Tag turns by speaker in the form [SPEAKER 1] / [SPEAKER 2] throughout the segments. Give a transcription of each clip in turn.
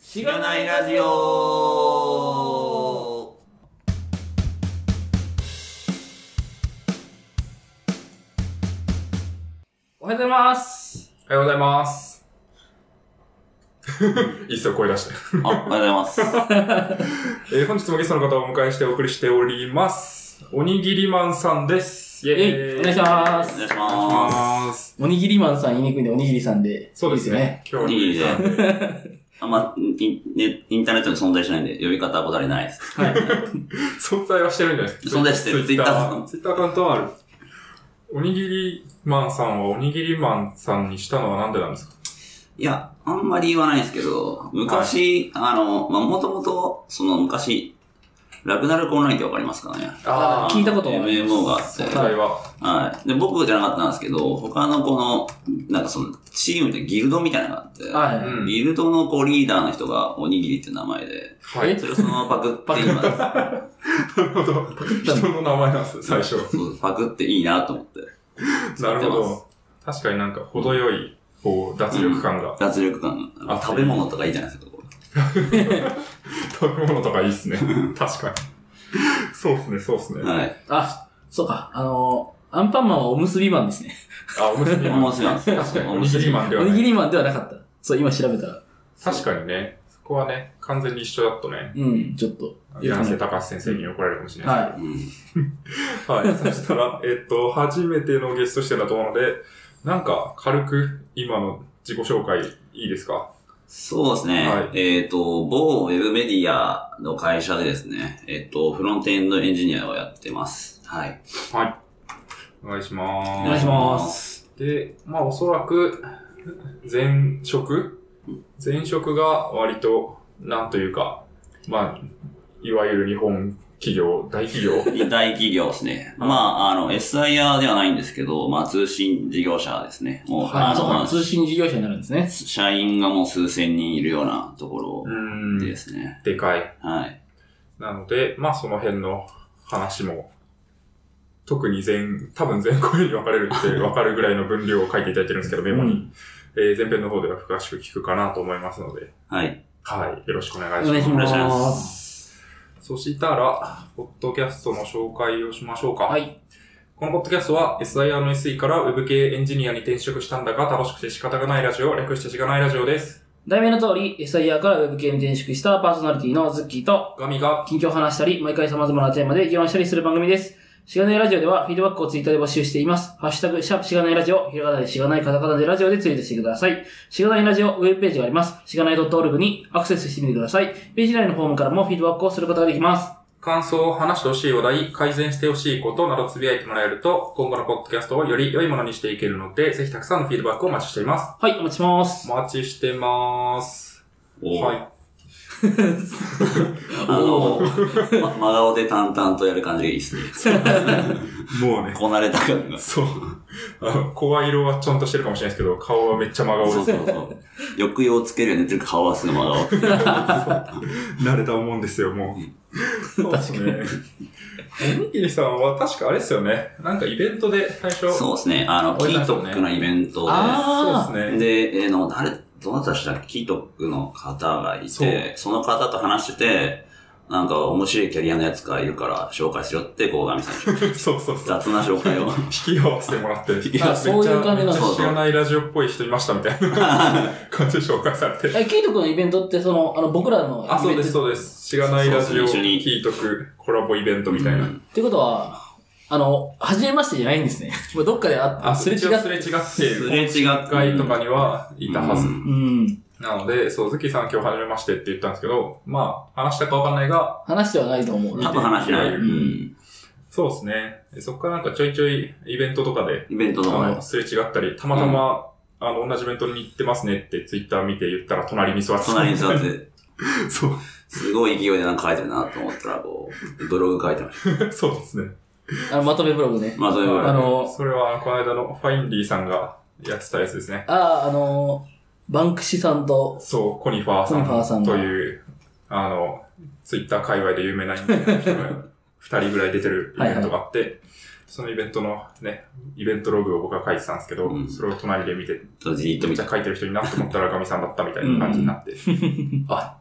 [SPEAKER 1] しがないラジオ
[SPEAKER 2] おはようございます。
[SPEAKER 3] おはようございます。 一層声出して。
[SPEAKER 1] あ、おはようございます。
[SPEAKER 3] えー本日もゲストの方をお迎えしてお送りしております。おにぎりマンさんです。イェーイ
[SPEAKER 2] えい、お願いしま
[SPEAKER 1] お
[SPEAKER 2] す
[SPEAKER 1] 願い。し
[SPEAKER 3] お願いし
[SPEAKER 1] ま
[SPEAKER 3] ます。
[SPEAKER 2] おにぎりマンさん言いにくいんで、おにぎりさんで。
[SPEAKER 3] そうですね。
[SPEAKER 1] す。お
[SPEAKER 3] 今
[SPEAKER 1] にぎり
[SPEAKER 3] 日
[SPEAKER 1] で
[SPEAKER 3] はおにぎりさん。、
[SPEAKER 1] あんまインネインターネットに存在しないんで、呼び方は答えないです。
[SPEAKER 2] はい。
[SPEAKER 3] 存在はしてるんじゃないですか。
[SPEAKER 1] 存在してる
[SPEAKER 3] ツイッタ
[SPEAKER 1] Twitter
[SPEAKER 3] ー。ツイッターアカウントはある。おにぎりマンさんはおにぎりマンさんにしたのはなんでなんですか
[SPEAKER 1] いや、あんまり言わないですけど、昔、あの、まあ、もともと、その昔、ラグナルクオンラインってわかりますかね
[SPEAKER 2] あ聞いたことはあります
[SPEAKER 1] MMO があって、
[SPEAKER 3] 存在は。
[SPEAKER 1] はい。で、僕じゃなかったんですけど、他のこの、なんかその、チームでギルドみたいなのがあって、
[SPEAKER 2] は
[SPEAKER 3] う
[SPEAKER 2] い。
[SPEAKER 3] ん。
[SPEAKER 1] ギルドのこうリーダーの人がおにぎりって名前で、
[SPEAKER 3] は
[SPEAKER 2] え
[SPEAKER 3] い。
[SPEAKER 1] それをそのままパクって今、
[SPEAKER 3] なるほど。
[SPEAKER 2] たの
[SPEAKER 3] 人の名前なんですね、最初。
[SPEAKER 1] そうパクっていいなと思って。
[SPEAKER 3] な
[SPEAKER 1] 使
[SPEAKER 3] るほ
[SPEAKER 1] って
[SPEAKER 3] ど。確かになんか程よい、こう、脱力感が。
[SPEAKER 1] 脱力感。
[SPEAKER 3] あ
[SPEAKER 1] 食べ物とかいいじゃないですか。こ
[SPEAKER 3] 食べ物とかいい っすね。確かに。そうっすね、そうっす
[SPEAKER 1] れ
[SPEAKER 3] ね。
[SPEAKER 1] はい。
[SPEAKER 2] あ、そうか。あのー、アンパンマンはおむすびマンですね。
[SPEAKER 3] あ、おむすびマ
[SPEAKER 1] 面
[SPEAKER 3] ン。
[SPEAKER 1] 白いなんですよ
[SPEAKER 3] 確かに、お
[SPEAKER 1] 面
[SPEAKER 3] むす
[SPEAKER 1] 白
[SPEAKER 3] び
[SPEAKER 1] い。
[SPEAKER 3] マンで
[SPEAKER 2] お
[SPEAKER 3] は
[SPEAKER 2] に
[SPEAKER 3] な
[SPEAKER 2] ぎ
[SPEAKER 3] い。
[SPEAKER 2] りマンではなかった。そう、今調べたら。
[SPEAKER 3] 確かにね、そこはね、完全に一緒だとね、
[SPEAKER 2] うん、ちょっと。
[SPEAKER 3] 柳瀬隆先生に怒られるかもしれない
[SPEAKER 2] は
[SPEAKER 1] うん
[SPEAKER 3] です。はい。そしたら、 えっと、初めてのゲスト出演だと思うので、なんか、軽く、今の自己紹介、いいですか
[SPEAKER 1] そうですね。
[SPEAKER 3] は
[SPEAKER 1] えっ、と、某ウェブメディアの会社でですね、えっ、と、フロントエンドエンジニアをやってます。はい。
[SPEAKER 3] はい。お願いしま
[SPEAKER 2] い。
[SPEAKER 3] す。
[SPEAKER 2] お願いします。
[SPEAKER 3] で、まあおそらく、前職前職が割と、なんというか、まあ、いわゆる日本企業、大企業。
[SPEAKER 1] 大企業ですね。まあ、あの、SIR ではないんですけど、まあ、通信事業者ですね。もう、
[SPEAKER 3] はい
[SPEAKER 2] あ、
[SPEAKER 1] あ
[SPEAKER 2] そうか。
[SPEAKER 1] の、
[SPEAKER 2] 通信事業者になるんですね。
[SPEAKER 1] 社員がもう数千人いるようなとこ
[SPEAKER 3] う
[SPEAKER 1] ろ
[SPEAKER 3] ん、
[SPEAKER 1] で
[SPEAKER 3] です
[SPEAKER 1] ね。
[SPEAKER 3] かい。
[SPEAKER 1] はい。
[SPEAKER 3] なので、まあその辺の話も、特に全、多分全公演に分かれ るって分かるぐらいの分量を書いていただいてるんですけど、メモに。
[SPEAKER 2] うん
[SPEAKER 3] えー前編の方では詳しく聞くかなと思いますので、
[SPEAKER 1] はい。
[SPEAKER 3] はい。よろしくお願いします。
[SPEAKER 2] お願いし
[SPEAKER 1] お願いし
[SPEAKER 2] ま。
[SPEAKER 1] ます
[SPEAKER 3] そしたら、ポッドキャストの紹介をしましょうか。
[SPEAKER 2] はい。
[SPEAKER 3] このポッドキャストは SIR の SE から Web 系エンジニアに転職したんだが楽しくて仕方がないラジオ、略してしがないラジオです。
[SPEAKER 2] 題名の通り、SIR から Web 系に転職したパーソナリティのズッキーと、
[SPEAKER 3] ガミが、
[SPEAKER 2] 近況を話したり、毎回様々なテーマで議論したりする番組です。しがないラジオでは、フィードバックをツイッターで募集しています。ハッシュタグ、シャープしがないラジオ、ひらがなでしがないカタカナでラジオでツイートしてください。しがないラジオ、ウェブページがあります。しがない .org にアクセスしてみてください。ページ内のフォームからもフィードバックをすることができます。
[SPEAKER 3] 感想を話してほしい話題、改善してほしいことなどつぶやいてもらえると、今後のポッドキャストをより良いものにしていけるので、ぜひたくさんのフィードバックをお待ちしています。
[SPEAKER 2] はい、お待ちします。
[SPEAKER 3] お待ちしてます。
[SPEAKER 1] おー
[SPEAKER 3] はい。
[SPEAKER 1] あの、ま真顔で淡々とやる感じがいいですね。
[SPEAKER 3] もうね。
[SPEAKER 1] こなれた感が。
[SPEAKER 3] そう。あの、声色はちゃんとしてるかもしれないですけど、顔はめっちゃ真顔です
[SPEAKER 1] そう。そうそう。抑揚つけるよねっていうか顔はすぐ真顔。
[SPEAKER 3] 慣れた思うんですよ、もう。そうですね。おにぎりさんは確かあれですよね。なんかイベントで最初。
[SPEAKER 1] そうですね。あの、キ
[SPEAKER 3] 俺
[SPEAKER 1] ー
[SPEAKER 3] たちも
[SPEAKER 1] ト
[SPEAKER 3] ね
[SPEAKER 1] ックのイベント
[SPEAKER 3] そう
[SPEAKER 2] あ
[SPEAKER 1] で、
[SPEAKER 3] ですね。
[SPEAKER 1] で、えーの、誰、どなたでしたっけキートックの方がいて、その方と話してて、なんか面白いキャリアのやつがいるから紹介しろって、こう、ガミさんに。
[SPEAKER 3] そうそうそう。
[SPEAKER 1] 雑な紹介を。
[SPEAKER 3] 引き合わせてもらって。
[SPEAKER 1] き合
[SPEAKER 2] わせあそういう感じなんだ
[SPEAKER 3] めっちゃ知らないラジオっぽい人いましたみたいな感じで紹介されて。
[SPEAKER 2] え、キート君のイベントって、その、あの、僕らのイベント。
[SPEAKER 3] あ、そうです、
[SPEAKER 2] っ
[SPEAKER 3] そうです。知らないラジオ、
[SPEAKER 1] そう
[SPEAKER 3] キ
[SPEAKER 1] そう一緒に
[SPEAKER 3] ートクコラボイベントみたい
[SPEAKER 1] う
[SPEAKER 3] な。
[SPEAKER 1] ん
[SPEAKER 2] てことは、あの、初めましてじゃないんですね。 もうどっかであ
[SPEAKER 3] あ、
[SPEAKER 2] すれ違
[SPEAKER 3] 一応
[SPEAKER 2] っ
[SPEAKER 3] すれ違って、
[SPEAKER 1] すれ違って
[SPEAKER 3] 1回とかにはいたはず
[SPEAKER 1] う。ん
[SPEAKER 2] うん。
[SPEAKER 3] なので、そう、ズッキーさん今日初めましてって言ったんですけど、まあ、話したかわかんないが、
[SPEAKER 2] 話してはないと思う。
[SPEAKER 1] 多分話しない。う
[SPEAKER 3] う
[SPEAKER 1] ん
[SPEAKER 3] そうですね。でそこからなんかちょいちょいイベントとかで、
[SPEAKER 1] イベント
[SPEAKER 3] あ
[SPEAKER 1] とかね
[SPEAKER 3] の、すれ違ったり、たまたま、あの、同じイベントに行ってますねってツイッター見て言ったら隣に座ってた
[SPEAKER 1] 隣に座っ。て、
[SPEAKER 3] そう、
[SPEAKER 1] すごい勢いでなんか書いてるなと思ったら、こう、ブログ書いてまし
[SPEAKER 3] そうですね。
[SPEAKER 2] あの、まとめブログね
[SPEAKER 1] た。。まあ、そういう
[SPEAKER 3] はい
[SPEAKER 2] あの
[SPEAKER 3] それは、この間のファインディさんがやってたやつですね。
[SPEAKER 2] ああ、あのー、バンクシさんと、
[SPEAKER 3] そう、コニファ
[SPEAKER 2] コニファー
[SPEAKER 3] ー
[SPEAKER 2] さ
[SPEAKER 3] さ
[SPEAKER 2] ん
[SPEAKER 3] ん
[SPEAKER 2] が
[SPEAKER 3] という、あの、ツイッター界隈で有名な人が 二人ぐらい出てるイベントがあって、そのイベントのね、イベントログを僕が書いてたんですけど、
[SPEAKER 1] うん
[SPEAKER 3] それを隣で見て
[SPEAKER 1] ちょっとじーっと
[SPEAKER 3] めっ
[SPEAKER 1] 見
[SPEAKER 3] ち
[SPEAKER 1] た
[SPEAKER 3] ゃ。書いてる人になって思ったらガミさんだったみたいな感じになって。あ、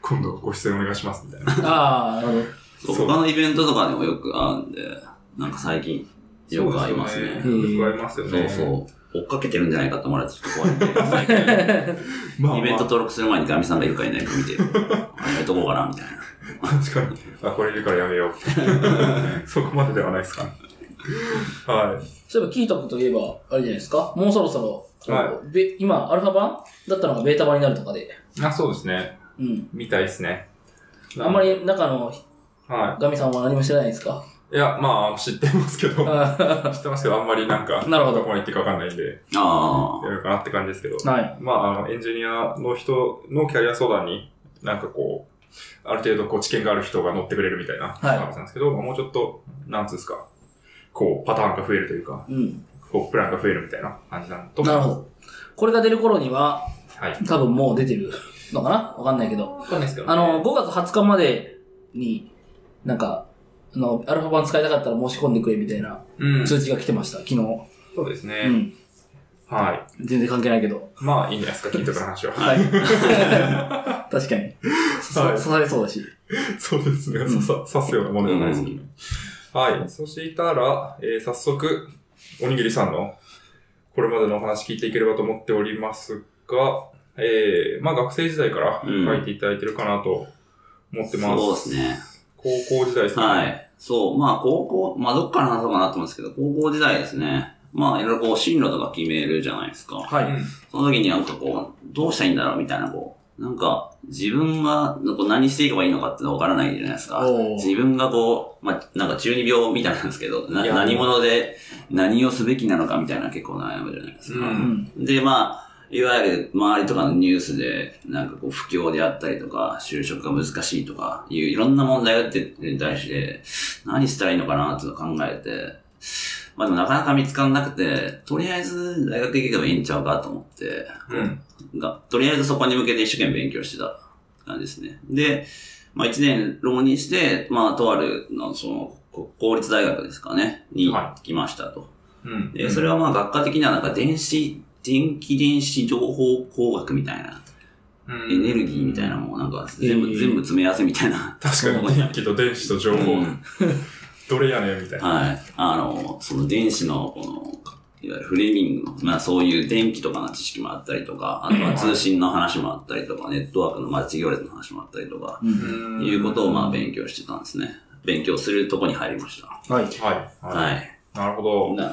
[SPEAKER 3] 今度ご出演お願いしますみたいな。
[SPEAKER 2] ああ、なるほど。
[SPEAKER 1] そう
[SPEAKER 3] そう
[SPEAKER 1] 他のイベントとかでもよく会うんで、なんか最近、よく会いますね。
[SPEAKER 3] そうですよねよく会いますよ
[SPEAKER 1] そう
[SPEAKER 3] ね。
[SPEAKER 1] そう。追っかけてるんじゃないかと思われてちょっと怖いんで、最
[SPEAKER 3] う。まあ、
[SPEAKER 1] 近イベント
[SPEAKER 3] ま
[SPEAKER 1] 登録する前にガミさんがいるかいないか見て、あやめとこうかな、みたいな。
[SPEAKER 3] あ、確かに。あ、これいるからやめよう。そこまでではないですか。はい。
[SPEAKER 2] そういえば、キート君といえば、あれじゃないですかもうそろそろ、
[SPEAKER 3] は
[SPEAKER 2] べ今、アルファ版だったのがベータ版になるとかで。
[SPEAKER 3] あ、そうですね。
[SPEAKER 2] うん。
[SPEAKER 3] みたいですね。
[SPEAKER 2] あんま。り中の
[SPEAKER 3] は
[SPEAKER 2] ガミさんは何もしてないですか
[SPEAKER 3] い。いや、まあ、知ってますけ ど、
[SPEAKER 2] あ
[SPEAKER 3] 知ってますけど、あんまりなんか、
[SPEAKER 2] なるほど
[SPEAKER 3] どこまで行っていいかわかんないんで、や
[SPEAKER 1] ああ。
[SPEAKER 3] めようかなって感じですけど。
[SPEAKER 2] ーはい。
[SPEAKER 3] まあ、あの、エンジニアの人のキャリア相談に、なんかこう、ある程度こう知見がある人が乗ってくれるみたいな
[SPEAKER 2] はい
[SPEAKER 3] 感じなんですけど、まあもうちょっと、なんつうんですか、こう、パターンが増えるというか、
[SPEAKER 2] うん。
[SPEAKER 3] こう、プランが増えるみたいな感じなのと思い
[SPEAKER 2] なる
[SPEAKER 3] ます
[SPEAKER 2] ほど。これが出る頃には、
[SPEAKER 3] はい。
[SPEAKER 2] 多分もう出てるのかなわかんないけど。
[SPEAKER 3] わかんないですけど、
[SPEAKER 2] あの、、5月20日までに、なんか、あの、アルファ版使いたかったら申し込んでくれみたいな
[SPEAKER 3] うん。そ
[SPEAKER 2] 通知が来てました、昨日。
[SPEAKER 3] うですね。
[SPEAKER 2] うん。
[SPEAKER 3] はい。
[SPEAKER 2] 全然関係ないけど。
[SPEAKER 3] まあ、いいんじゃないですか、聞いた話は。
[SPEAKER 2] はい。 確かに。そ
[SPEAKER 3] はい
[SPEAKER 2] 刺されそうだし。
[SPEAKER 3] そうですね。刺さ、刺すようなものじゃないですけどね。はい。そしたら、えー早速、おにぎりさんの、これまでのお話聞いていければと思っておりますが、えー、まあ学生時代から
[SPEAKER 1] うん
[SPEAKER 3] 書いていただいてるかなと思ってます。
[SPEAKER 1] そうですね。
[SPEAKER 3] 高校時代ですね。。
[SPEAKER 1] はいい。そう、まあ高校、まあどっから話そうかなと思うんですけど、高校時代ですね。まあいろいろこう進路とか決めるじゃないですか。
[SPEAKER 2] は
[SPEAKER 3] う
[SPEAKER 2] い。
[SPEAKER 3] ん
[SPEAKER 1] その時になんかこう、どうしたらいいんだろうみたいなこう、なんか自分がこう何していけばいいのかってのわからないじゃないですか。
[SPEAKER 2] おー
[SPEAKER 1] 自分がこう、まあ、なんか中二病みたいなんですけど、ない
[SPEAKER 3] や
[SPEAKER 1] 何者で何をすべきなのかみたいな結構悩むじゃないですか。
[SPEAKER 3] うん
[SPEAKER 2] うん。
[SPEAKER 1] で、まあ、いわゆる周りとかのニュースで、なんかこう、不況であったりとか、就職が難しいとか、いういろんな問題が出てるに対して、何したらいいのかなっていうのを考えて、まあでもなかなか見つからなくて、とりあえず大学行けばいいんちゃうかと思って、
[SPEAKER 3] うん。
[SPEAKER 1] が、とりあえずそこに向けて一生懸命勉強してた感じですね。で、まあ一年浪人して、まあとある、のその、こ公立大学ですかね、に
[SPEAKER 3] は
[SPEAKER 1] 行きましたと。
[SPEAKER 3] うん。
[SPEAKER 1] で、それはまあ学科的にはなんか電子、電気電子情報工学みたいな、
[SPEAKER 3] うん、
[SPEAKER 1] エネルギーみたいなもうなんか全
[SPEAKER 2] え
[SPEAKER 1] 部、
[SPEAKER 2] ー
[SPEAKER 1] 全部詰め合わせみたいな。
[SPEAKER 3] 確かに電気と電子と情報、
[SPEAKER 1] うん
[SPEAKER 3] どれやねんみたいな。
[SPEAKER 1] はい。あの、その電子の、この、いわゆるフレーミングの、まあそういう電気とかの知識もあったりとか、あとは通信の話もあったりとか、ネットワークの待ち行列の話もあったりとか、
[SPEAKER 2] う
[SPEAKER 3] うんん
[SPEAKER 1] いうことをまあ勉強してたんですね。勉強するとこに入りました。
[SPEAKER 2] はい。
[SPEAKER 3] はい。。
[SPEAKER 1] はいい。
[SPEAKER 3] なるほど。
[SPEAKER 1] な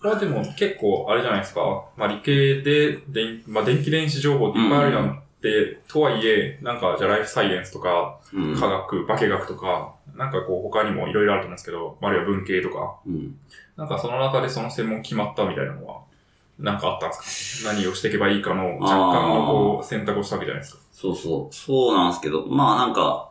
[SPEAKER 3] これはでも結構あれじゃないですか。まあ理系で電、まあ電気電子情報っていっぱいあるやんって、とはいえ、なんかじゃあライフサイエンスとか、
[SPEAKER 1] うん。
[SPEAKER 3] 科学、化学とか、なんかこう他にもいろいろあると思うんですけど、まああるいは文系とか、
[SPEAKER 1] うん。
[SPEAKER 3] なんかその中でその専門決まったみたいなのは、なんかあったんですか何をしていけばいいかの若干のこう選択をしたわけじゃないですか。
[SPEAKER 1] そうそう。そうなんですけど、まあなんか、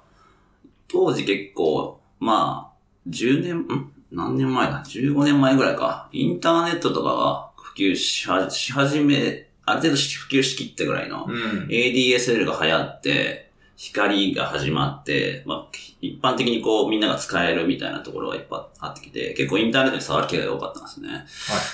[SPEAKER 1] 当時結構、まあ、10年、ん何年前だ ?15 年前ぐらいか。インターネットとかが普及しはし始め、ある程度普及しきってぐらいの、
[SPEAKER 3] うん。
[SPEAKER 1] ADSL が流行って、光が始まって、まあ、一般的にこうみんなが使えるみたいなところがいっぱいあってきて、結構インターネットに触る機会が多かったんですね。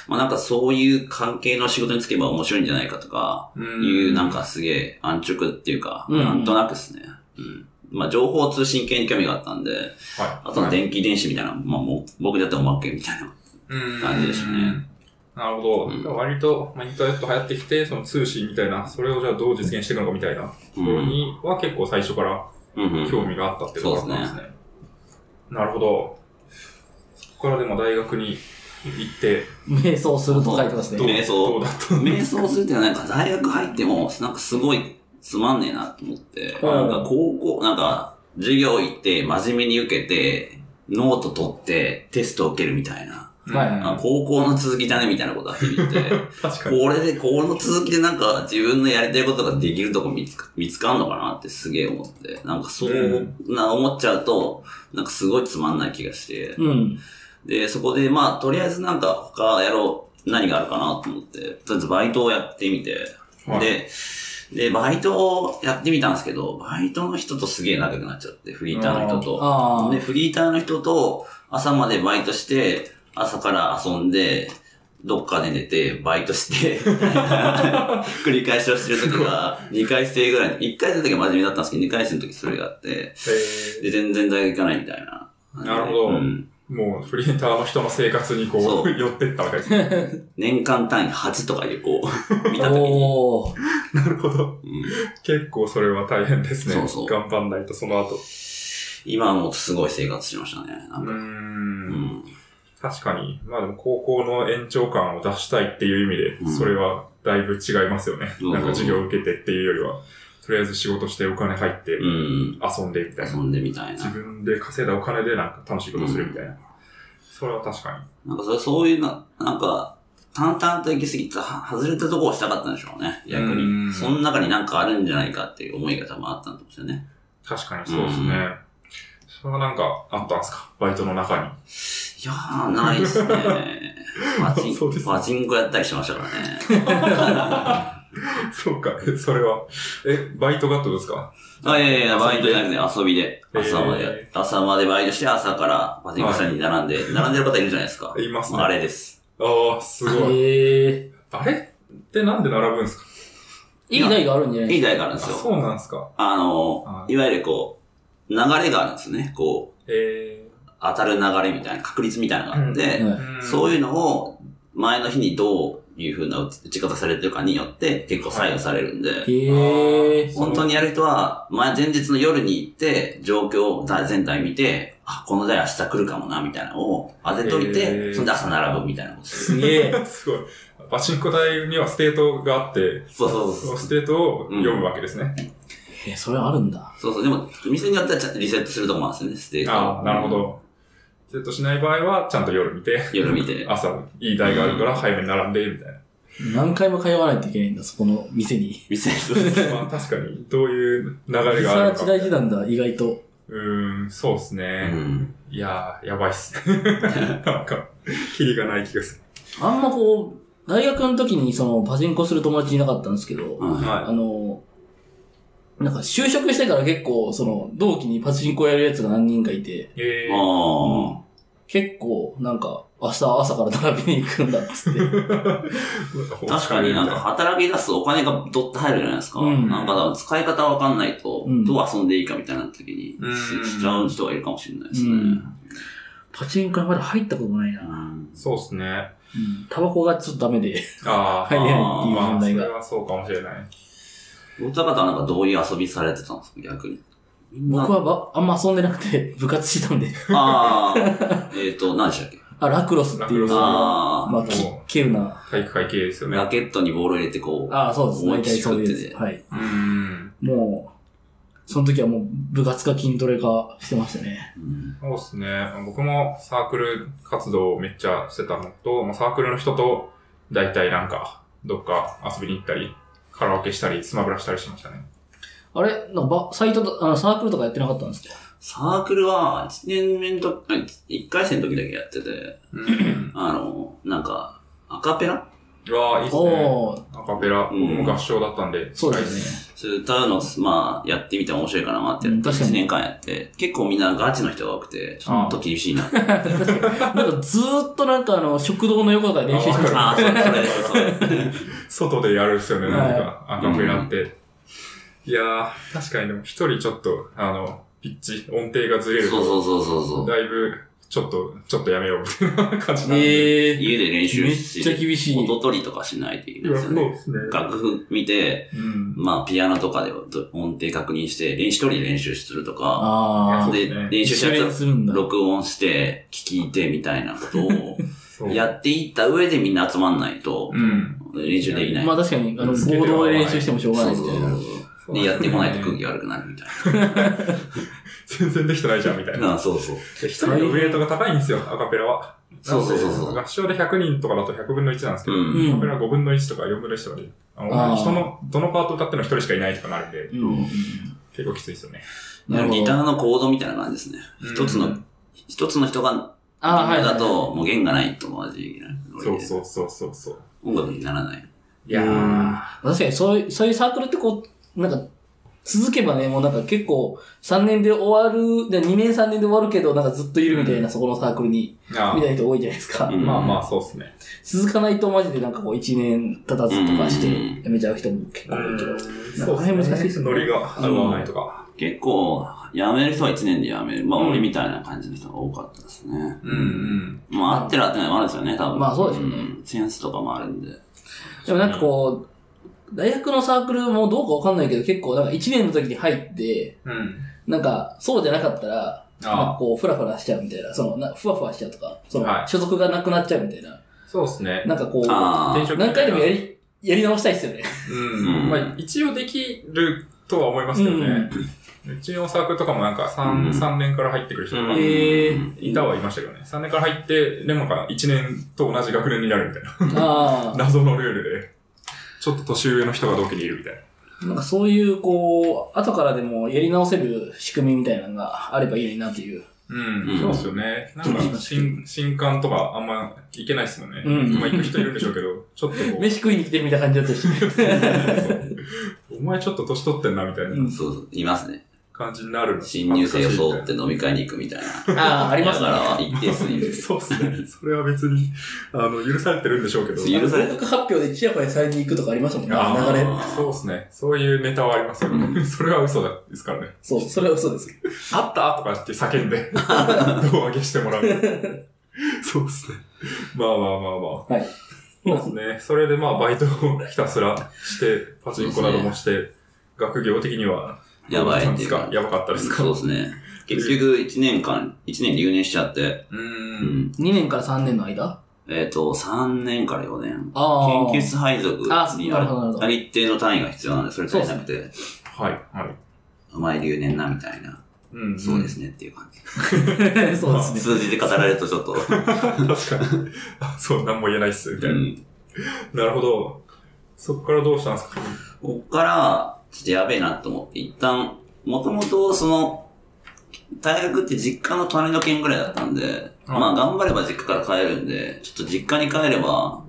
[SPEAKER 1] まあなんかそういう関係の仕事に就けば面白いんじゃないかとか、
[SPEAKER 3] うん
[SPEAKER 1] いうなん、かすげえ安直っていうか、
[SPEAKER 2] うん
[SPEAKER 1] なんとなくですね。うん。まあ情報通信系に興味があったんで、
[SPEAKER 3] はい。
[SPEAKER 1] あとは電気電子みたいな、まあもう僕だっておまけみたいな。
[SPEAKER 3] 感
[SPEAKER 1] 感じでしたね。
[SPEAKER 3] なるほど。
[SPEAKER 1] うん
[SPEAKER 3] 割と、まあ、インターネット流行ってきて、その通信みたいな、それをじゃあどう実現していくのかみたいな、
[SPEAKER 1] う
[SPEAKER 3] ところ
[SPEAKER 1] ん。
[SPEAKER 3] には結構最初から
[SPEAKER 1] うんうん
[SPEAKER 3] 興味があったってことだったんですね。なるほど。そこからでも大学に行って、
[SPEAKER 2] 瞑想すると書いてます
[SPEAKER 3] どう
[SPEAKER 2] ね。
[SPEAKER 1] 瞑想
[SPEAKER 3] どうだった
[SPEAKER 1] 瞑想するっていうのはなんか大学入っても、なんかすごいつまんねえなと思って、
[SPEAKER 2] うん
[SPEAKER 1] なんか高校、なんか授業行って真面目に受けて、ノート取ってテスト受けるみたいな。
[SPEAKER 2] はい
[SPEAKER 3] うん
[SPEAKER 1] あ高校の続きだねみたいなことが響いて、
[SPEAKER 3] 確かに。
[SPEAKER 1] これで、この続きでなんか自分のやりたいことができるとこ見つか見つかんのかなってすげえ思って、なんかそうな思っちゃうと、なんかすごいつまんない気がして、
[SPEAKER 2] うん。
[SPEAKER 1] で、そこで、まあ、とりあえずなんか他やろう、何があるかなと思って、とりあえずバイトをやってみて、
[SPEAKER 3] はい
[SPEAKER 1] で、で、バイトをやってみたんですけど、バイトの人とすげえ仲良くなっちゃって、フリーターの人と。
[SPEAKER 2] あ
[SPEAKER 1] で、フリーターの人と朝までバイトして、朝から遊んで、どっかで寝て、バイトして、繰り返しをしてる時が、2回生ぐらい、1回生の時は真面目だったんですけど、2回生の時それがあって、
[SPEAKER 3] え
[SPEAKER 1] で、全然大学行かないみたいな。
[SPEAKER 3] なるほど
[SPEAKER 1] うん
[SPEAKER 3] ー、もうプリンターの人の生活にこ、
[SPEAKER 1] そうう
[SPEAKER 3] 寄ってったわけです ね。
[SPEAKER 1] 年間単位8とかいう、こう、見た時に。
[SPEAKER 2] おー。
[SPEAKER 3] なるほど。
[SPEAKER 1] うん
[SPEAKER 3] 結構それは大変ですね。
[SPEAKER 1] そうそう
[SPEAKER 3] 頑張んないと、その後。
[SPEAKER 1] 今はもうすごい生活しましたね。なん
[SPEAKER 3] うー。
[SPEAKER 1] かうんん。
[SPEAKER 3] 確かに。まあでも、高校の延長感を出したいっていう意味
[SPEAKER 1] うん
[SPEAKER 3] で、それはだいぶ違いますよね。
[SPEAKER 1] そうそう
[SPEAKER 3] なんか授業受けてっていうよりは、とりあえず仕事してお金入って、
[SPEAKER 1] うん。
[SPEAKER 3] 遊んでみたいな
[SPEAKER 1] 遊。んでみたい
[SPEAKER 3] 自
[SPEAKER 1] な。
[SPEAKER 3] 分で稼いだお金でなんか楽しいことするみたいな。それは確かに。
[SPEAKER 1] なんかそれ、そういうな、なんか、淡々と行き過ぎた、は外れたとこをしたかったんでしょうね。逆
[SPEAKER 3] う
[SPEAKER 1] に。
[SPEAKER 3] ん
[SPEAKER 1] その中になんかあるんじゃないかっていう思いが多分あったんですよね。
[SPEAKER 3] 確かにそうですね。
[SPEAKER 1] う
[SPEAKER 3] それはなんかあったんですかバイトの中に。
[SPEAKER 1] いやー、ないっすね。パチン
[SPEAKER 3] そうですね
[SPEAKER 1] パチンコやったりしてましたからね。
[SPEAKER 3] そうか、それは。え、バイトがってことですか
[SPEAKER 1] あ、いやいやいや、バイトじゃなくて遊びで、
[SPEAKER 3] えー
[SPEAKER 1] 朝まで、朝までバイトして、朝からパチンコ屋さんに並んで、並んでる方いるじゃないですか。
[SPEAKER 3] いますね
[SPEAKER 1] あれです。
[SPEAKER 3] ああ、すごい。
[SPEAKER 2] え
[SPEAKER 3] あれってなんで並ぶんですか
[SPEAKER 2] ー。いい台があるんじゃない
[SPEAKER 1] いい
[SPEAKER 2] です
[SPEAKER 1] 台があるん
[SPEAKER 3] あ
[SPEAKER 1] ですよ。
[SPEAKER 3] そうなんですか。
[SPEAKER 1] あの
[SPEAKER 3] は、い
[SPEAKER 1] いわゆるこう、流れがあるんですね。こう、
[SPEAKER 3] え
[SPEAKER 1] 当たる流れみたいな、確率みたいなのがあっ
[SPEAKER 2] か
[SPEAKER 1] て、
[SPEAKER 2] はい
[SPEAKER 3] ー、
[SPEAKER 1] そう
[SPEAKER 3] い
[SPEAKER 1] いうのを前の日にどういう風な打ち方されてるかによって結構左右されるんで、
[SPEAKER 2] へえー。
[SPEAKER 1] 本当にやる人は、前、前日の夜に行って、状況を全体見て、あ、この台明日来るかもな、みたいなのを当てといて、
[SPEAKER 3] へー
[SPEAKER 1] それで朝並ぶみたいなことする。
[SPEAKER 2] すげえ。
[SPEAKER 3] う。 すごい。パチンコ台にはステートがあって、
[SPEAKER 1] そうそう
[SPEAKER 3] そ
[SPEAKER 1] そう
[SPEAKER 3] の
[SPEAKER 1] そう。
[SPEAKER 3] ステートを読むわけですね。
[SPEAKER 2] え、それあるんだ。
[SPEAKER 1] そうそう。でも、店によってはちゃんとリセットするとこもあるんですよね、ステージ
[SPEAKER 3] ああ、なるほ。ど。ステートしない場合は、ちゃんと夜見て、
[SPEAKER 1] 夜見て。
[SPEAKER 3] 朝、いい台があるから早めに並んで、みたいな。
[SPEAKER 2] 何回も通わないといけないんだ、そこの店に。
[SPEAKER 1] 店、
[SPEAKER 3] まあ確かに、どういう流れがあ
[SPEAKER 2] リ
[SPEAKER 3] るの
[SPEAKER 2] サ
[SPEAKER 3] か
[SPEAKER 2] ーチ大事なんだ、意外と。
[SPEAKER 3] うーん、そうですね。
[SPEAKER 1] うん
[SPEAKER 3] いやー、やばいっすね。 なんか、キリがない気がす
[SPEAKER 2] あんまこう、大学の時にその、パチンコする友達いなかったんですけど、
[SPEAKER 1] うん
[SPEAKER 3] る。
[SPEAKER 2] あ
[SPEAKER 3] は
[SPEAKER 2] の、なんか就職してから結構、その、同期にパチンコやるやつが何人かいて、
[SPEAKER 3] い。えー、
[SPEAKER 1] あ
[SPEAKER 2] 結構、なんか、明日朝から並びに行くんだっつって。
[SPEAKER 1] あ。確かになんか働き出すお金がどっと入るじゃないですか。
[SPEAKER 2] うん
[SPEAKER 1] なんかだから使い方わかんないと
[SPEAKER 2] うん、
[SPEAKER 1] どう遊んでいいかみたいな時に
[SPEAKER 3] うん
[SPEAKER 1] ししちゃう人がいるかもしれないです
[SPEAKER 2] う
[SPEAKER 1] ね。
[SPEAKER 2] んパチンコはまだ入ったことないな。
[SPEAKER 1] うん
[SPEAKER 3] そうですね。
[SPEAKER 2] タバコがちょっとダメで、
[SPEAKER 3] あー、
[SPEAKER 2] 入れないっていう問
[SPEAKER 3] まあ、そ
[SPEAKER 2] 題
[SPEAKER 3] れ
[SPEAKER 2] が。
[SPEAKER 3] はそうかもしれない。
[SPEAKER 1] お二方はなんかどういう遊びされてたんですか、逆に。
[SPEAKER 2] 僕はばあんま遊んでなくて、部活してたんで。
[SPEAKER 1] ああ、えっ、と、何でした っけ
[SPEAKER 2] あ、ラクロスっていう、
[SPEAKER 3] ラクロス
[SPEAKER 1] あー
[SPEAKER 2] まあ、き
[SPEAKER 3] もう
[SPEAKER 2] けるな。
[SPEAKER 3] 体育会系ですよね。
[SPEAKER 1] ラケットにボールを入れてこう。
[SPEAKER 2] ああ、そうです。
[SPEAKER 1] 思い
[SPEAKER 2] 大
[SPEAKER 1] っき
[SPEAKER 2] 体
[SPEAKER 1] り
[SPEAKER 2] そう
[SPEAKER 1] 振
[SPEAKER 2] で
[SPEAKER 1] って
[SPEAKER 2] す。
[SPEAKER 1] て
[SPEAKER 2] はい。
[SPEAKER 3] うーん。
[SPEAKER 2] もう、その時はもう部活か筋トレかしてましたね。
[SPEAKER 1] うん
[SPEAKER 3] そうですね。僕もサークル活動をめっちゃしてたのと、まあ、サークルの人と、だいたいなんか、どっか遊びに行ったり、カラオケしたり、スマブラしたりしましたね。
[SPEAKER 2] あれなんかば、サイトと、あの、サークルとかやってなかったんですか
[SPEAKER 1] サークルは、1年目のとあ一回戦の時だけやってて、
[SPEAKER 3] うん。
[SPEAKER 1] あの、なんか、アカペラ
[SPEAKER 3] うわー、いいっすね。
[SPEAKER 2] おー、
[SPEAKER 3] アカペラ、僕も合唱だったんで、
[SPEAKER 2] そうです
[SPEAKER 1] それ歌うの、まあ、やってみて面白いかなって、
[SPEAKER 2] うん
[SPEAKER 1] 1
[SPEAKER 2] 確かに
[SPEAKER 1] 年間やって、結構みんなガチの人が多くて、ちょっと厳しいな。
[SPEAKER 2] ね。 なんかずーっとなんかあの、食堂の横とかで練習してました。
[SPEAKER 1] ああ、それそれです、それ。
[SPEAKER 3] 外でやるっすよね、
[SPEAKER 2] はい
[SPEAKER 3] なんか、アカペラって。いやー、確かにでも一人ちょっと、あの、ピッチ、音程がずれる
[SPEAKER 1] そう
[SPEAKER 3] と、
[SPEAKER 1] そうそうそうそう。
[SPEAKER 3] だいぶ、ちょっと、ちょっとやめようみたいな 感じなんで。
[SPEAKER 2] えー、
[SPEAKER 1] 家で練習
[SPEAKER 2] めっ
[SPEAKER 1] し
[SPEAKER 2] ちゃ
[SPEAKER 1] て、
[SPEAKER 2] 厳しい。
[SPEAKER 1] 音取りとかしないといけないいで
[SPEAKER 3] や
[SPEAKER 1] す
[SPEAKER 3] そ
[SPEAKER 1] よ
[SPEAKER 3] う
[SPEAKER 1] ね。
[SPEAKER 3] ですね。
[SPEAKER 1] 楽譜見て、
[SPEAKER 3] うん。
[SPEAKER 1] まあ、ピアノとかで音程確認して、練習一人で練習するとか、
[SPEAKER 2] あ
[SPEAKER 3] そ
[SPEAKER 2] あ
[SPEAKER 3] う、
[SPEAKER 1] で、
[SPEAKER 3] ですね
[SPEAKER 1] 練習したや
[SPEAKER 2] 練
[SPEAKER 1] つ
[SPEAKER 2] するんだ。
[SPEAKER 1] 録音して、聞いてみたいな ことを
[SPEAKER 3] そう
[SPEAKER 1] やっていった上でみんな集まんないと
[SPEAKER 3] う、ん。
[SPEAKER 1] 練習できない。
[SPEAKER 2] まあ確かに、あの、
[SPEAKER 3] つけては
[SPEAKER 2] 合同で練習してもしょうがな
[SPEAKER 1] そ
[SPEAKER 2] いうみ
[SPEAKER 1] そう
[SPEAKER 2] た
[SPEAKER 1] そ
[SPEAKER 2] いな
[SPEAKER 1] う。そう。で、やってこないと空気悪くなるみたい
[SPEAKER 3] 全然できてないじゃん、みたいな。
[SPEAKER 1] な。あそうそう。
[SPEAKER 3] で一人のウェイトが高いんですよ、アカペラは。
[SPEAKER 1] そうそうそうそう
[SPEAKER 3] なので合唱で100人とかだと100分の1なんですけど、
[SPEAKER 1] う。
[SPEAKER 2] うん
[SPEAKER 3] アカペ
[SPEAKER 2] ん。
[SPEAKER 3] ラ5分の1とか4分の1とかで、あ
[SPEAKER 2] あ
[SPEAKER 3] の、
[SPEAKER 2] ー
[SPEAKER 3] 人の、どのパート歌っても一人しかいないとかなるんで、
[SPEAKER 2] うん。
[SPEAKER 3] 結構きついですよね。
[SPEAKER 2] なるほど
[SPEAKER 1] ギターのコードみたいな感じですね。一つ
[SPEAKER 3] う
[SPEAKER 1] の
[SPEAKER 3] ん、
[SPEAKER 1] 一つの人が、
[SPEAKER 2] ああ、はい。
[SPEAKER 1] だと、もう弦がないと同じなノリで
[SPEAKER 3] そうそうそうそうそう。
[SPEAKER 1] 音楽にならない。
[SPEAKER 3] いやー、
[SPEAKER 2] 確かにそういう、そういうサークルってこう、なんか、続けばね、もうなんか結構、3年で終わる、で2年3年で終わるけど、なんかずっといるみたいな、そこのサークルに、
[SPEAKER 3] あ
[SPEAKER 2] みたいな人多いじゃないですか。
[SPEAKER 1] う
[SPEAKER 3] あ
[SPEAKER 1] ん
[SPEAKER 3] まあまあ、そうですね。
[SPEAKER 2] 続かないとマジでなんかこう1年経たずとかして、
[SPEAKER 1] うん
[SPEAKER 2] 辞めちゃう人も結構いるけど。
[SPEAKER 3] そう
[SPEAKER 2] 大変難しい
[SPEAKER 3] で
[SPEAKER 2] っ
[SPEAKER 3] す
[SPEAKER 2] すね
[SPEAKER 3] ね。ノリが合わないとか。
[SPEAKER 1] 結構、辞める人は1年で辞める。まあ、
[SPEAKER 2] うん
[SPEAKER 1] 俺みたいな感じの人が多かったですね。
[SPEAKER 3] うんうん。
[SPEAKER 1] まあ、合ってる合ってないもあるんですよね、多分。
[SPEAKER 2] まあそうですよね
[SPEAKER 1] んセンスとかもあるんで。
[SPEAKER 2] でもなんかこう、大学のサークルもどうかわかんないけど、結構なんか1年の時に入って、
[SPEAKER 3] うん。
[SPEAKER 2] なんかそうじゃなかったら、なんか
[SPEAKER 3] あ
[SPEAKER 2] こう、ふらふらしちゃうみたいな、その、なふわふわしちゃうとか、その
[SPEAKER 3] は、い
[SPEAKER 2] 所属がなくなっちゃうみたいな、
[SPEAKER 3] あ、そうですね。
[SPEAKER 2] なんかこう、
[SPEAKER 1] あ
[SPEAKER 3] 転
[SPEAKER 1] あ。
[SPEAKER 3] 職
[SPEAKER 2] 何回でもや
[SPEAKER 3] り、
[SPEAKER 2] り、やり直したいですよね。
[SPEAKER 3] うん。まあ、一応できるとは思いますけどね。うちのサークルとかもなんか
[SPEAKER 1] う
[SPEAKER 3] 3、
[SPEAKER 1] ん
[SPEAKER 3] 三年から入ってくる人とか
[SPEAKER 1] うん、
[SPEAKER 2] へー
[SPEAKER 3] いたはいましたけどね。3年から入って、でもなんか1年と同じ学年になるみたいな。
[SPEAKER 2] あ
[SPEAKER 3] 謎のルールで。ちょっと年上の人が同期にいるみたいな。
[SPEAKER 2] あ、なんかそういう、こう、後からでもやり直せる仕組みみたいなのがあればいいなっていう。
[SPEAKER 1] う
[SPEAKER 3] う、
[SPEAKER 1] んん
[SPEAKER 3] そうですよね。なんか、新、新刊とかあんま行けないですもんね。
[SPEAKER 2] うん
[SPEAKER 3] まあ行く人いるんでしょうけど、ちょっとこ
[SPEAKER 2] 飯食いに来てるみたいな感じだったし。
[SPEAKER 3] う、お前ちょっと年取ってんなみたいな
[SPEAKER 1] そうそう、いますね。
[SPEAKER 3] 感じになるの。
[SPEAKER 1] 新入生を装っ
[SPEAKER 3] 恥ずか
[SPEAKER 1] て飲み会に行くみたいな。
[SPEAKER 2] ああ、ありま
[SPEAKER 1] だ
[SPEAKER 2] す
[SPEAKER 1] か
[SPEAKER 2] ね。
[SPEAKER 1] らは一定数い
[SPEAKER 3] しいみた
[SPEAKER 1] る
[SPEAKER 3] い な。。そうですね。それは別に、あの、許されてるんでしょうけど。
[SPEAKER 1] 許され
[SPEAKER 2] 合格発表でチヤホヤされに行くとかありましたもんね、
[SPEAKER 3] あー
[SPEAKER 2] 流れ。
[SPEAKER 3] そうですね。そういうネタはありますよね。それは嘘だですからね。
[SPEAKER 2] そう、それは嘘ですけど。
[SPEAKER 3] あったとかって叫んで、胴上げしてもらう。そうですね。まあまあまあまあ。
[SPEAKER 2] はい。
[SPEAKER 3] そうですね。それでまあバイトをひたすらして、パチンコなどもして、学業的には、
[SPEAKER 1] やばい
[SPEAKER 3] どうだったん
[SPEAKER 1] ってい
[SPEAKER 3] で
[SPEAKER 1] う
[SPEAKER 3] すか
[SPEAKER 1] か。
[SPEAKER 3] やばかったですか
[SPEAKER 1] そうですね。結局、1年間、1年留年しちゃって、
[SPEAKER 3] う。
[SPEAKER 1] うん
[SPEAKER 2] 2
[SPEAKER 1] ん。
[SPEAKER 2] 年から3年の間
[SPEAKER 1] えっ、と、3年から4年。
[SPEAKER 2] ああ。
[SPEAKER 1] 研究室配属
[SPEAKER 2] あ
[SPEAKER 1] に
[SPEAKER 2] なるほどなるほど
[SPEAKER 1] ある一定の単位が必要なんで、それ足りなくて、
[SPEAKER 3] はい、はい。
[SPEAKER 1] お前留年な、みたいな。
[SPEAKER 3] うん。
[SPEAKER 1] そうですねっていう感じ。
[SPEAKER 2] そうですね。
[SPEAKER 1] 数字で語られるとち ょっと、
[SPEAKER 3] 確かに。あそう、なんも言えないっす、み
[SPEAKER 1] う
[SPEAKER 3] たいな。
[SPEAKER 1] ん。
[SPEAKER 3] なるほど。そこからどうしたんですか
[SPEAKER 1] こっから、ちょっとやべえなと思って、一旦、もともと、その、大学って実家の隣の県ぐらいだったんで、
[SPEAKER 3] うん
[SPEAKER 1] まあ頑張れば実家から帰るんで、ちょっと実家に帰れば、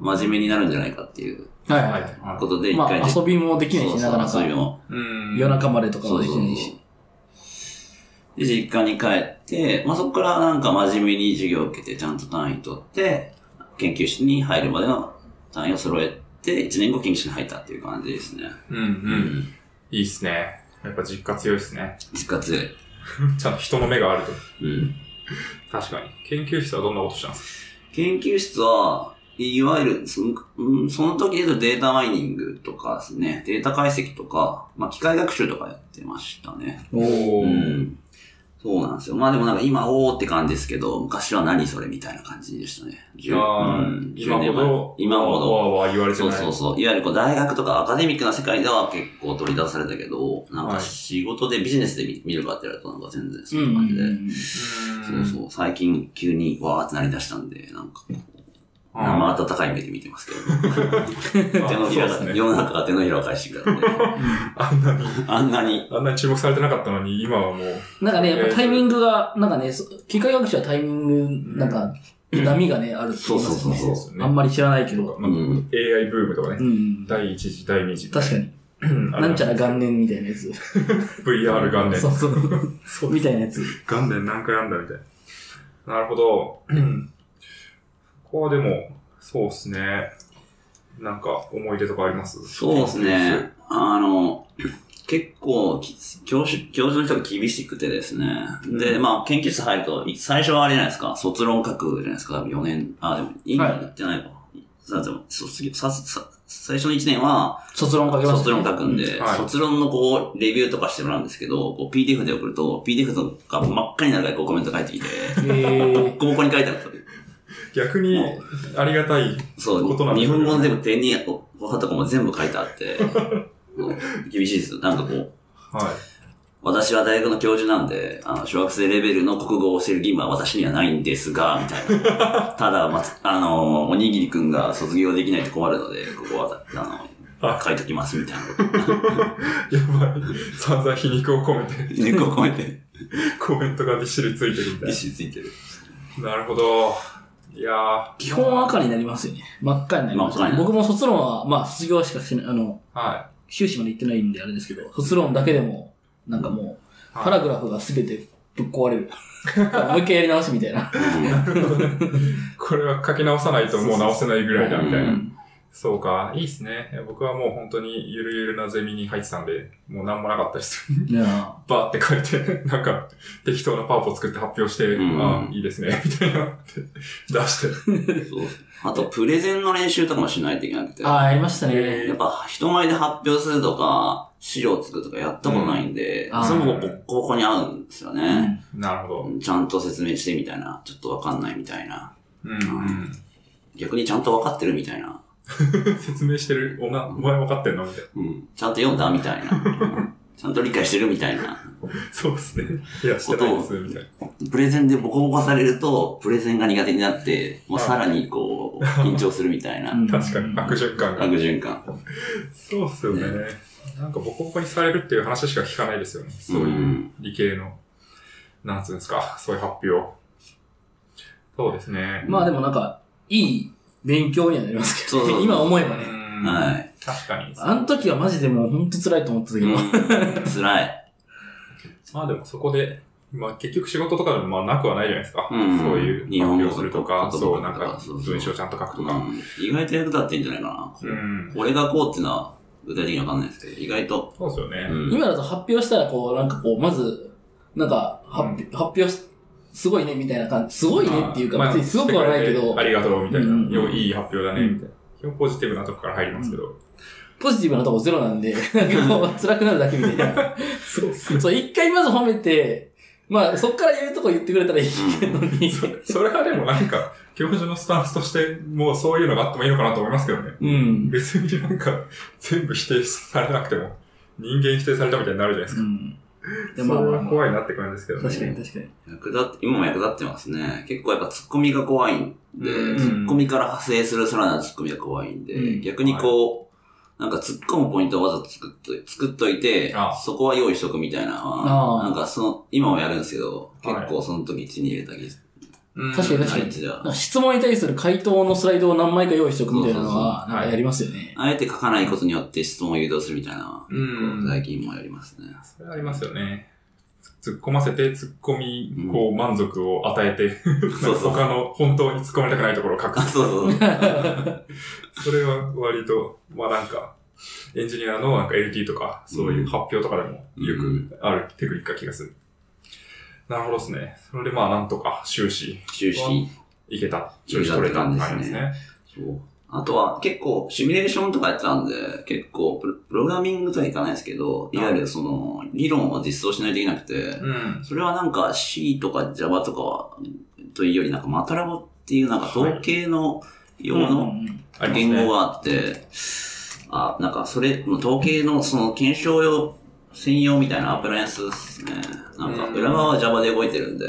[SPEAKER 1] 真面目になるんじゃないかっていう
[SPEAKER 2] はいはい。
[SPEAKER 1] こ
[SPEAKER 3] は
[SPEAKER 1] とで、一
[SPEAKER 2] ま
[SPEAKER 1] 回
[SPEAKER 2] あ、
[SPEAKER 1] 実
[SPEAKER 2] 遊びもできない
[SPEAKER 1] そ
[SPEAKER 2] し、な
[SPEAKER 1] うそう
[SPEAKER 2] かなか
[SPEAKER 1] 遊。びも
[SPEAKER 3] い。うん。
[SPEAKER 2] 夜中までとか
[SPEAKER 1] そ
[SPEAKER 2] も
[SPEAKER 1] う
[SPEAKER 2] で
[SPEAKER 1] そ
[SPEAKER 2] き
[SPEAKER 1] うそう
[SPEAKER 2] ないし。
[SPEAKER 1] で、実家に帰って、まあ、そこからなんか真面目に授業を受けて、ちゃんと単位取って、研究室に入るまでの単位を揃えて、1年後研究室に入ったっていう感じですね。
[SPEAKER 3] うんう。。
[SPEAKER 1] うん
[SPEAKER 3] いいっすね。やっぱ実家強いっすね。
[SPEAKER 1] 実家強い。
[SPEAKER 3] ちゃんと人の目があると。
[SPEAKER 1] うん。
[SPEAKER 3] 確かに。研究室はどんなことしたんですか
[SPEAKER 1] 研究室は、いわゆるその、うんその時で言うとデータマイニングとかですね、データ解析とか、まあ、機械学習とかやってましたね。
[SPEAKER 3] お
[SPEAKER 1] う
[SPEAKER 3] ー。
[SPEAKER 1] ん。そうなんですよ。まあでもなんか今、おーって感じですけど、昔は何それみたいな感じでしたね。10
[SPEAKER 3] あー
[SPEAKER 1] うん
[SPEAKER 3] 今
[SPEAKER 1] 10年
[SPEAKER 3] ほ
[SPEAKER 1] 前
[SPEAKER 3] ど、
[SPEAKER 1] 今ほど。
[SPEAKER 3] わーわー言われて
[SPEAKER 1] そ
[SPEAKER 3] な
[SPEAKER 1] う
[SPEAKER 3] い。
[SPEAKER 1] そうそう。いわゆるこう大学とかアカデミックな世界では結構取り出されたけど、なん
[SPEAKER 3] は
[SPEAKER 1] か
[SPEAKER 3] い
[SPEAKER 1] 仕事でビジネスで見見るかって言われるとなんか全然そうん
[SPEAKER 2] ん
[SPEAKER 1] な
[SPEAKER 2] う
[SPEAKER 1] 感
[SPEAKER 2] ん
[SPEAKER 1] じで。
[SPEAKER 2] うん。
[SPEAKER 1] そうそう。最近急にわーってなり出したんで、なんか、
[SPEAKER 3] うん
[SPEAKER 1] まあ温かい目で見てますけど。
[SPEAKER 3] あ
[SPEAKER 1] 手のひらが、
[SPEAKER 3] そうですね
[SPEAKER 1] 世の中が手のひらを返してくれたんで、
[SPEAKER 3] あんなに、
[SPEAKER 1] あんなに。
[SPEAKER 3] あんなに注目されてなかったのに、今はもう、
[SPEAKER 2] なんかね、やっぱタイミングが、なんかね、そ機械学習はタイミング、なんか、波がね、あるって言いますよ
[SPEAKER 1] そうそうそうそう
[SPEAKER 2] ね。
[SPEAKER 1] です
[SPEAKER 3] よね
[SPEAKER 2] あんまり知らないけど。
[SPEAKER 1] う
[SPEAKER 3] まあ
[SPEAKER 1] ん。
[SPEAKER 3] AI ブームとか
[SPEAKER 2] う
[SPEAKER 3] ね、
[SPEAKER 2] ん。
[SPEAKER 3] 第一次、第二次。
[SPEAKER 2] 確かに。
[SPEAKER 3] に
[SPEAKER 2] なんちゃら元年みたいなやつ。
[SPEAKER 3] VR 元
[SPEAKER 2] そう
[SPEAKER 3] 年。
[SPEAKER 2] そう。
[SPEAKER 3] そ
[SPEAKER 2] みたいなやつ。
[SPEAKER 3] 元年何回やんだみたいな。なるほど。うんここはでも、そうですね。なんか、思い出とかあります
[SPEAKER 1] そうですね。。あの、結構き、教師、教授の人が厳しくてですね。で、まあ、研究室入ると、い最初はあれじゃないですか、卒論書くじゃないですか、4年、あ、でも、院
[SPEAKER 2] はい
[SPEAKER 1] やってないか。さでも卒業ささ最初の1年は、
[SPEAKER 2] 卒論書けます
[SPEAKER 1] 卒論書くんで、
[SPEAKER 3] はい
[SPEAKER 1] 卒論のこう、レビューとかしてもらうんですけど、こう PDF で送ると、PDF とか真っ赤になるからいこうコメント書いてきて、
[SPEAKER 2] え
[SPEAKER 1] ボコボコに書いてあった。
[SPEAKER 3] 逆に、ありがたい。
[SPEAKER 1] そう、
[SPEAKER 3] ことなんです
[SPEAKER 1] 日
[SPEAKER 3] よね
[SPEAKER 1] 本語の全部点に、おおはとかも全部書いてあって、 もう厳しいです。なんかこう、
[SPEAKER 3] はい。
[SPEAKER 1] 私は大学の教授なんで、あの、小学生レベルの国語を教える義務は私にはないんですが、みたいな。ただ、まつ、あの、おにぎりくんが卒業できないと困るので、ここは、あ
[SPEAKER 3] あ
[SPEAKER 1] の、書いときます、みたいなこと。
[SPEAKER 3] やばい。散々皮肉を込めて、
[SPEAKER 1] 猫を超えて、
[SPEAKER 3] コメントがびっしりついてるみたい
[SPEAKER 1] 意思ついてる。
[SPEAKER 3] な。なるほど。いやー。
[SPEAKER 2] 基本は赤になりますよね。真っ赤になりますよね
[SPEAKER 1] 真っ赤になる
[SPEAKER 2] 僕も卒論は、まあ、卒業しかしてない、あの、
[SPEAKER 3] は
[SPEAKER 2] 修士まで行ってないんであれですけど、卒論だけでも、なんかもう、パラグラフが全てぶっ壊れる。 もう一回やり直しみたいな。
[SPEAKER 3] これは書き直さないともう直せないぐらいだ、み
[SPEAKER 2] う
[SPEAKER 3] たいな。
[SPEAKER 2] ん。
[SPEAKER 3] そうか、いいですね。僕はもう本当にゆるゆるなゼミに入ってたんで、もうなんもなかったです。
[SPEAKER 2] いや
[SPEAKER 3] バーって書いて、 なんか適当なパーポ作って発表して、
[SPEAKER 1] うん
[SPEAKER 3] あいいですね、み たいなって出して。
[SPEAKER 1] そうあと、プレゼンの練習とかもしないといけなくて。
[SPEAKER 2] ああ、やりました
[SPEAKER 3] え
[SPEAKER 2] ね。
[SPEAKER 1] やっぱ、人前で発表するとか、資料作るとかやったことないんで、
[SPEAKER 2] うんあー
[SPEAKER 1] それもボッコボコに合うんですよね。
[SPEAKER 3] なるほど。
[SPEAKER 1] ちゃんと説明してみたいな、ちょっとわかんないみたいな。
[SPEAKER 3] うん、うん。
[SPEAKER 1] 逆にちゃんとわかってるみたいな。
[SPEAKER 3] 説明してる、おな、お前分かってんのみたいな。
[SPEAKER 1] うん。ちゃんと読んだみたいな。うんちゃんと理解してるみたいな。
[SPEAKER 3] そうですね。いや、してないです、みたいな。
[SPEAKER 1] プレゼンでボコボコされると、プレゼンが苦手になって、もうさらにこう、緊張するみたいな。
[SPEAKER 2] うん
[SPEAKER 3] 確かに、悪循環が。
[SPEAKER 1] 悪循環。
[SPEAKER 3] そうっすよね。なんかボコボコにされるっていう話しか聞かないですよね。そう
[SPEAKER 1] う
[SPEAKER 3] いうん理系の、なんつうんですか、そういう発表。そうですね。
[SPEAKER 2] まあでもなんか、いい勉強にはなりますけ
[SPEAKER 1] そうそうそ
[SPEAKER 2] ど、
[SPEAKER 1] う
[SPEAKER 2] 今思えばね。
[SPEAKER 3] うん
[SPEAKER 1] はい。
[SPEAKER 3] 確かに。
[SPEAKER 2] あの時はマジでもうほんと辛いと思ってたけど、
[SPEAKER 1] うん辛い。
[SPEAKER 3] まあでもそこで、まあ結局仕事とかでもまあなくはないじゃないですか。
[SPEAKER 1] うん
[SPEAKER 3] そういう
[SPEAKER 1] 日
[SPEAKER 3] 発
[SPEAKER 1] 本語
[SPEAKER 3] 表するとか、
[SPEAKER 1] とか
[SPEAKER 3] そう、なん
[SPEAKER 1] 言葉
[SPEAKER 3] か
[SPEAKER 1] とかそうそう
[SPEAKER 3] 文章ちゃんと書くと
[SPEAKER 1] う
[SPEAKER 3] か。
[SPEAKER 1] ん意外と役立ってんじゃないか
[SPEAKER 3] う
[SPEAKER 1] な。
[SPEAKER 3] ん。
[SPEAKER 1] 俺がこうっていうのは、具体的にわかんないですけど、意外と。
[SPEAKER 3] そうですよね。
[SPEAKER 1] うん
[SPEAKER 2] 今だと発表したらこう、なんかこう、まず、なんか発表、発表しすごいねみたいな感じ。すごいねっていうか、
[SPEAKER 3] まあ
[SPEAKER 2] 別にすごくはないけど
[SPEAKER 3] あ、りがとうみたい
[SPEAKER 2] うん
[SPEAKER 3] な。よういい発表だね、みたいな。基本ポジティブなとこから入りますけど。
[SPEAKER 2] ポジティブなとこゼロなんで、なんかこう辛くなるだけみたいな。
[SPEAKER 3] そうっすね。
[SPEAKER 2] そう、一回まず褒めて、まあそっから言うとこ言ってくれたらいいけどに。
[SPEAKER 3] それはでもなんか、教授のスタンスとして、もうそういうのがあってもいいのかなと思いますけどね。
[SPEAKER 2] うん。
[SPEAKER 3] 別になんか、全部否定されなくても、人間否定されたみたいになるじゃないです
[SPEAKER 2] う
[SPEAKER 3] か。
[SPEAKER 2] ん。で
[SPEAKER 3] そ
[SPEAKER 2] まあ
[SPEAKER 3] れ
[SPEAKER 2] ま
[SPEAKER 3] は
[SPEAKER 2] あまあ
[SPEAKER 3] 怖いなって感じですけどね。
[SPEAKER 2] 確かに確かに。
[SPEAKER 1] 役立って、今も役立ってますね。結構やっぱツッコミが怖いんで、
[SPEAKER 3] うん
[SPEAKER 1] ツッコミから派生するさらなるツッコミが怖いんで、
[SPEAKER 2] うん
[SPEAKER 1] 逆にこう、なんか突っ込むポイントをわざと作っと作っといて
[SPEAKER 3] ああ、
[SPEAKER 1] そこは用意しとくみたいなの
[SPEAKER 2] ああ
[SPEAKER 1] は、なんかその、今もやるんですけど、
[SPEAKER 3] はい
[SPEAKER 1] 結構その時血に入れたり、
[SPEAKER 3] うん
[SPEAKER 2] 確かに確か
[SPEAKER 1] あ
[SPEAKER 2] に
[SPEAKER 1] いつじゃ
[SPEAKER 2] なんか質問に対する回答のスライドを何枚か用意しておくみたいなのは、
[SPEAKER 3] そうそうそう
[SPEAKER 2] なんかやりますよね。
[SPEAKER 1] あえて書かないことによって質問を誘導するみたいなのは、
[SPEAKER 3] う
[SPEAKER 1] 結
[SPEAKER 3] ん
[SPEAKER 1] 構最近もやりますね。
[SPEAKER 3] それありますよね。突っ込ませて、突っ込み、こう、満足を与えて、
[SPEAKER 1] そう そう
[SPEAKER 3] 他の本当に突っ込まれたくないところを書く
[SPEAKER 1] あ、。そうそうそう。
[SPEAKER 3] それは割と、まあなんか、エンジニアのなんか LT とか、そういう発表とかでもよくあるテクニックな気がする。なるほどですね。それでまあなんとか終始
[SPEAKER 1] 終始。
[SPEAKER 3] いけた。終始取れたって感じですね。
[SPEAKER 1] そう。あとは結構シミュレーションとかやってたんで、結構プロプログラミングとはいかないですけど、いわゆるその理論は実装しないといけなくて、
[SPEAKER 3] うん。
[SPEAKER 1] それはなんか C とか Java とかは、というよりなんかマタラボっていうなんか統計の用の
[SPEAKER 3] あります
[SPEAKER 1] 言
[SPEAKER 3] ね。
[SPEAKER 1] 語があって、あ、なんかそれ、統計のその検証用専用みたいなアプライアンスですね。なんか裏側は Java で動いてるんで、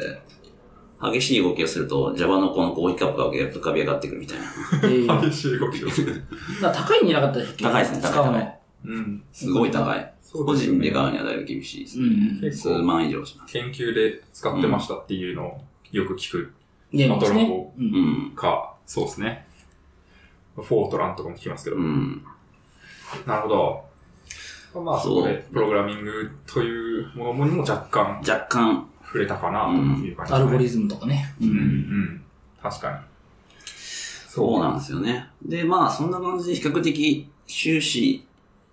[SPEAKER 1] 激しい動きをすると Java のこのコーヒーカップが浮かび上がってくるみたいな。
[SPEAKER 2] ええ だか
[SPEAKER 3] 激しい動きをする。
[SPEAKER 2] ら高いんじゃなかったでしたっけ
[SPEAKER 1] 高いですね
[SPEAKER 2] 使う
[SPEAKER 1] 高い
[SPEAKER 2] の。
[SPEAKER 3] うん。
[SPEAKER 1] すごい高い。
[SPEAKER 3] そう
[SPEAKER 1] 個
[SPEAKER 3] ですよ
[SPEAKER 1] 人
[SPEAKER 3] ね
[SPEAKER 1] で買うにはだいぶ厳しいです
[SPEAKER 2] う
[SPEAKER 1] ね。
[SPEAKER 2] ん。
[SPEAKER 3] 結
[SPEAKER 1] 数
[SPEAKER 3] 構
[SPEAKER 1] 万以上します。
[SPEAKER 3] 研究で使ってましたっていうのをよく聞く
[SPEAKER 2] ゲームです
[SPEAKER 3] まあ
[SPEAKER 2] ね
[SPEAKER 3] ドラゴ。
[SPEAKER 2] う
[SPEAKER 1] うんん。
[SPEAKER 3] か、そうですね。フォートランとかも聞きますけど。
[SPEAKER 1] うん。
[SPEAKER 3] なるほど。まあ、
[SPEAKER 1] そ
[SPEAKER 3] そうこで、プログラミングというものにも若干
[SPEAKER 1] 若干、
[SPEAKER 3] 触れたかな、という感じですね。
[SPEAKER 2] アルゴリズムとかね。
[SPEAKER 3] うん、うん。確かに。
[SPEAKER 1] そうなんですよね。で、まあ、そんな感じで比較的、終始、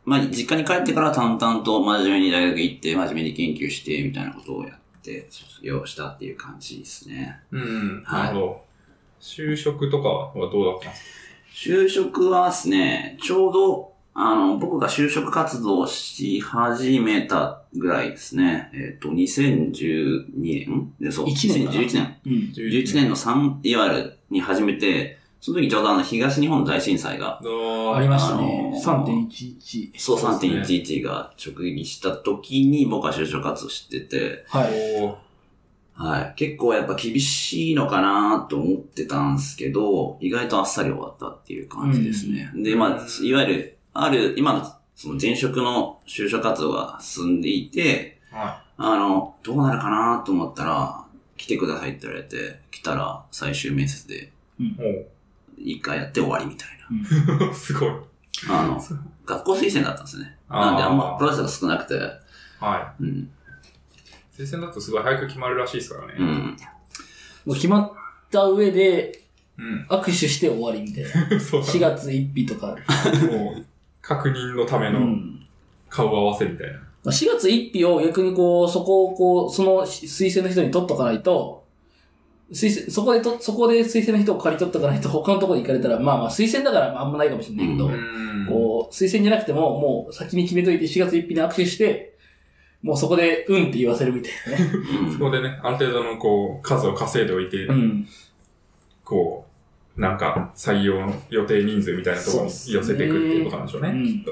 [SPEAKER 1] まあ、実家に帰ってから淡々と真面目に大学行って、真面目に研究して、みたいなことをやって、卒業したっていう感じですね。
[SPEAKER 3] うん。うん、
[SPEAKER 1] はい
[SPEAKER 3] なるほど。就職とかはどうだったんですか
[SPEAKER 1] 就職はですね、ちょうど、あの、僕が就職活動をし始めたぐらいですね。えっ、と、2012年で、そう、
[SPEAKER 2] 一年かな
[SPEAKER 1] 2011年。
[SPEAKER 2] うん。
[SPEAKER 1] 11年の3、いわゆるに始めて、その時ちょうどあの東日本大震災が、
[SPEAKER 3] の
[SPEAKER 2] ありました
[SPEAKER 1] あ
[SPEAKER 2] ね。
[SPEAKER 1] のー
[SPEAKER 2] 3.11。
[SPEAKER 1] そう
[SPEAKER 3] そうですね
[SPEAKER 1] 3.11が直撃した時に僕は就職活動してて、
[SPEAKER 2] はい。
[SPEAKER 3] おー
[SPEAKER 1] はい。結構やっぱ厳しいのかなと思ってたんですけど、意外とあっさり終わったっていう感じですね。で、まあ、いわゆる、ある、今のその前職の就職活動が進んでいて、
[SPEAKER 3] は
[SPEAKER 1] あの、どうなるかなと思ったら、来てくださいって言われて、来たら最終面接で
[SPEAKER 3] い。お
[SPEAKER 1] 一回やって終わりみたい
[SPEAKER 3] ー すごい。
[SPEAKER 1] な。あの、学校推薦だったんですね。なんであんまプ
[SPEAKER 3] は
[SPEAKER 1] ロセスが少なくて、うん。
[SPEAKER 3] い。推薦だとすごい早く決まるらしいですからね。
[SPEAKER 1] うん。
[SPEAKER 2] もう決まった上で、
[SPEAKER 3] うん。
[SPEAKER 2] 握手して終わりみたいな。
[SPEAKER 3] そう
[SPEAKER 2] 4月1日とか。
[SPEAKER 3] もう、確認のため
[SPEAKER 2] う
[SPEAKER 3] の
[SPEAKER 2] ん。
[SPEAKER 3] 顔合わせみたいな。
[SPEAKER 2] まあ4月1日を逆にこう、そこをこう、その推薦の人に取っとかないと、推薦、そこでと、そこで推薦の人を借り取っとかないと他のところに行かれたら、まあまあ推薦だからあんまないかもしれないけど、
[SPEAKER 1] うん
[SPEAKER 3] ん
[SPEAKER 2] こう、推薦じゃなくても、もう先に決めといて4月1日に握手して、もうそこで、うんって言わせるみたいなね。
[SPEAKER 1] うん
[SPEAKER 3] そこでね、ある程度のこう、数を稼いでおいて、
[SPEAKER 2] うん。
[SPEAKER 3] こう、なんか、採用の予定人数みたいなところに寄せていくっていうことなんでしょう
[SPEAKER 2] う
[SPEAKER 3] ね。
[SPEAKER 2] ん。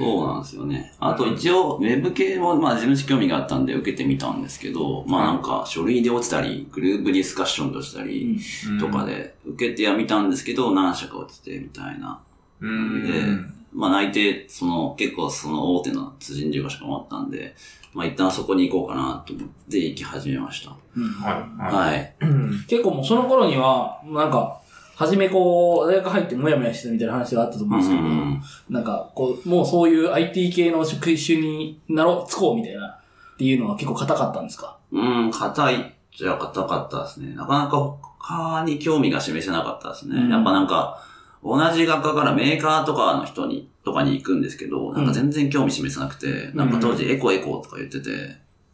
[SPEAKER 1] そうなんですよね。あと一応、ウェブ系も、まあ自分自身興味があったんで受けてみたんですけど、まあなんか書類で落ちたり、グループディスカッションとしたり
[SPEAKER 3] うん
[SPEAKER 1] とか。で、受けてはみたんですけど、何社か落ちてみたいな。
[SPEAKER 3] うん。
[SPEAKER 1] でまあ内定、その、結構その大手の通信事業者もあったんで、まあ一旦そこに行こうかなと思って行き始めました。
[SPEAKER 2] うん
[SPEAKER 3] はい。い。
[SPEAKER 1] はい。
[SPEAKER 3] うん
[SPEAKER 2] 結構もうその頃には、なんか、初めこう、大学入ってもやもやしてたみたいな話があったと思
[SPEAKER 1] う
[SPEAKER 2] うんで
[SPEAKER 1] ん
[SPEAKER 2] すけど、
[SPEAKER 1] うん
[SPEAKER 2] なんか、こう、もうそういう IT 系の職種になろう、つこうみたいな、っていうのは結構硬かったんですか
[SPEAKER 1] うん。うん、硬いっちゃ硬かったですね。なかなか他に興味が示せなかったですね。
[SPEAKER 2] うん
[SPEAKER 1] やっぱなんか、同じ学科からメーカーとかの人に、とかに行くんですけど、なんか全然興味示せなくて、なんか当時エコエコとか言ってて、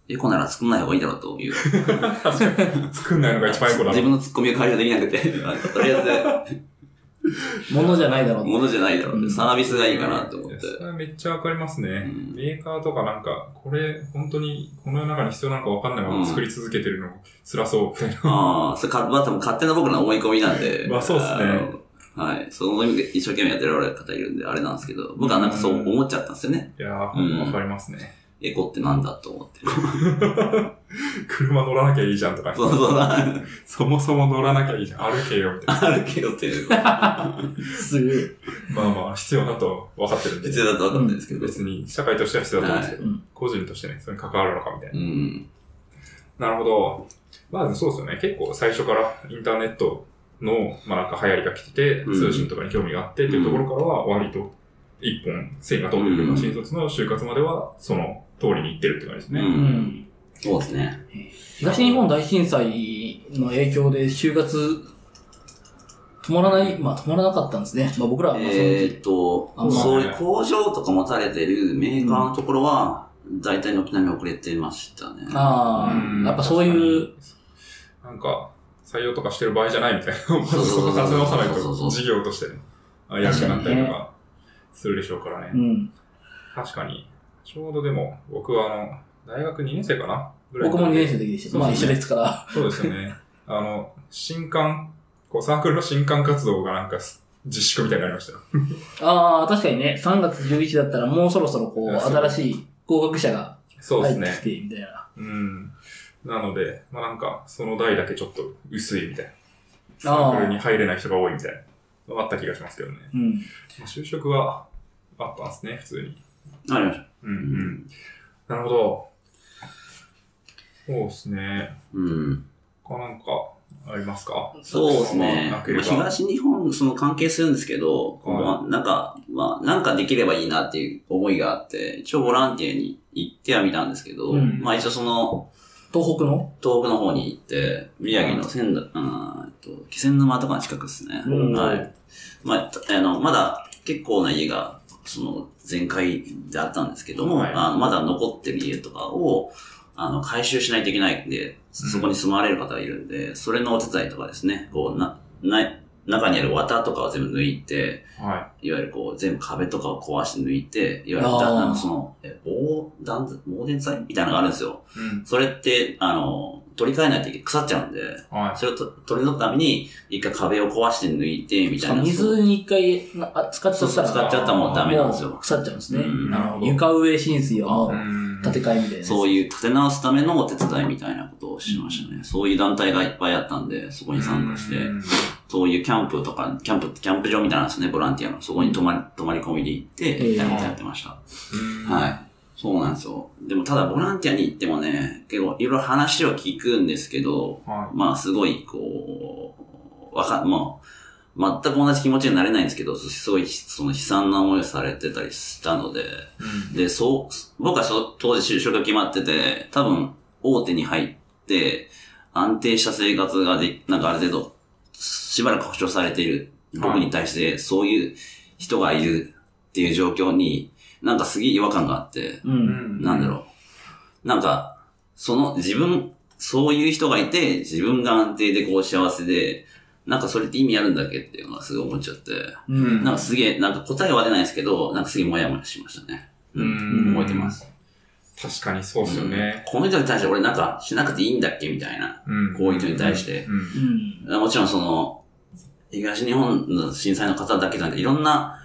[SPEAKER 1] エコなら作んない方がいいだろうという。
[SPEAKER 3] 作んないのが一番いい子だな
[SPEAKER 1] 自分のツッコミが解消できなくて、 なんかとりあえ
[SPEAKER 2] ものじゃないだろ
[SPEAKER 1] ず、
[SPEAKER 2] う。
[SPEAKER 1] 物じゃないだろうって、
[SPEAKER 2] うん
[SPEAKER 1] サービスがいいかなと思って。
[SPEAKER 3] それはめっちゃわかりますね。
[SPEAKER 1] うん
[SPEAKER 3] メーカーとかなんか、これ、本当に、この世の中に必要なのかわかんないまま作り続けてるの辛そうみたいな。
[SPEAKER 1] ああ、それか、まあ、多分勝手な僕の思い込みなんで。
[SPEAKER 3] まあそうっすね
[SPEAKER 1] あの。はい。その意味で一生懸命やってる方いるんで、あれなんですけど、僕はなんかそう思っちゃったんですよね。
[SPEAKER 3] いやー、
[SPEAKER 1] うん
[SPEAKER 3] わかりますね。
[SPEAKER 1] エコってなんだと思って。
[SPEAKER 3] 車乗らなきゃいいじゃんと か、
[SPEAKER 1] そうそう、
[SPEAKER 3] そもそも乗らなきゃいいじゃん、歩けよみたいな。
[SPEAKER 1] あるけどっていう。
[SPEAKER 2] すごい。
[SPEAKER 3] まあまあ、必要だと分かってるんで。
[SPEAKER 1] 必要だと分かったんですけど。
[SPEAKER 3] 別に、社会としては必要だと思うんですけ
[SPEAKER 2] は
[SPEAKER 3] ど、
[SPEAKER 2] いうん
[SPEAKER 3] 個人としてね、それに関わるのかみたいな。
[SPEAKER 1] うん。
[SPEAKER 3] なるほど。まあ、そうですよね。結構最初からインターネットの、まあなんか流行りが来てて、
[SPEAKER 1] うん
[SPEAKER 3] 通信とかに興味があってっていうところからは、割と一本線が通ってくるよう
[SPEAKER 1] うん
[SPEAKER 3] な新卒の就活までは、その通りに行ってるって感じです
[SPEAKER 1] う
[SPEAKER 3] ね。
[SPEAKER 1] ん。。そうですね。
[SPEAKER 2] 東日本大震災の影響で就活、止まらない、まあ止まらなかったんですね。まあ僕らはまあその
[SPEAKER 1] え
[SPEAKER 2] 時
[SPEAKER 1] ーっと
[SPEAKER 2] あん、ま
[SPEAKER 1] そういう工場とか持たれてるメーカーのところは、大体軒並み遅れてましたね。
[SPEAKER 2] ああ、
[SPEAKER 3] うん
[SPEAKER 2] やっぱそういう、。
[SPEAKER 3] なんか、採用とかしてる場合じゃないみたいな。 まず
[SPEAKER 1] そう
[SPEAKER 3] そ
[SPEAKER 1] そう
[SPEAKER 3] こ立て直さない
[SPEAKER 1] そうそうそ
[SPEAKER 3] と、
[SPEAKER 1] う
[SPEAKER 3] 事業としてね、あやるくなったりとか、するでしょうからね。
[SPEAKER 2] うん。
[SPEAKER 3] 確かに。ちょうどでも、僕はあの、大学2年生かなぐらい
[SPEAKER 2] 僕も2年生の時でした。まあ一緒ですから。
[SPEAKER 3] そうですよね。あの、新刊、こうサークルの新刊活動がなんかす自粛みたいになりましたよ。
[SPEAKER 2] ああ、確かにね、3月11日だったらもうそろそろこう、
[SPEAKER 3] あそう
[SPEAKER 2] 新しい合格者が
[SPEAKER 3] そうで
[SPEAKER 2] 入
[SPEAKER 3] す
[SPEAKER 2] って
[SPEAKER 3] ね
[SPEAKER 2] き。て、みたいな。
[SPEAKER 3] うん。なので、まあなんか、その代だけちょっと薄いみたいな。サ
[SPEAKER 2] ああ
[SPEAKER 3] ークルに入れない人が多いみたいなのがあった気がしますけどね。
[SPEAKER 2] うん。
[SPEAKER 3] まあ就職はあったんですね、普通に。
[SPEAKER 1] ありました。
[SPEAKER 3] うんうん。なるほど。そうですね。
[SPEAKER 1] うん。
[SPEAKER 3] 他なんかありますか
[SPEAKER 1] そうですね。
[SPEAKER 3] な
[SPEAKER 1] まあ
[SPEAKER 3] ければ
[SPEAKER 1] 東日本、その関係するんですけど、
[SPEAKER 3] はい
[SPEAKER 1] まあ、なんか、まあ、なんかできればいいなっていう思いがあって、一応ボランティアに行ってはみたんですけど、
[SPEAKER 2] うん
[SPEAKER 1] まあ一応その、
[SPEAKER 2] 東北の
[SPEAKER 1] 東北の方に行って、宮城の仙台、うん、えっと、気仙沼とかの近くですね。
[SPEAKER 2] うん
[SPEAKER 1] はい。まあ、たあの、まだ結構な家が、その、全壊であったんですけども、
[SPEAKER 3] はい
[SPEAKER 1] あまだ残ってる家とかを、あの、回収しないといけないんで、そこに住まわれる方がいるんで、それのお手伝いとかですね、こう、な、ない、中にある綿とかを全部抜いて、
[SPEAKER 3] はい
[SPEAKER 1] わゆるこう、全部壁とかを壊して抜いて、いわゆる
[SPEAKER 2] あー
[SPEAKER 1] だ、なんかその、え防弾材、防電材みたいなのがあるんですよ。
[SPEAKER 3] い。うん。
[SPEAKER 1] それって、あの、取り替えないといけ腐っちゃうんで、
[SPEAKER 3] はい。
[SPEAKER 1] それをと取り除くために、一回壁を壊して抜いて、みたいな。
[SPEAKER 2] 水に一回なあ使っちゃ
[SPEAKER 1] そう
[SPEAKER 2] っ
[SPEAKER 1] そ
[SPEAKER 2] た
[SPEAKER 1] う
[SPEAKER 2] ら、
[SPEAKER 1] 使っちゃったらもうダメなんですよ。
[SPEAKER 2] 腐っちゃうんですね。
[SPEAKER 1] うん
[SPEAKER 3] なるほど
[SPEAKER 2] 床上浸水をもう
[SPEAKER 3] うん
[SPEAKER 2] 建て替えみたいなやつ。
[SPEAKER 1] そういう立て直すためのお手伝いみたいなことをしましたね。そういう団体がいっぱいあったんで、そこに参加して、
[SPEAKER 3] うん。
[SPEAKER 1] そういうキャンプとか、キャンプ、キャンプ場みたいなんですね、ボランティアの。そこに泊まり、泊まり込みで行って、みたいなことやってました。はいい。そうなんですよ。でもただボランティアに行ってもね、結構いろいろ話を聞くんですけど、
[SPEAKER 3] は
[SPEAKER 1] まあすごいこう、わか、もう、全く同じ気持ちになれないんですけど、すごい、その悲惨な思いをされてたりしたので、で、そう、僕はそ当時就職が決まってて、多分、大手に入って、安定した生活がで、なんかある程度、しばらく保障されている、僕に対して、そういう人がいるっていう状況に、なんかすげえ違和感があって、
[SPEAKER 2] う。
[SPEAKER 3] うんん
[SPEAKER 1] なんだろう。なんか、その自分、そういう人がいて、自分が安定でこう幸せで、なんかそれって意味あるんだっけっていうのがすごい思っちゃって、
[SPEAKER 2] う
[SPEAKER 3] うん
[SPEAKER 2] ん。
[SPEAKER 1] なんかすげえ、なんか答えは出ないですけど、なんかすげえもやもやしましたね。
[SPEAKER 3] うん
[SPEAKER 1] 覚えてます。
[SPEAKER 3] 確かにそうですよね。
[SPEAKER 1] この人に対して俺なんかしなくていいんだっけみたいな。
[SPEAKER 3] うん
[SPEAKER 1] こういう人に対して。
[SPEAKER 3] うん
[SPEAKER 2] うん。
[SPEAKER 1] もちろんその、東日本の震災の方だけじゃなくて、いろんな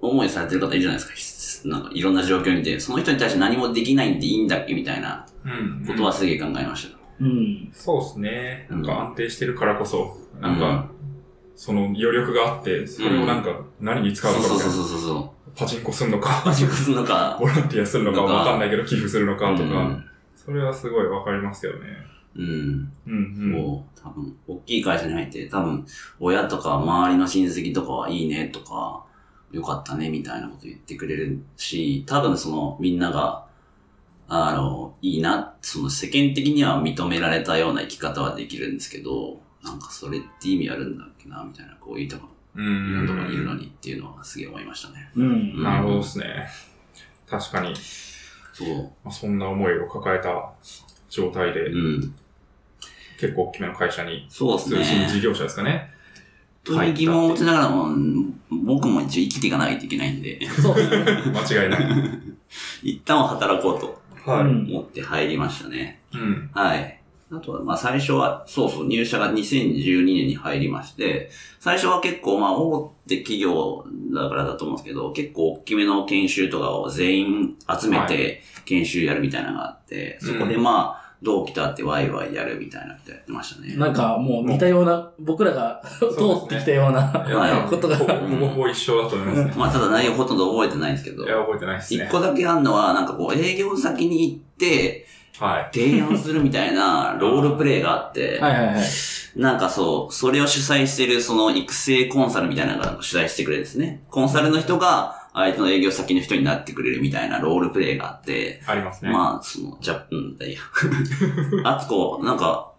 [SPEAKER 1] 思いされてる方いるじゃないですか。なんかいろんな状況にいて、その人に対して何もできないんでいいんだっけみたいな
[SPEAKER 3] うん。
[SPEAKER 1] ことはすげえ考えました。
[SPEAKER 2] うん。
[SPEAKER 3] そうですね。なんか
[SPEAKER 1] うん
[SPEAKER 3] 安定してるからこそ、なんか、その余力があって、それをなんか何に使うのか
[SPEAKER 1] そう
[SPEAKER 3] み
[SPEAKER 1] そ
[SPEAKER 3] た
[SPEAKER 1] う
[SPEAKER 3] いな。
[SPEAKER 1] そうそうそう。
[SPEAKER 3] パチンコするのか
[SPEAKER 1] マ、ジックするのか。
[SPEAKER 3] ボランティアするのか
[SPEAKER 1] とか
[SPEAKER 3] わかんないけど寄付するのかと
[SPEAKER 1] う
[SPEAKER 3] か、
[SPEAKER 1] ん。
[SPEAKER 3] それはすごいわかりますけどね。
[SPEAKER 1] うん。
[SPEAKER 3] うんうん。
[SPEAKER 1] こう、多分、大きい会社に入って、多分、親とか周りの親戚とかはいいねとか、よかったねみたいなこと言ってくれるし、多分そのみんなが、あの、いいな、その世間的には認められたような生き方はできるんですけど、なんかそれって意味あるんだっけな、みたいな、こういうとこ、
[SPEAKER 3] う
[SPEAKER 1] いろ
[SPEAKER 3] ん
[SPEAKER 1] んなとこにいるのにっていうのはすげえ思いましたね。
[SPEAKER 2] うん。
[SPEAKER 3] なるほどですね。確かに、
[SPEAKER 1] そう。
[SPEAKER 3] まあそんな思いを抱えた状態で、
[SPEAKER 1] うん。
[SPEAKER 3] 結構大きめの会社に、
[SPEAKER 1] そうですね。
[SPEAKER 3] 通信事業者ですかね。
[SPEAKER 1] 本当に疑問を持ちながらも、うん僕も一応生きていかないといけないんで、
[SPEAKER 2] そうですね。
[SPEAKER 3] 間違いない。
[SPEAKER 1] 一旦は働こうと
[SPEAKER 2] う
[SPEAKER 3] は
[SPEAKER 2] ん。
[SPEAKER 1] 思って入りましたね。
[SPEAKER 3] い。うん。
[SPEAKER 1] はい。あとは、まあ最初は、そうそう、入社が2012年に入りまして、最初は結構、まあ大手企業だからだと思うんですけど、結構大きめの研修とかを全員集めて研修やるみたいなのがあって、
[SPEAKER 3] うん
[SPEAKER 1] そこでまあ、同期と会ってワイワイやるみたいなことやってましたね。
[SPEAKER 2] なんかもう似たような、僕らが 通
[SPEAKER 3] うですね
[SPEAKER 2] ってきたような。
[SPEAKER 3] いや
[SPEAKER 1] はい
[SPEAKER 3] ほぼほぼ一緒だと思いますね。
[SPEAKER 1] まあただ内容ほとんど覚えてないんですけど
[SPEAKER 3] い、や、覚えてないです
[SPEAKER 1] 一
[SPEAKER 3] ね。
[SPEAKER 1] 個だけあるのは、なんかこう営業先に行って、
[SPEAKER 3] はい。
[SPEAKER 1] 提案するみたいなロールプレイがあって、
[SPEAKER 2] はいはいはい。
[SPEAKER 1] なんかそう、それを主催してるその育成コンサルみたいなのが主催してくれるんですね。コンサルの人が相手の営業先の人になってくれるみたいなロールプレイがあって、
[SPEAKER 3] ありますね。
[SPEAKER 1] まあ、その、じゃ、うん、いや。 あつこ、なんか、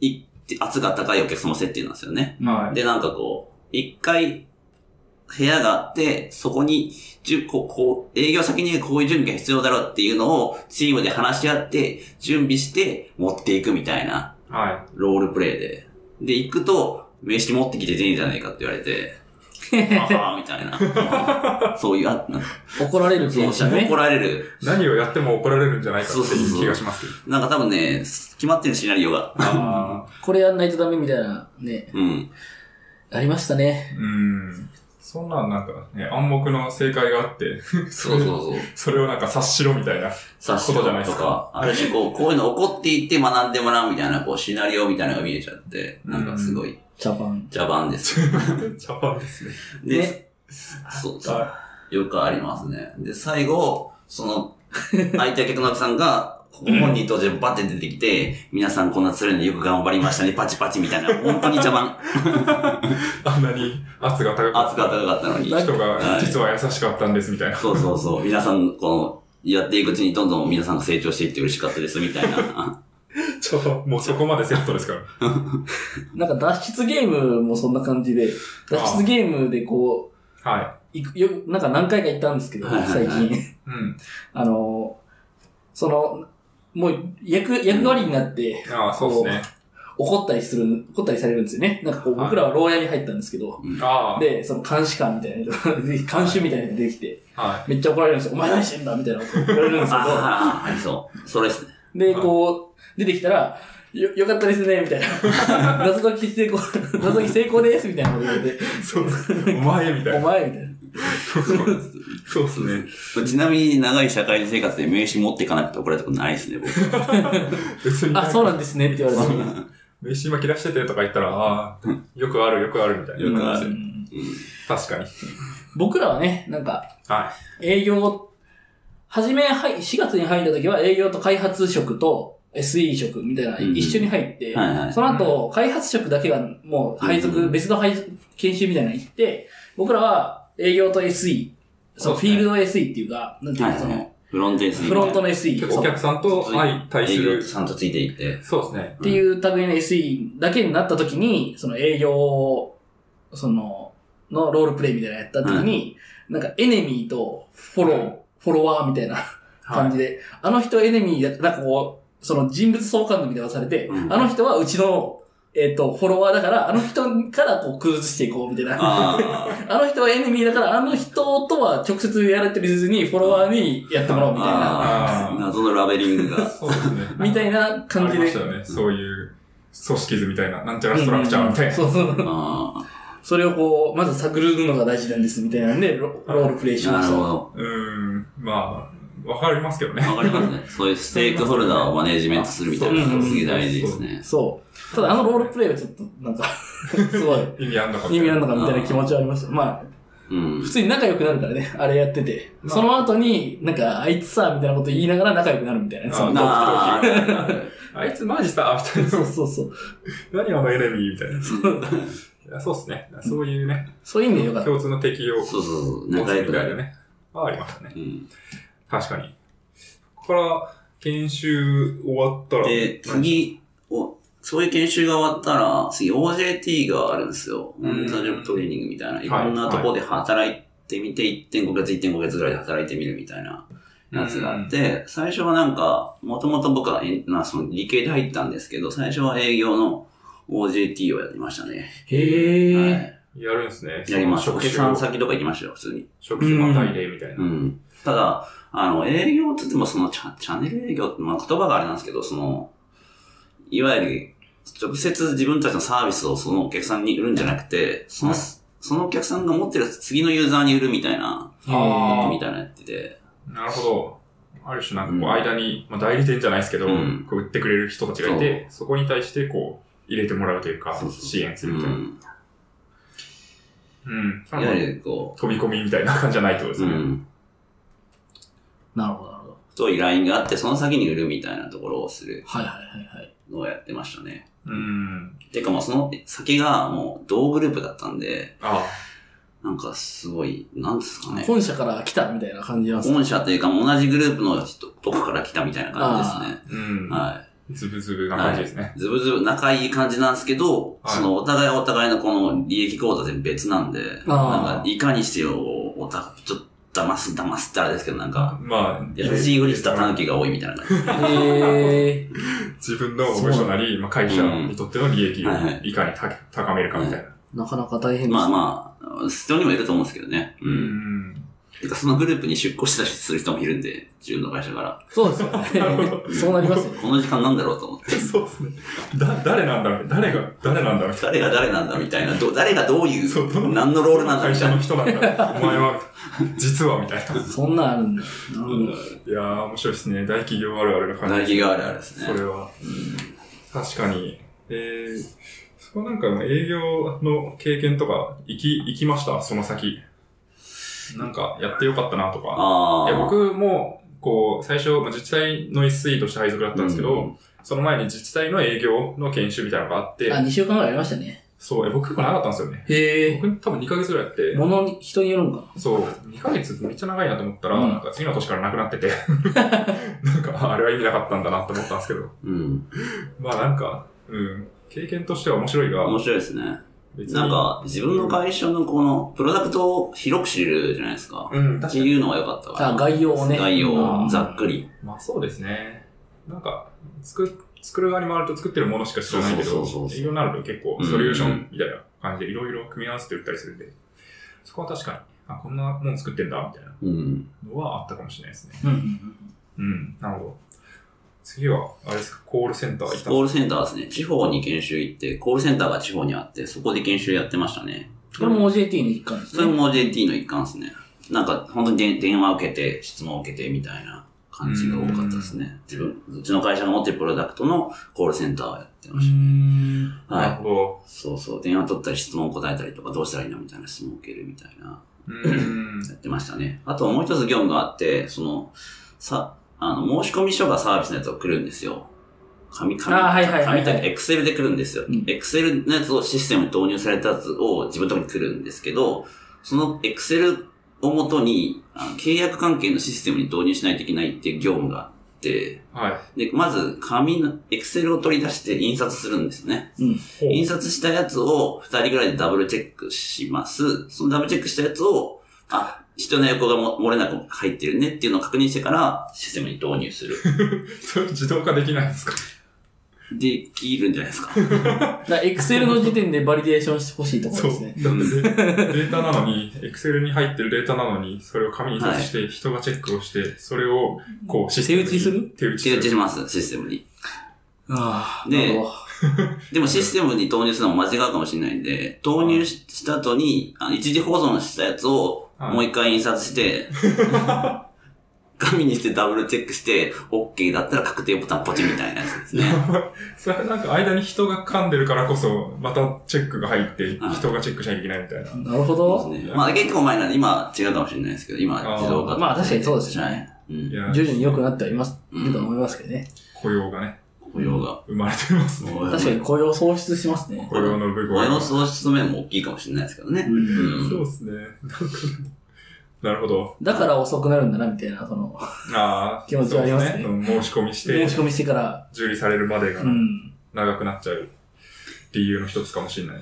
[SPEAKER 1] い、圧が高いお客様設定なんですよね。
[SPEAKER 3] は
[SPEAKER 1] で、なんかこう、一回、部屋があって、そこに、じゅここう営業先にはこういう準備が必要だろうっていうのを、チームで話し合って、準備して、持っていくみたいな、
[SPEAKER 3] は
[SPEAKER 1] ロールプレイで。で、行くと、名刺持ってきて全員じゃないかって言われて、ああ、みたい な。そういう、あ、なんか、
[SPEAKER 2] 怒られる
[SPEAKER 1] そう
[SPEAKER 2] 現象ね
[SPEAKER 1] 怒。られる。
[SPEAKER 3] い。何をやっても怒られるんじゃないかって
[SPEAKER 1] そうそう
[SPEAKER 3] い
[SPEAKER 1] そうう
[SPEAKER 3] 気がしますけど。
[SPEAKER 1] なんか多分ね、決まってるシナリオが。
[SPEAKER 3] あ
[SPEAKER 2] これやんないとダメみたいな、ね、
[SPEAKER 1] うん。
[SPEAKER 2] ありましたね。
[SPEAKER 3] あ、うん。そんなんなんかね、暗黙の正解があって、
[SPEAKER 1] そうそうそう。
[SPEAKER 3] それをなんか察しろみ たいな。
[SPEAKER 1] 冊子
[SPEAKER 3] ことじゃないで
[SPEAKER 1] と
[SPEAKER 3] すか
[SPEAKER 1] か、ある種こう、こういうの起こっていって学んでもらうみたいな、こう、シナリオみたいなのが見えちゃって、なんかすごい
[SPEAKER 2] ジャパン。
[SPEAKER 1] 邪盤です。
[SPEAKER 3] ジャパンですね。
[SPEAKER 1] で、
[SPEAKER 2] ね
[SPEAKER 1] そうそう。よくありますね。で、最後、その、相手客のさんが、ご本人当時バッて出てきて、皆さんこんなつるのによく頑張りましたね、パチパチみたいな、本当に邪盤。
[SPEAKER 3] あんなに圧が高かっ
[SPEAKER 1] 圧が高かったのに。
[SPEAKER 3] た人が
[SPEAKER 1] はい
[SPEAKER 3] 実は優しかったんです みたいな。
[SPEAKER 1] そうそうそう。皆さん、この、やっていくうちにどんどん皆さんが成長していって嬉しかったです、みたい な。
[SPEAKER 3] ちょっともうそこまでセットですから。
[SPEAKER 2] なんか脱出ゲームもそんな感じで、脱出ゲームでこう、
[SPEAKER 3] は
[SPEAKER 2] 行く、よ、なんか何回か行ったんですけど、
[SPEAKER 1] はいはい
[SPEAKER 2] 最
[SPEAKER 1] はい
[SPEAKER 2] 近。
[SPEAKER 3] い。うん。
[SPEAKER 2] あの、その、もう役、役割になって
[SPEAKER 3] ああ、そうですね。
[SPEAKER 2] 怒ったりする、怒ったりされるんですよね。なんかこう、
[SPEAKER 3] はい
[SPEAKER 2] 僕らは牢屋に入ったんですけど、
[SPEAKER 1] うん
[SPEAKER 3] あ
[SPEAKER 2] で、その監視官みたいな人が、監修みたいなのが出てきて、
[SPEAKER 3] あ、は
[SPEAKER 2] めっちゃ怒られるんですよ。お前何してんだみたいなこと怒られるんですけど、
[SPEAKER 1] ああ、ありそう。それですね。
[SPEAKER 2] で、
[SPEAKER 3] はい
[SPEAKER 2] こう、出てきたら、よ、よかったですね、みたいな。謎解き成功、謎解き成功です、みたいなこと言われて、
[SPEAKER 3] い。そうですね。お前みた
[SPEAKER 2] お
[SPEAKER 3] いな。
[SPEAKER 2] 前、みたいな。
[SPEAKER 3] そうですね。
[SPEAKER 1] ちなみに長い社会生活で名刺持っていかなくて怒られたことないですね、僕。
[SPEAKER 3] 別に
[SPEAKER 2] あ、そうなんですねって言われて。
[SPEAKER 3] 飯今切らしててとか言ったら、ああ、よくあるよくあるみたいな。
[SPEAKER 1] よくある
[SPEAKER 2] うん
[SPEAKER 3] 確かに。
[SPEAKER 2] 僕らはね、なんか、
[SPEAKER 3] は
[SPEAKER 2] 営業、はじめ、はい、4月に入った時は営業と開発職と、 SE 職みたいな、
[SPEAKER 1] うん
[SPEAKER 2] 一緒に入って、
[SPEAKER 1] はいはい
[SPEAKER 2] その後、開発職だけがもう配属、
[SPEAKER 1] うん
[SPEAKER 2] 別の配属研修みたいなの行って、僕らは営業と SE、そう、
[SPEAKER 3] そう
[SPEAKER 2] フ
[SPEAKER 3] ですね
[SPEAKER 2] ィールド SE っていうか、なんていう
[SPEAKER 1] は
[SPEAKER 2] か、
[SPEAKER 1] い
[SPEAKER 2] その、
[SPEAKER 1] フロントです
[SPEAKER 2] フロントの SE、
[SPEAKER 3] 結構お
[SPEAKER 2] そう
[SPEAKER 3] 客さんと相対する。
[SPEAKER 1] さんとついていって。
[SPEAKER 3] そうですね。
[SPEAKER 2] っていう類の SE だけになった時に、その営業、その、のロールプレイみたいなのやった時に、なんかエネミーとフォロ
[SPEAKER 3] はい
[SPEAKER 2] ー、フォロワーみたいな感じで、あの人エネミーだ、なんかこう、その人物相関度みたいなのがされて、
[SPEAKER 1] うん
[SPEAKER 2] あの人はうちの、えっ、と、フォロワーだから、あの人からこう、崩していこうみたいな。
[SPEAKER 1] ああ。
[SPEAKER 2] あの人はエネミーだから、あの人とは直接やられてるずに、フォロワーにやってもらおう みたいな。
[SPEAKER 1] ああ
[SPEAKER 3] あー
[SPEAKER 1] 謎のラベリングが。
[SPEAKER 3] そうですね。
[SPEAKER 2] みたいな感
[SPEAKER 3] あ
[SPEAKER 2] じ
[SPEAKER 3] り
[SPEAKER 2] で
[SPEAKER 3] まし。たよね。そういう組織図みたいな、なんちゃらストラクチャーみたいな。
[SPEAKER 2] そうそう。
[SPEAKER 1] あ
[SPEAKER 2] それをこう、まず探るのが大事なんですみたいなんで、ロロールプレイし
[SPEAKER 1] あ。
[SPEAKER 2] ま
[SPEAKER 1] なる
[SPEAKER 2] した。
[SPEAKER 1] ほ
[SPEAKER 2] は
[SPEAKER 1] ど。
[SPEAKER 3] うーん、まあ、わかりますけ どね。
[SPEAKER 1] わかりますね。そういうステークホルダーをマネジメントするみたいな
[SPEAKER 2] う
[SPEAKER 1] の
[SPEAKER 2] ん
[SPEAKER 1] がすげえ大事ですね
[SPEAKER 2] い。。そう。ただあのロールプレイはちょっと、 なんか、すごい、
[SPEAKER 3] 意味あんのか
[SPEAKER 2] 意味あんの
[SPEAKER 3] か。
[SPEAKER 2] かみたいな気持ちはありました。まあ、
[SPEAKER 1] うん
[SPEAKER 2] 普。通に仲良くなるからね、あれやってて。
[SPEAKER 3] まあ
[SPEAKER 2] その後に、なんか、あいつさ、みたいなこと言いながら仲良くなるみたいなね。
[SPEAKER 3] あ
[SPEAKER 2] その
[SPEAKER 1] なあ。
[SPEAKER 3] あいつマジさ、みたいな。
[SPEAKER 2] そうそうそう。
[SPEAKER 3] 何あのエネミーみたいな。いやそうですね。そういうね、
[SPEAKER 2] そういう意味でよかった。
[SPEAKER 3] 共通の敵を持つ
[SPEAKER 1] そうそうそう。
[SPEAKER 3] み
[SPEAKER 1] 仲
[SPEAKER 3] たい
[SPEAKER 1] 良くな
[SPEAKER 3] な
[SPEAKER 1] る。
[SPEAKER 3] ね。あありましたね。
[SPEAKER 1] うん
[SPEAKER 3] 確かに。ここから、研修終わったら。
[SPEAKER 1] で、次、おそういう研修が終わったら、次 OJT があるんですよ。オンザジョブトレーニングみたいな。いろんなとこで働いてみて、1.5ヶ月、1.5ヶ月ぐらいで働いてみるみたいな。やつがあって、最初はなんか、もともと僕は、えまあ、その理系で入ったんですけど、最初は営業の OJT をやりましたね。
[SPEAKER 2] へ
[SPEAKER 1] は
[SPEAKER 2] ー。
[SPEAKER 1] い。
[SPEAKER 3] やるんですね。
[SPEAKER 1] やりました。お
[SPEAKER 3] 職
[SPEAKER 1] 客
[SPEAKER 3] 種
[SPEAKER 1] さ
[SPEAKER 3] を
[SPEAKER 1] ん、先とか行きましたよ、普通に。
[SPEAKER 3] 職種またいでみたいうな。
[SPEAKER 1] ん。ただ、あの、営業って言っても、そのチャ、チャンネル営業って、まあ、言葉があれなんですけど、その、いわゆる、直接自分たちのサービスをそのお客さんに売るんじゃなくて、その、
[SPEAKER 3] はい
[SPEAKER 1] そのお客さんが持ってる次のユーザーに売るみたいな、
[SPEAKER 3] あー
[SPEAKER 1] みたいなのやってて、
[SPEAKER 3] なるほど。ある種なんかこう間に、まあ代理店じゃないですけど、
[SPEAKER 1] うん
[SPEAKER 3] こう売ってくれる人たちがいて、そこに対してこう入れてもらうというか
[SPEAKER 1] そう、そう
[SPEAKER 3] 支援す
[SPEAKER 1] う
[SPEAKER 3] るみたいな。
[SPEAKER 1] ん。
[SPEAKER 3] うん。
[SPEAKER 1] いわゆる、こ
[SPEAKER 3] 飛び込みみたいな感じじゃないってことで
[SPEAKER 1] う、う
[SPEAKER 3] すね。
[SPEAKER 1] ん。
[SPEAKER 2] なるほど、なるほど。
[SPEAKER 1] と依頼があって、その先に売るみたいなところをする
[SPEAKER 2] はいはいはいはい。
[SPEAKER 1] のをやってましたね。
[SPEAKER 3] うん。
[SPEAKER 1] てかまあその先がもう同グループだったんで、
[SPEAKER 3] ああ。
[SPEAKER 1] なんかすごい、なんですかね。
[SPEAKER 2] 本社から来たみたいな感じなんですね
[SPEAKER 1] 本社というか同じグループの人、僕から来たみたいな感じですね。
[SPEAKER 3] うん。
[SPEAKER 1] は
[SPEAKER 3] ズブズブな感じですね。
[SPEAKER 1] い。ずぶずぶ仲いい感じなんですけど、
[SPEAKER 3] はい
[SPEAKER 1] そのお互いお互いのこの利益口座全別なんで、なん
[SPEAKER 2] あー
[SPEAKER 1] かいかにしてよ、おた、ちょっと騙す騙すってあれですけど、なんか、
[SPEAKER 3] まあ、
[SPEAKER 1] 優しいふりした短期が多いみたいな感じ。
[SPEAKER 2] へ
[SPEAKER 3] 自分の部署なり、まあ、会社にとっての利益を
[SPEAKER 1] うんはいはい
[SPEAKER 3] いかにた高めるかみたいな。
[SPEAKER 2] ー。なかなか大変ですね。
[SPEAKER 1] まあまあ、人にもいると思うんですけどね。う。
[SPEAKER 3] うんん。
[SPEAKER 1] てか、そのグループに出向したりする人もいるんで、自分の会社から。
[SPEAKER 2] そうですよ
[SPEAKER 3] る
[SPEAKER 2] ね
[SPEAKER 3] ほ。
[SPEAKER 2] そうなりますよ。
[SPEAKER 1] この時間なんだろうと思って。
[SPEAKER 3] そうですね。だ、誰なんだろう誰が、誰なんだろう
[SPEAKER 1] 誰が誰なんだみたいな。ど誰がどうい
[SPEAKER 3] そうどの
[SPEAKER 1] う、何のロールなんだ
[SPEAKER 3] 会
[SPEAKER 1] みた
[SPEAKER 3] 社
[SPEAKER 1] い
[SPEAKER 3] の
[SPEAKER 1] な。
[SPEAKER 3] 人なんだろうお前は、実はみたいな。
[SPEAKER 2] そんなんあるんだ。なるほど。
[SPEAKER 3] いやー、面白いですね。大企業あるあるな感じ。
[SPEAKER 1] 大企業あるあるですね
[SPEAKER 3] それは。確かに。えー、そこなんか営業の経験とか、行き、行きましたその先。なんか、やってよかったなとか。
[SPEAKER 1] あ
[SPEAKER 3] い
[SPEAKER 1] あ。
[SPEAKER 3] や、僕も、こう、最初、まあ自治体の SE として配属だったんですけど、
[SPEAKER 1] うん
[SPEAKER 3] その前に自治体の営業の研修みたいなのがあって
[SPEAKER 2] あ、、2週間ぐらいありましたね。
[SPEAKER 3] そう、え僕結構長かったんですよね。
[SPEAKER 2] へえ。
[SPEAKER 3] 僕多分2ヶ月ぐらいやって、
[SPEAKER 2] もの、人によるんか
[SPEAKER 3] そう、2ヶ月めっちゃ長いなと思ったら、
[SPEAKER 2] うん
[SPEAKER 3] なんか次の年からなくなって て、なんか、あれは意味なかったんだなと思ったんですけど、
[SPEAKER 1] うん。
[SPEAKER 3] まあなんか、うん、経験としては面白いが、
[SPEAKER 1] 面白いですね。
[SPEAKER 3] 別に
[SPEAKER 1] なん、か、自分の会社のこの、プロダクトを広く知れるじゃないですか。
[SPEAKER 3] うん、
[SPEAKER 1] っ
[SPEAKER 3] 確
[SPEAKER 1] て
[SPEAKER 3] かに。
[SPEAKER 1] いうのが良かった
[SPEAKER 2] な。あ、
[SPEAKER 1] か
[SPEAKER 2] 概要を
[SPEAKER 1] ら。
[SPEAKER 2] ね。
[SPEAKER 1] 概要
[SPEAKER 2] う
[SPEAKER 1] を
[SPEAKER 2] ん
[SPEAKER 1] ざっくり。
[SPEAKER 3] まあそうですね。なんか、作、作る側に回ると作ってるものしか知らないけ
[SPEAKER 1] そ
[SPEAKER 3] ど
[SPEAKER 1] うそうそう、そう
[SPEAKER 3] 営業になると結構ソリューションみたいな感じでいろいろ組み合わせて売ったりするんで、そこは確かに、あ、こんなもん作ってんだ、みたいな
[SPEAKER 1] うん。
[SPEAKER 3] のはあったかもしれないですね。
[SPEAKER 2] うんうんうん。
[SPEAKER 3] うん、なるほど。次は、あれですか、コールセンター行ったんですか
[SPEAKER 1] コールセンターですね。地方に研修行って、コールセンターが地方にあって、そこで研修やってましたね。
[SPEAKER 2] これも OJT の一環です
[SPEAKER 1] それ
[SPEAKER 2] ね。
[SPEAKER 1] も JT の一環ですね。なんか、本当にで電話受けて、質問受けてみたいな感じが多かったですね。自分、うちの会社が持ってるプロダクトのコールセンターをやって
[SPEAKER 2] う
[SPEAKER 1] ま
[SPEAKER 2] ー
[SPEAKER 1] し
[SPEAKER 2] ん。
[SPEAKER 1] た。
[SPEAKER 3] なる
[SPEAKER 1] はい。
[SPEAKER 3] ほど。
[SPEAKER 1] そうそう。電話取ったり質問答えたりとか、どうしたらいいのみたいな質問受けるみたいな、
[SPEAKER 3] うん。
[SPEAKER 1] やってましたね。あともう一つ業務があって、その、さ、あの、申し込み書がサービスのやつを来るんですよ。紙、
[SPEAKER 2] あ
[SPEAKER 1] 紙、
[SPEAKER 2] ーはいはいはいはい
[SPEAKER 1] 紙だけ、エクセルで来るんですよ
[SPEAKER 2] うん。
[SPEAKER 1] エクセルのやつをシステムに導入されたやつを自分のとこに来るんですけど、そのエクセルをもとに、あの契約関係のシステムに導入しないといけないっていう業務があって、
[SPEAKER 3] はい。
[SPEAKER 1] で、まず紙の、エクセルを取り出して印刷するんですね。
[SPEAKER 2] うん。
[SPEAKER 3] ほう
[SPEAKER 1] 印刷したやつを二人ぐらいでダブルチェックします。そのダブルチェックしたやつを、あ、人の横がも漏れなく入ってるねっていうのを確認してからシステムに導入す る。
[SPEAKER 3] それ自動化できないんですか
[SPEAKER 1] できるんじゃないですか。
[SPEAKER 2] だから、エクセルの時点でバリデーションしてほしいところ
[SPEAKER 3] そう。
[SPEAKER 2] で
[SPEAKER 3] だっ
[SPEAKER 2] す
[SPEAKER 3] て
[SPEAKER 2] ね。
[SPEAKER 3] デデータなのに、エクセルに入ってるデータなのに、それを紙に印刷して、人がチェックをして、それを、こう、システムに
[SPEAKER 2] 手打ちする
[SPEAKER 3] 手打ち
[SPEAKER 1] 手打ち
[SPEAKER 3] す
[SPEAKER 1] し
[SPEAKER 3] る。
[SPEAKER 1] ます、システムに。
[SPEAKER 2] ああ、
[SPEAKER 1] で
[SPEAKER 2] なるほど。
[SPEAKER 1] でもシステムに投入するのも間違うかもしれないんで、投入しした後に、あの一時保存したやつを
[SPEAKER 3] はい
[SPEAKER 1] もう一回印刷して、紙にしてダブルチェックして、OK だったら確定ボタンポチみたいなやつですね。
[SPEAKER 3] それはなんか間に人が噛んでるからこそ、またチェックが入って
[SPEAKER 1] はい、
[SPEAKER 3] 人がチェックしなきゃいけないみたいな。
[SPEAKER 2] なるほ
[SPEAKER 1] そう
[SPEAKER 2] ど。
[SPEAKER 1] ですね。まあ結構前なんで、今は違うかもしれないですけど、今は自動化
[SPEAKER 2] まあ確かにそうですね
[SPEAKER 1] はい。うん
[SPEAKER 3] い。や
[SPEAKER 2] 徐々に良くなってはいます、いると思いますけどね。
[SPEAKER 3] 雇用がね、
[SPEAKER 1] 雇用が。
[SPEAKER 3] 生まれてますね。
[SPEAKER 1] 確
[SPEAKER 2] 確かに。雇用創出しますね。
[SPEAKER 3] 雇用の部分
[SPEAKER 1] 雇用創出の面も大きいかもしれないですけどね。うん
[SPEAKER 3] そうですね。なんかなるほど。
[SPEAKER 2] だから遅くなるんだな、みたいな、その、
[SPEAKER 3] ああ、
[SPEAKER 2] 気持ちはありますね
[SPEAKER 3] そうですうん申し込みし
[SPEAKER 2] 申
[SPEAKER 3] て
[SPEAKER 2] し、込みしてから、
[SPEAKER 3] 受理されるまでが
[SPEAKER 2] うん。
[SPEAKER 3] 長くなっちゃう理由の一つかもしれない。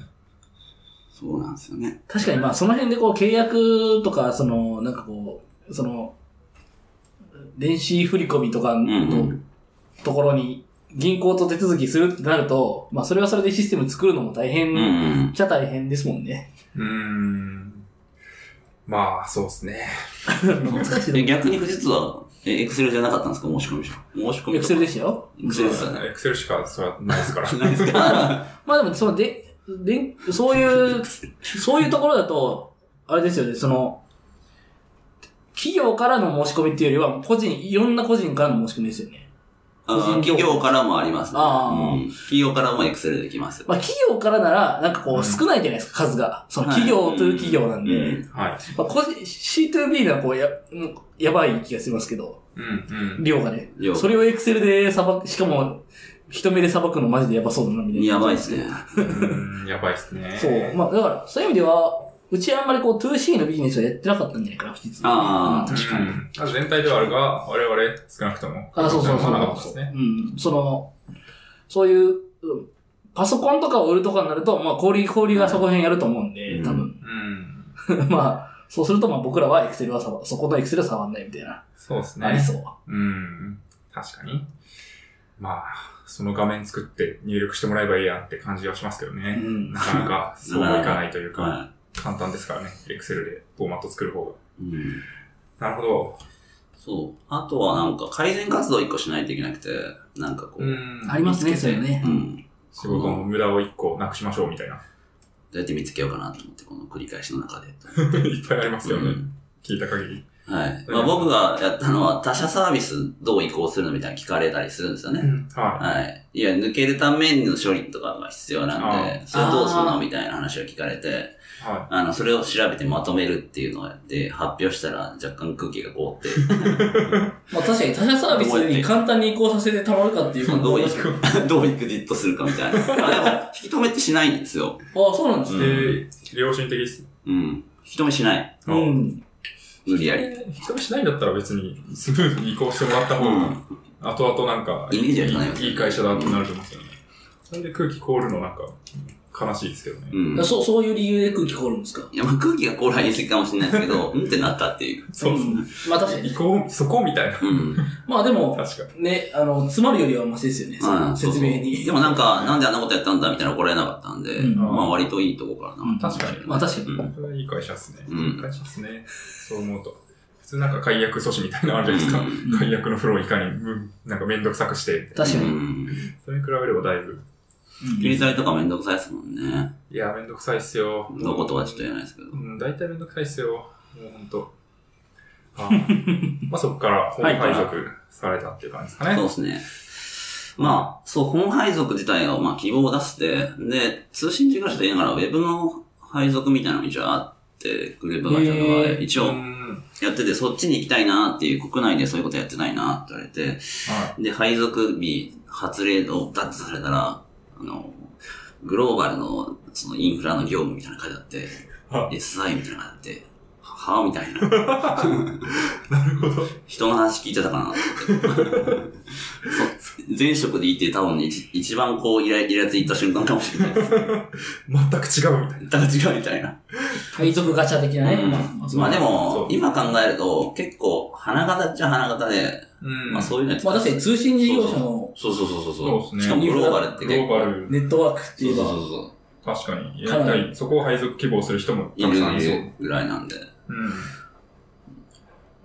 [SPEAKER 1] そうなんですよね。
[SPEAKER 2] 確かにまあ、その辺でこう、契約とか、その、なんかこう、その、電子振込とか
[SPEAKER 1] うんう
[SPEAKER 2] の
[SPEAKER 1] ん。
[SPEAKER 2] ところに、銀行と手続きするってなると、まあ、それはそれでシステム作るのも大
[SPEAKER 1] うんう
[SPEAKER 2] 変、
[SPEAKER 1] ん。
[SPEAKER 2] じゃ大変ですもん ね。
[SPEAKER 3] うーん。まあ、そうですね。
[SPEAKER 2] 難しい
[SPEAKER 1] え、
[SPEAKER 2] で
[SPEAKER 1] 逆に実は、え、エクセルじゃなかったんですか申し込み書。申し込み
[SPEAKER 2] エクセルでしたよ。
[SPEAKER 1] エクセルですよね。
[SPEAKER 3] エクセルしか、それはないです から。
[SPEAKER 1] ないですか
[SPEAKER 2] まあでも、その、で、で、そういう、そういうところだと、あれですよね、その、企業からの申し込みっていうよりは、個人、いろんな個人からの申し込みですよね。
[SPEAKER 1] あの企業からもありますね。
[SPEAKER 2] あー
[SPEAKER 1] うん企業からもエクセルできます。
[SPEAKER 2] まあ企業からなら、なんかこ
[SPEAKER 3] う
[SPEAKER 2] うん少ないじゃないですか、数が。その
[SPEAKER 1] はい
[SPEAKER 2] 企業という企業なんで。
[SPEAKER 1] うん
[SPEAKER 3] はい。
[SPEAKER 2] まあ個人、C2B ならこうや、もうやばい気がしますけど、
[SPEAKER 3] うん、うん。
[SPEAKER 2] 量がね。
[SPEAKER 1] 量
[SPEAKER 2] それを Excel で裁く、しかも、人目で裁くのマジでやばそうだな、みたいな。
[SPEAKER 1] やばいですね。
[SPEAKER 3] うーんやばいですね。
[SPEAKER 2] そう。まあ、だから、そういう意味では、うちはあんまりこう、2C のビジネスはやってなかったんじゃないかな、実
[SPEAKER 1] あー
[SPEAKER 2] うん
[SPEAKER 3] 確かに。まあ全体ではあるが、我々少なくとも。
[SPEAKER 2] あ、そうそうそう
[SPEAKER 3] なかったです
[SPEAKER 2] そう。
[SPEAKER 3] ね。
[SPEAKER 2] うん。その、そういう、うんパソコンとかを売るとかになると、まあ、氷、氷がそこら辺やると思うんで、
[SPEAKER 1] うん
[SPEAKER 2] 多分。
[SPEAKER 3] うん。
[SPEAKER 2] まあ、そうすると、まあ、僕らはエクセルは触、そこのエクセルは触んないみたいな。
[SPEAKER 3] そうです
[SPEAKER 2] あり
[SPEAKER 3] ね。
[SPEAKER 2] そう。
[SPEAKER 3] うん。確かに。まあ、その画面作って入力してもらえばいいやんって感じはしますけど
[SPEAKER 2] う
[SPEAKER 3] ね。
[SPEAKER 2] ん
[SPEAKER 3] な。かなかそうもいかない というか、
[SPEAKER 1] は
[SPEAKER 3] 簡単ですからね。Excel でフォーマット作る方
[SPEAKER 1] い。うん
[SPEAKER 3] が。なるほど。
[SPEAKER 1] そう。あとはなんか改善活動一個しないといけなくて、なんかこう。
[SPEAKER 3] ん
[SPEAKER 2] ありますね、
[SPEAKER 3] 見つ
[SPEAKER 2] そ
[SPEAKER 3] け
[SPEAKER 2] う
[SPEAKER 3] て
[SPEAKER 2] いうのね
[SPEAKER 1] う。ん。
[SPEAKER 3] 仕事の無駄を一個なくしましょうみ たいな。
[SPEAKER 1] どうやって見つけようかなと思って、この繰り返しの中で。
[SPEAKER 3] いっぱいありますよね。
[SPEAKER 1] うん
[SPEAKER 3] 聞いた限り。
[SPEAKER 1] はい。まあ、僕がやったのは、他社サービスどう移行するのみたいなの聞かれたりするんですよね。
[SPEAKER 3] は
[SPEAKER 1] はい。いや、抜けるための処理とかが必要なんで、それどうするのみたいな話を聞かれて、
[SPEAKER 3] い。は
[SPEAKER 1] あの、それを調べてまとめるっていうのをやって、発表したら若干空気が凍 って、
[SPEAKER 2] まあ、確かに他社サービスに簡単に移行させてたまるかっていう感じ
[SPEAKER 1] どう
[SPEAKER 2] あ
[SPEAKER 1] い
[SPEAKER 2] り
[SPEAKER 1] う
[SPEAKER 2] ますけど。あ、
[SPEAKER 1] どうエクジットするかみたいな。あでも、引き止めってしないんですよ。
[SPEAKER 2] そうなんで
[SPEAKER 3] い。
[SPEAKER 2] すね。
[SPEAKER 3] で、良心的です。
[SPEAKER 1] うん。引き止めしない。
[SPEAKER 2] う
[SPEAKER 3] うん
[SPEAKER 2] ん。
[SPEAKER 1] 無理やり。
[SPEAKER 3] えー人見しないんだったら別にスムーズに移行してもらった方
[SPEAKER 1] う
[SPEAKER 3] が、
[SPEAKER 1] ん。
[SPEAKER 3] 後々なんかいい
[SPEAKER 1] いいじゃない
[SPEAKER 3] いい会社だってなると思うんですよね。それで空気凍るのなんか悲しいですけどね。
[SPEAKER 1] うん。
[SPEAKER 2] そう、そういう理由で空気凍るんですか
[SPEAKER 1] いや、まあ、空気が凍らない過ぎかもしれないですけど、 うんってなったっていう。
[SPEAKER 3] そうですね。
[SPEAKER 2] んまあ、確かに。
[SPEAKER 3] 移行、そこみたいな。
[SPEAKER 1] うん。
[SPEAKER 2] まあ、でも、
[SPEAKER 3] 確か
[SPEAKER 2] ね、あの、詰まるよりはマシですよね、その
[SPEAKER 1] うん
[SPEAKER 2] 説明に。
[SPEAKER 1] でもなんか、なんであんなことやったんだみたいな怒られなかったんで、
[SPEAKER 2] うん
[SPEAKER 1] まあ割といいとこかな。
[SPEAKER 2] うん
[SPEAKER 3] 確かに
[SPEAKER 2] まあ確かに。
[SPEAKER 1] うん。
[SPEAKER 3] それはいい会社ですね。
[SPEAKER 1] うん
[SPEAKER 3] いい会社ですね。そう思うと。普通なんか解約阻止みたいなのあるじゃないです
[SPEAKER 2] うん
[SPEAKER 3] か。解約のフローいかに、うんなんかめんどくさくして。
[SPEAKER 2] 確か
[SPEAKER 1] う
[SPEAKER 2] に。
[SPEAKER 1] ん。
[SPEAKER 3] それに比べればだいぶ。
[SPEAKER 1] 切り替えとかめんどくさいですもんね。
[SPEAKER 3] いや、めんどくさいっすよ。
[SPEAKER 1] のことはちょっと言えないですけど
[SPEAKER 3] う。ん、大体めんどくさいっすよ。もうほんと。 あーまあそこから本配属されたっていう感じですかね。
[SPEAKER 1] そうですね。まあ、そう、本配属自体が、まあ、希望を出して、で、通信事業者と言いながら、ウェブの配属みたいなのも一応あっってグループ会社とか
[SPEAKER 2] へー
[SPEAKER 1] で一応
[SPEAKER 3] ん
[SPEAKER 1] やってて、そっちに行きたいなっていう、国内でそういうことやってないなって言われて、
[SPEAKER 3] は
[SPEAKER 1] で、配属日、発令をダッチされたら、あの、グローバルの、そのインフラの業務みたいなの書いてあって、
[SPEAKER 3] は
[SPEAKER 1] SI みたいなのがあって、はぁみたいな。
[SPEAKER 3] い。 なるほど。
[SPEAKER 1] 人の話聞いてたかなってそう前職でいて多分一一番こうイライラついた瞬間かもしれないです。
[SPEAKER 3] 全く違うみたい
[SPEAKER 1] だから違うみたいな。
[SPEAKER 2] 配属ガチャ的なね。
[SPEAKER 1] うん、まあで
[SPEAKER 3] そ
[SPEAKER 1] も、
[SPEAKER 3] う
[SPEAKER 1] 今考えると結構花形っちゃ花形で、
[SPEAKER 3] な。うん
[SPEAKER 1] まあそういうのやって
[SPEAKER 2] まあ、だって通信事業者
[SPEAKER 1] そう
[SPEAKER 2] の
[SPEAKER 1] そうそうそうそう
[SPEAKER 3] そうですね
[SPEAKER 1] しかもグローバルって
[SPEAKER 3] グロ
[SPEAKER 1] 結
[SPEAKER 3] ー
[SPEAKER 1] 構。
[SPEAKER 3] バル、
[SPEAKER 2] ネットワークって
[SPEAKER 1] そ
[SPEAKER 2] 言
[SPEAKER 1] う
[SPEAKER 2] え
[SPEAKER 1] そう
[SPEAKER 2] ば、
[SPEAKER 1] そうそう。
[SPEAKER 3] 確かに。やりた。
[SPEAKER 2] かない
[SPEAKER 3] そこを配属希望する人も
[SPEAKER 1] い
[SPEAKER 3] たくさんいそう。
[SPEAKER 1] るぐらいなんで。
[SPEAKER 3] うん。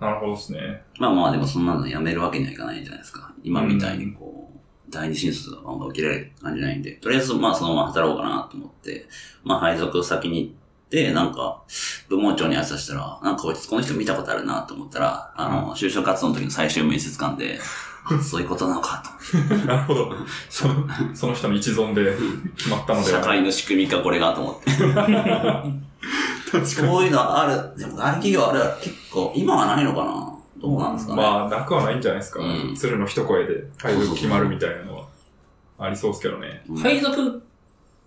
[SPEAKER 3] なるほどで すね。
[SPEAKER 1] まあまあでもそんなのやめるわけにはいかないじゃないですか。今みたいにこう、第二新卒がバンバン受けられる感じないんで、とりあえずまあそのまま働こうかなと思って、まあ配属先に行って、なんか、部門長に挨拶したら、なんかこいつこの人見たことあるなと思ったら、あの、就職活動の時の最終面接官 で、あそういうことなのかと思って。
[SPEAKER 3] なるほど。その、その人の一存で決まったので
[SPEAKER 1] 社
[SPEAKER 3] はない。
[SPEAKER 1] 会の仕組みかこれがと思って。
[SPEAKER 3] 確かに。
[SPEAKER 1] そういうのある、でも大企業ある、結構、今はないのかなどうなんですかね。
[SPEAKER 3] まあ、なくはないんじゃないですか
[SPEAKER 1] うん。
[SPEAKER 3] 鶴の一声で配属決まるみたいなのはありそうですけどね。
[SPEAKER 1] うん
[SPEAKER 2] 配属、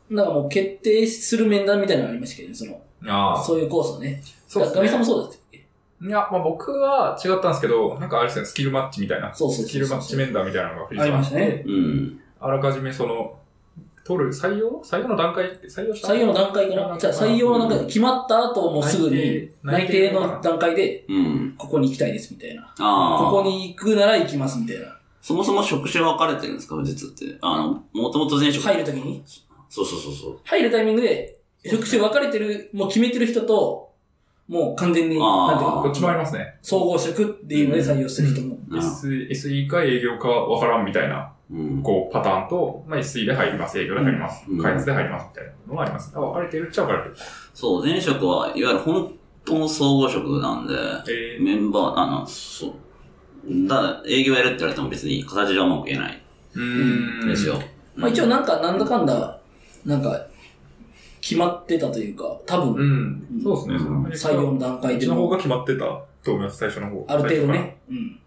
[SPEAKER 2] なんかもう決定する面談みたいなのがありましたけどね、その、
[SPEAKER 3] ああ。
[SPEAKER 2] そういうコースのね。
[SPEAKER 3] そう
[SPEAKER 2] ガミ
[SPEAKER 3] で
[SPEAKER 2] さんも
[SPEAKER 3] すね。
[SPEAKER 2] そうだったっけ
[SPEAKER 3] いや、まあ僕は違ったんですけど、なんかあれですね、スキルマッチみたいな。
[SPEAKER 2] そうそうそうそう
[SPEAKER 3] スキルマッチ面談みたいなのが振り
[SPEAKER 2] あり
[SPEAKER 3] 込ま
[SPEAKER 2] ま
[SPEAKER 3] れ
[SPEAKER 2] してたね。
[SPEAKER 1] うん。
[SPEAKER 3] あらかじめその、取る、採用採用の段階って採用した
[SPEAKER 2] 採用の段階から、じゃあ採用の段階で決まった後もうすぐに、内
[SPEAKER 3] 内
[SPEAKER 2] 定
[SPEAKER 3] 定
[SPEAKER 2] の段階で、
[SPEAKER 1] うん。
[SPEAKER 2] ここに行きたいですみたいな。
[SPEAKER 1] ああ。
[SPEAKER 2] ここに行くなら行きますみたいな。
[SPEAKER 1] そもそも職種は分かれてるんですか実って。あの、もともと前職。
[SPEAKER 2] 入るときに
[SPEAKER 1] そうそうそうそう。
[SPEAKER 2] 入るタイミングで、職種分かれてる、もう決めてる人と、もう完全に、
[SPEAKER 1] あー
[SPEAKER 2] なんていう
[SPEAKER 3] こっ
[SPEAKER 2] か、
[SPEAKER 3] ちもありますね。
[SPEAKER 2] 総合職っていうので採用する人も。
[SPEAKER 1] うん
[SPEAKER 3] S、SE か営業かわからんみたいな、
[SPEAKER 1] うん。
[SPEAKER 3] こう、パターンと、まあ SE で入ります、営業で入ります
[SPEAKER 1] う、ん
[SPEAKER 3] 開発で入りますみたいなのがあります。あ、あれって言っちゃ分かる
[SPEAKER 1] そう、前職はいわゆる本当の総合職なんで、
[SPEAKER 3] えー
[SPEAKER 1] メンバー、あの、そう。だから営業やるって言われても別に形上うまく言えない
[SPEAKER 3] うん
[SPEAKER 1] んですよ。。
[SPEAKER 2] まあ一応
[SPEAKER 1] うん、
[SPEAKER 2] なんか、なんだかんだ、なんか、決まってたというか、多
[SPEAKER 3] う
[SPEAKER 2] 分、
[SPEAKER 3] ん。そうですね。その辺
[SPEAKER 2] 採用の段階
[SPEAKER 3] う
[SPEAKER 2] で
[SPEAKER 3] ちの方
[SPEAKER 2] も、
[SPEAKER 3] が決まってたと思います、最初の方。
[SPEAKER 2] ある程度ね。うん。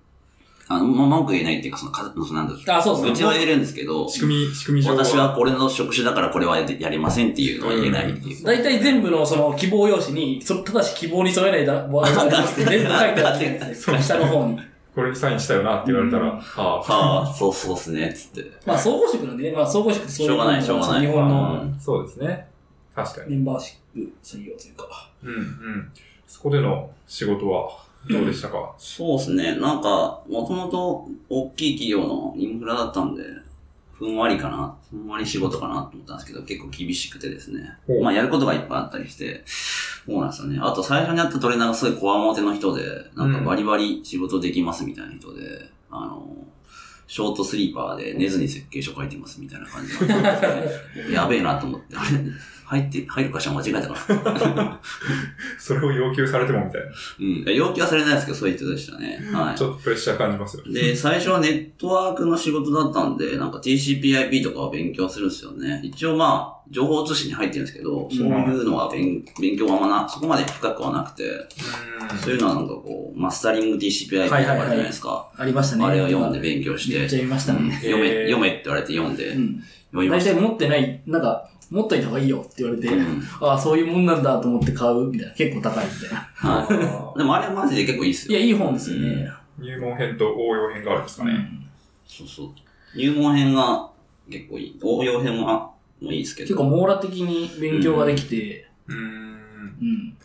[SPEAKER 1] あの、まあ、文句言えないっていうか、そ の、かそのなんだろ
[SPEAKER 2] あ、そう
[SPEAKER 1] う。
[SPEAKER 2] で
[SPEAKER 1] う
[SPEAKER 2] す
[SPEAKER 1] ち
[SPEAKER 2] ね
[SPEAKER 1] は。言えるんですけど、
[SPEAKER 3] 仕組み、仕組み上
[SPEAKER 1] 私はこれの職種だからこれはやりませんっていうのは言えないっていう。
[SPEAKER 2] 大体全部のその希望用紙に、そただし希望に添えないだ、ワードがあって全部書いてあるんですよ。下の方に。
[SPEAKER 3] これにサインしたよなって言われた
[SPEAKER 2] うん
[SPEAKER 3] ら、は
[SPEAKER 1] はあ、そうそうっすね、つって。
[SPEAKER 2] まあ総合職なんでね、まあ総合職ってそういう
[SPEAKER 1] しょうがないしょうがない
[SPEAKER 2] 日本
[SPEAKER 1] う
[SPEAKER 2] の
[SPEAKER 1] ん
[SPEAKER 3] あ、そうですね。確かに。
[SPEAKER 2] メンバーシップ採用という か。
[SPEAKER 3] うんうん。そこでの仕事はどうでした か
[SPEAKER 1] そうですね。なんか、もともと大きい企業のインフラだったんで、ふんわりかな、ふんわり仕事かなと思ったんですけど、結構厳しくてですね
[SPEAKER 3] ほう。
[SPEAKER 1] まあ、やることがいっぱいあったりして、そうなんですよね。あと、最初に会ったトレーナーがすごいコアモテの人で、なんかバリバリ仕事できますみたいな人で、あの、ショートスリーパーで寝ずに設計書書いてますみたいな感じの人 でやべえなと思って、あれ入って、入る箇所間違えたかな。
[SPEAKER 3] それを要求されてもみたい
[SPEAKER 1] うん。要求はされないですけど、そういう人でしたね。はい
[SPEAKER 3] な。ち。ょっとプレッシャー感じますよ。
[SPEAKER 1] で、最初はネットワークの仕事だったんで、なんか TCPIP とかは勉強するんですよね。一応まあ、情報通信に入ってるんですけど、そういうのは勉勉強はあんまな、そこまで深くはなくて、そういうのはなんかこう、マスタリング TCPIP とかあるじゃないですか。
[SPEAKER 2] ありましたね。
[SPEAKER 1] あれを読んで勉強し
[SPEAKER 2] めっちゃ
[SPEAKER 1] て、
[SPEAKER 2] 読みましたね。
[SPEAKER 1] 読め
[SPEAKER 3] へー、
[SPEAKER 1] 読めって言われて読んで
[SPEAKER 2] う、ん。
[SPEAKER 1] 読みま
[SPEAKER 2] 大
[SPEAKER 1] した
[SPEAKER 2] 体。持ってない、なんか、持っといた方がいいよって言われて、
[SPEAKER 1] うん
[SPEAKER 2] ああ、そういうもんなんだと思って買うみたいな。結構高いみたいな。
[SPEAKER 1] は
[SPEAKER 3] あ
[SPEAKER 1] い。でもあれはマジで結構いいです
[SPEAKER 2] い
[SPEAKER 1] よ。
[SPEAKER 2] や、いい本ですよね。
[SPEAKER 3] ー入門編と応用編があるんですかね。
[SPEAKER 1] そうそう。入門編が結構いい。応用編はもういいですけど。
[SPEAKER 2] 結構網羅的に勉強ができて、
[SPEAKER 3] うーん。
[SPEAKER 2] うん。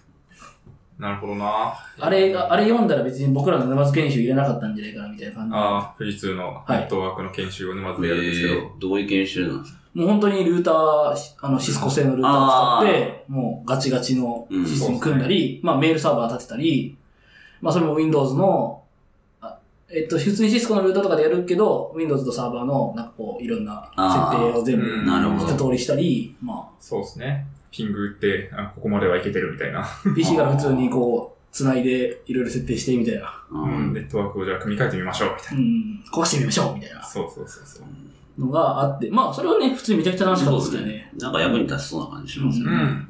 [SPEAKER 3] なるほどな。
[SPEAKER 2] あれが、あれ読んだら別に僕らの沼津研修いらなかったんじゃないかなみたいな感じ。
[SPEAKER 3] ああ、富士通のネットワークの研修を沼津でやるんですけど。
[SPEAKER 1] えーどういう研修なんですか
[SPEAKER 2] もう本当にルーター、あの、シスコ製のルーターを使って、もうガチガチのシステム組んだり、まあメールサーバー立てたり、まあそれも Windows の、あえっと、普通にシスコのルーターとかでやるけど、Windows とサーバーの、なんかこう、いろんな設定を全部
[SPEAKER 3] あー
[SPEAKER 1] なるほど
[SPEAKER 2] 一通りしたり、ま
[SPEAKER 3] そうですね。ピング打って、あ、ここまではいけてるみたいな。
[SPEAKER 2] あ、PC から普通にこう、繋いで、いろいろ設定してみたいな。
[SPEAKER 1] う
[SPEAKER 3] ネットワークをじゃあ組み替えてみましょう、みたい
[SPEAKER 2] うん、壊してみましょうみたいな
[SPEAKER 3] な。そうそうそうそう。
[SPEAKER 2] のがあって、まあそれはね、普通にめちゃくちゃ楽しかったですけどね。
[SPEAKER 1] なんか役に立ちそうな感じしますよね。
[SPEAKER 3] うん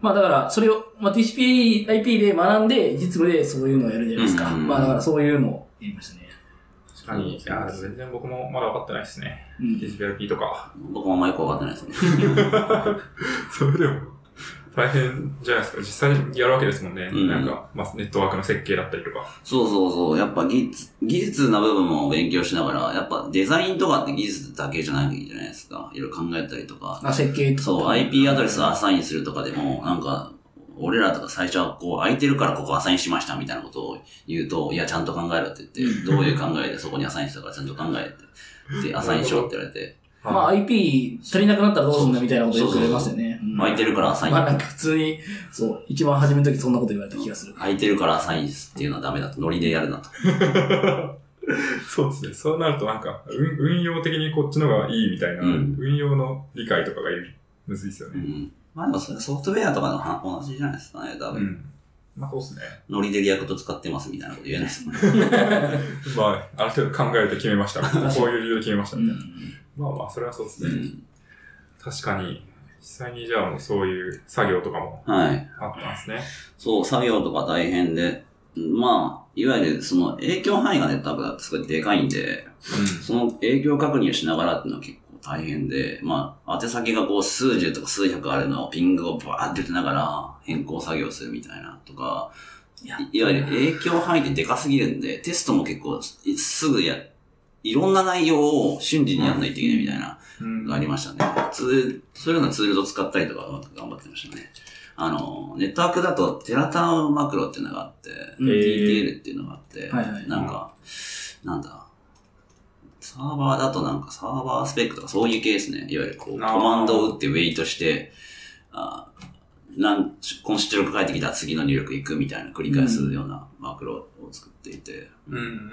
[SPEAKER 2] まあだから、それを、まあ TCP、IP で学んで、実務でそういうのをやるじゃないですか。
[SPEAKER 1] うんうん
[SPEAKER 2] まあだからそういうのをやりましたね。
[SPEAKER 3] 確かに、いや、全然僕もまだ分かってないで すね。
[SPEAKER 2] うん。
[SPEAKER 3] TCPIP とか。
[SPEAKER 1] 僕もあんまよくわかってないです ね。
[SPEAKER 3] それでも、大変じゃないですか。実際にやるわけですもんね。
[SPEAKER 1] うん
[SPEAKER 3] なんか、まあ、ネットワークの設計だったりとか。
[SPEAKER 1] そうそうそう。やっぱ技術、技術な部分も勉強しながら、やっぱデザインとかって技術だけじゃないじゃないですか。いろいろ考えたりとか。
[SPEAKER 2] あ、設計とか
[SPEAKER 1] そう、IP アドレスをアサインするとかでも、なんか、俺らとか最初はこう、空いてるからここアサインしましたみたいなことを言うと、いや、ちゃんと考えろって言って、どういう考えでそこにアサインしたからちゃんと考えて、で、アサインしろって言われて、
[SPEAKER 2] まあ
[SPEAKER 3] い。
[SPEAKER 2] IP 足りなくなったらどうすんだみたいなことよく言われますよね。うん
[SPEAKER 1] 空いてるからアサイン。
[SPEAKER 2] まあなんか普通に、そう、一番初めの時そんなこと言われた気がする。
[SPEAKER 1] 空いてるからアサインですっていうのはダメだと。ノリでやるなと。
[SPEAKER 3] そうですね。そうなるとなんか、運運用的にこっちの方がいいみたいな、
[SPEAKER 1] うん
[SPEAKER 3] 運用の理解とかがよりむずいですよ
[SPEAKER 1] う
[SPEAKER 3] ね。
[SPEAKER 1] ん。まあでもそれソフトウェアとかのは同じじゃないですかね、多
[SPEAKER 3] う
[SPEAKER 1] 分。
[SPEAKER 3] ん。まあ、そうですね。
[SPEAKER 1] ノリでリアクト使ってますみたいなこと言えないですもんね。
[SPEAKER 3] まあ、ある程度考えて決めました。こういう理由で決めました
[SPEAKER 2] う
[SPEAKER 3] みたいな。
[SPEAKER 2] ん。
[SPEAKER 3] まあまあ、それはそうです
[SPEAKER 1] う
[SPEAKER 3] ね。
[SPEAKER 1] ん。
[SPEAKER 3] 確かに、実際にじゃあもうそういう作業とかも
[SPEAKER 1] はい。
[SPEAKER 3] あったんですね。
[SPEAKER 1] そう、作業とか大変で、まあ、いわゆるその影響範囲がね、多分すごいでかいんで、その影響確認をしながらっていうのは結構大変で、まあ、宛先がこう数十とか数百あるのをピングをバーって打ちながら変更作業するみたいなとか、いいわゆる影響範囲ってでかすぎるんで、テストも結構いすぐや、いろんな内容を瞬時にやんないといけないみたいな
[SPEAKER 3] うん。
[SPEAKER 1] がありましたね。ツール、そういうようなツールを使ったりとか頑張ってましたね。あの、ネットワークだと、テラタウンマクロっていうのがあって、
[SPEAKER 2] うん
[SPEAKER 1] TTL っていうのがあって、
[SPEAKER 2] はいはい
[SPEAKER 1] なんか、なんだ、サーバーだとなんかサーバースペックとかそういう系ですね。いわゆるこう、コ
[SPEAKER 3] あー
[SPEAKER 1] マンドを打ってウェイトして、あなんこの出力返ってきたら次の入力行くみたいな繰り返すようなマクロを作っていて、
[SPEAKER 3] うんうん。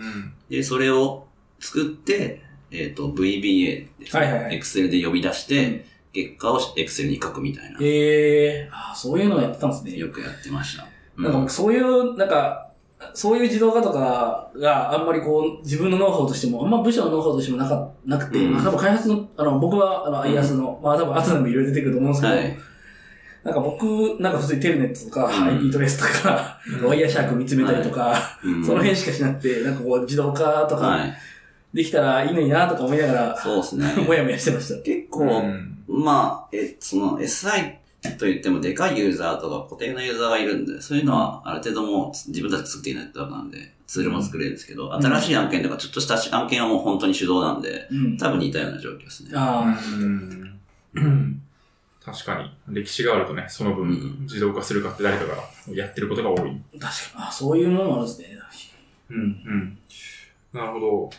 [SPEAKER 1] で、それを作って、えっ、と、VBA ですね。
[SPEAKER 2] はいはいはい
[SPEAKER 1] Excel で読み出して、結果を Excel に書くみたいな。
[SPEAKER 2] ええあそういうのをやってたんですね。
[SPEAKER 1] よくやってました。
[SPEAKER 2] なんか僕そういう、なんか、そういう自動化とかがあんまりこう、自分のノウハウとしても、あんま部署のノウハウとしてもなかなくて、
[SPEAKER 1] うん
[SPEAKER 2] まあ多分開発の、あの、僕は、あの、
[SPEAKER 1] うん
[SPEAKER 2] アイアスの、まあ多分後でもいろいろ出てくると思うんですけど、
[SPEAKER 1] はい。
[SPEAKER 2] なんか僕、なんか普通にテルネットとか、
[SPEAKER 1] うん
[SPEAKER 2] IP トレースとか、ワイヤーシャーク見つめたりとか、
[SPEAKER 1] うん
[SPEAKER 2] その辺しかしなくて、なんかこう、自動化とか
[SPEAKER 1] はい。
[SPEAKER 2] できたらいいのになとか思いながら、
[SPEAKER 1] そうですね。
[SPEAKER 2] もやもやしてました。
[SPEAKER 1] 結構、
[SPEAKER 3] うん
[SPEAKER 1] まあ、え、その SI と言ってもでかいユーザーとか固定のユーザーがいるんで、そういうのはある程度もう自分たちで作っていないとダメなんで、ツールも作れるんですけど、
[SPEAKER 2] ん
[SPEAKER 1] 新しい案件とかちょっとした案件はもう本当に手動なんで、
[SPEAKER 2] うん。
[SPEAKER 1] 多分似たような状況ですね。
[SPEAKER 2] ああ、
[SPEAKER 3] うんうん確かに、歴史があるとね、その
[SPEAKER 1] う
[SPEAKER 3] 分
[SPEAKER 1] ん、
[SPEAKER 3] 自動化するかって誰かがやってることが多い。
[SPEAKER 2] 確かに。あそういうものもあるんですね。
[SPEAKER 3] うんうん。なるほど。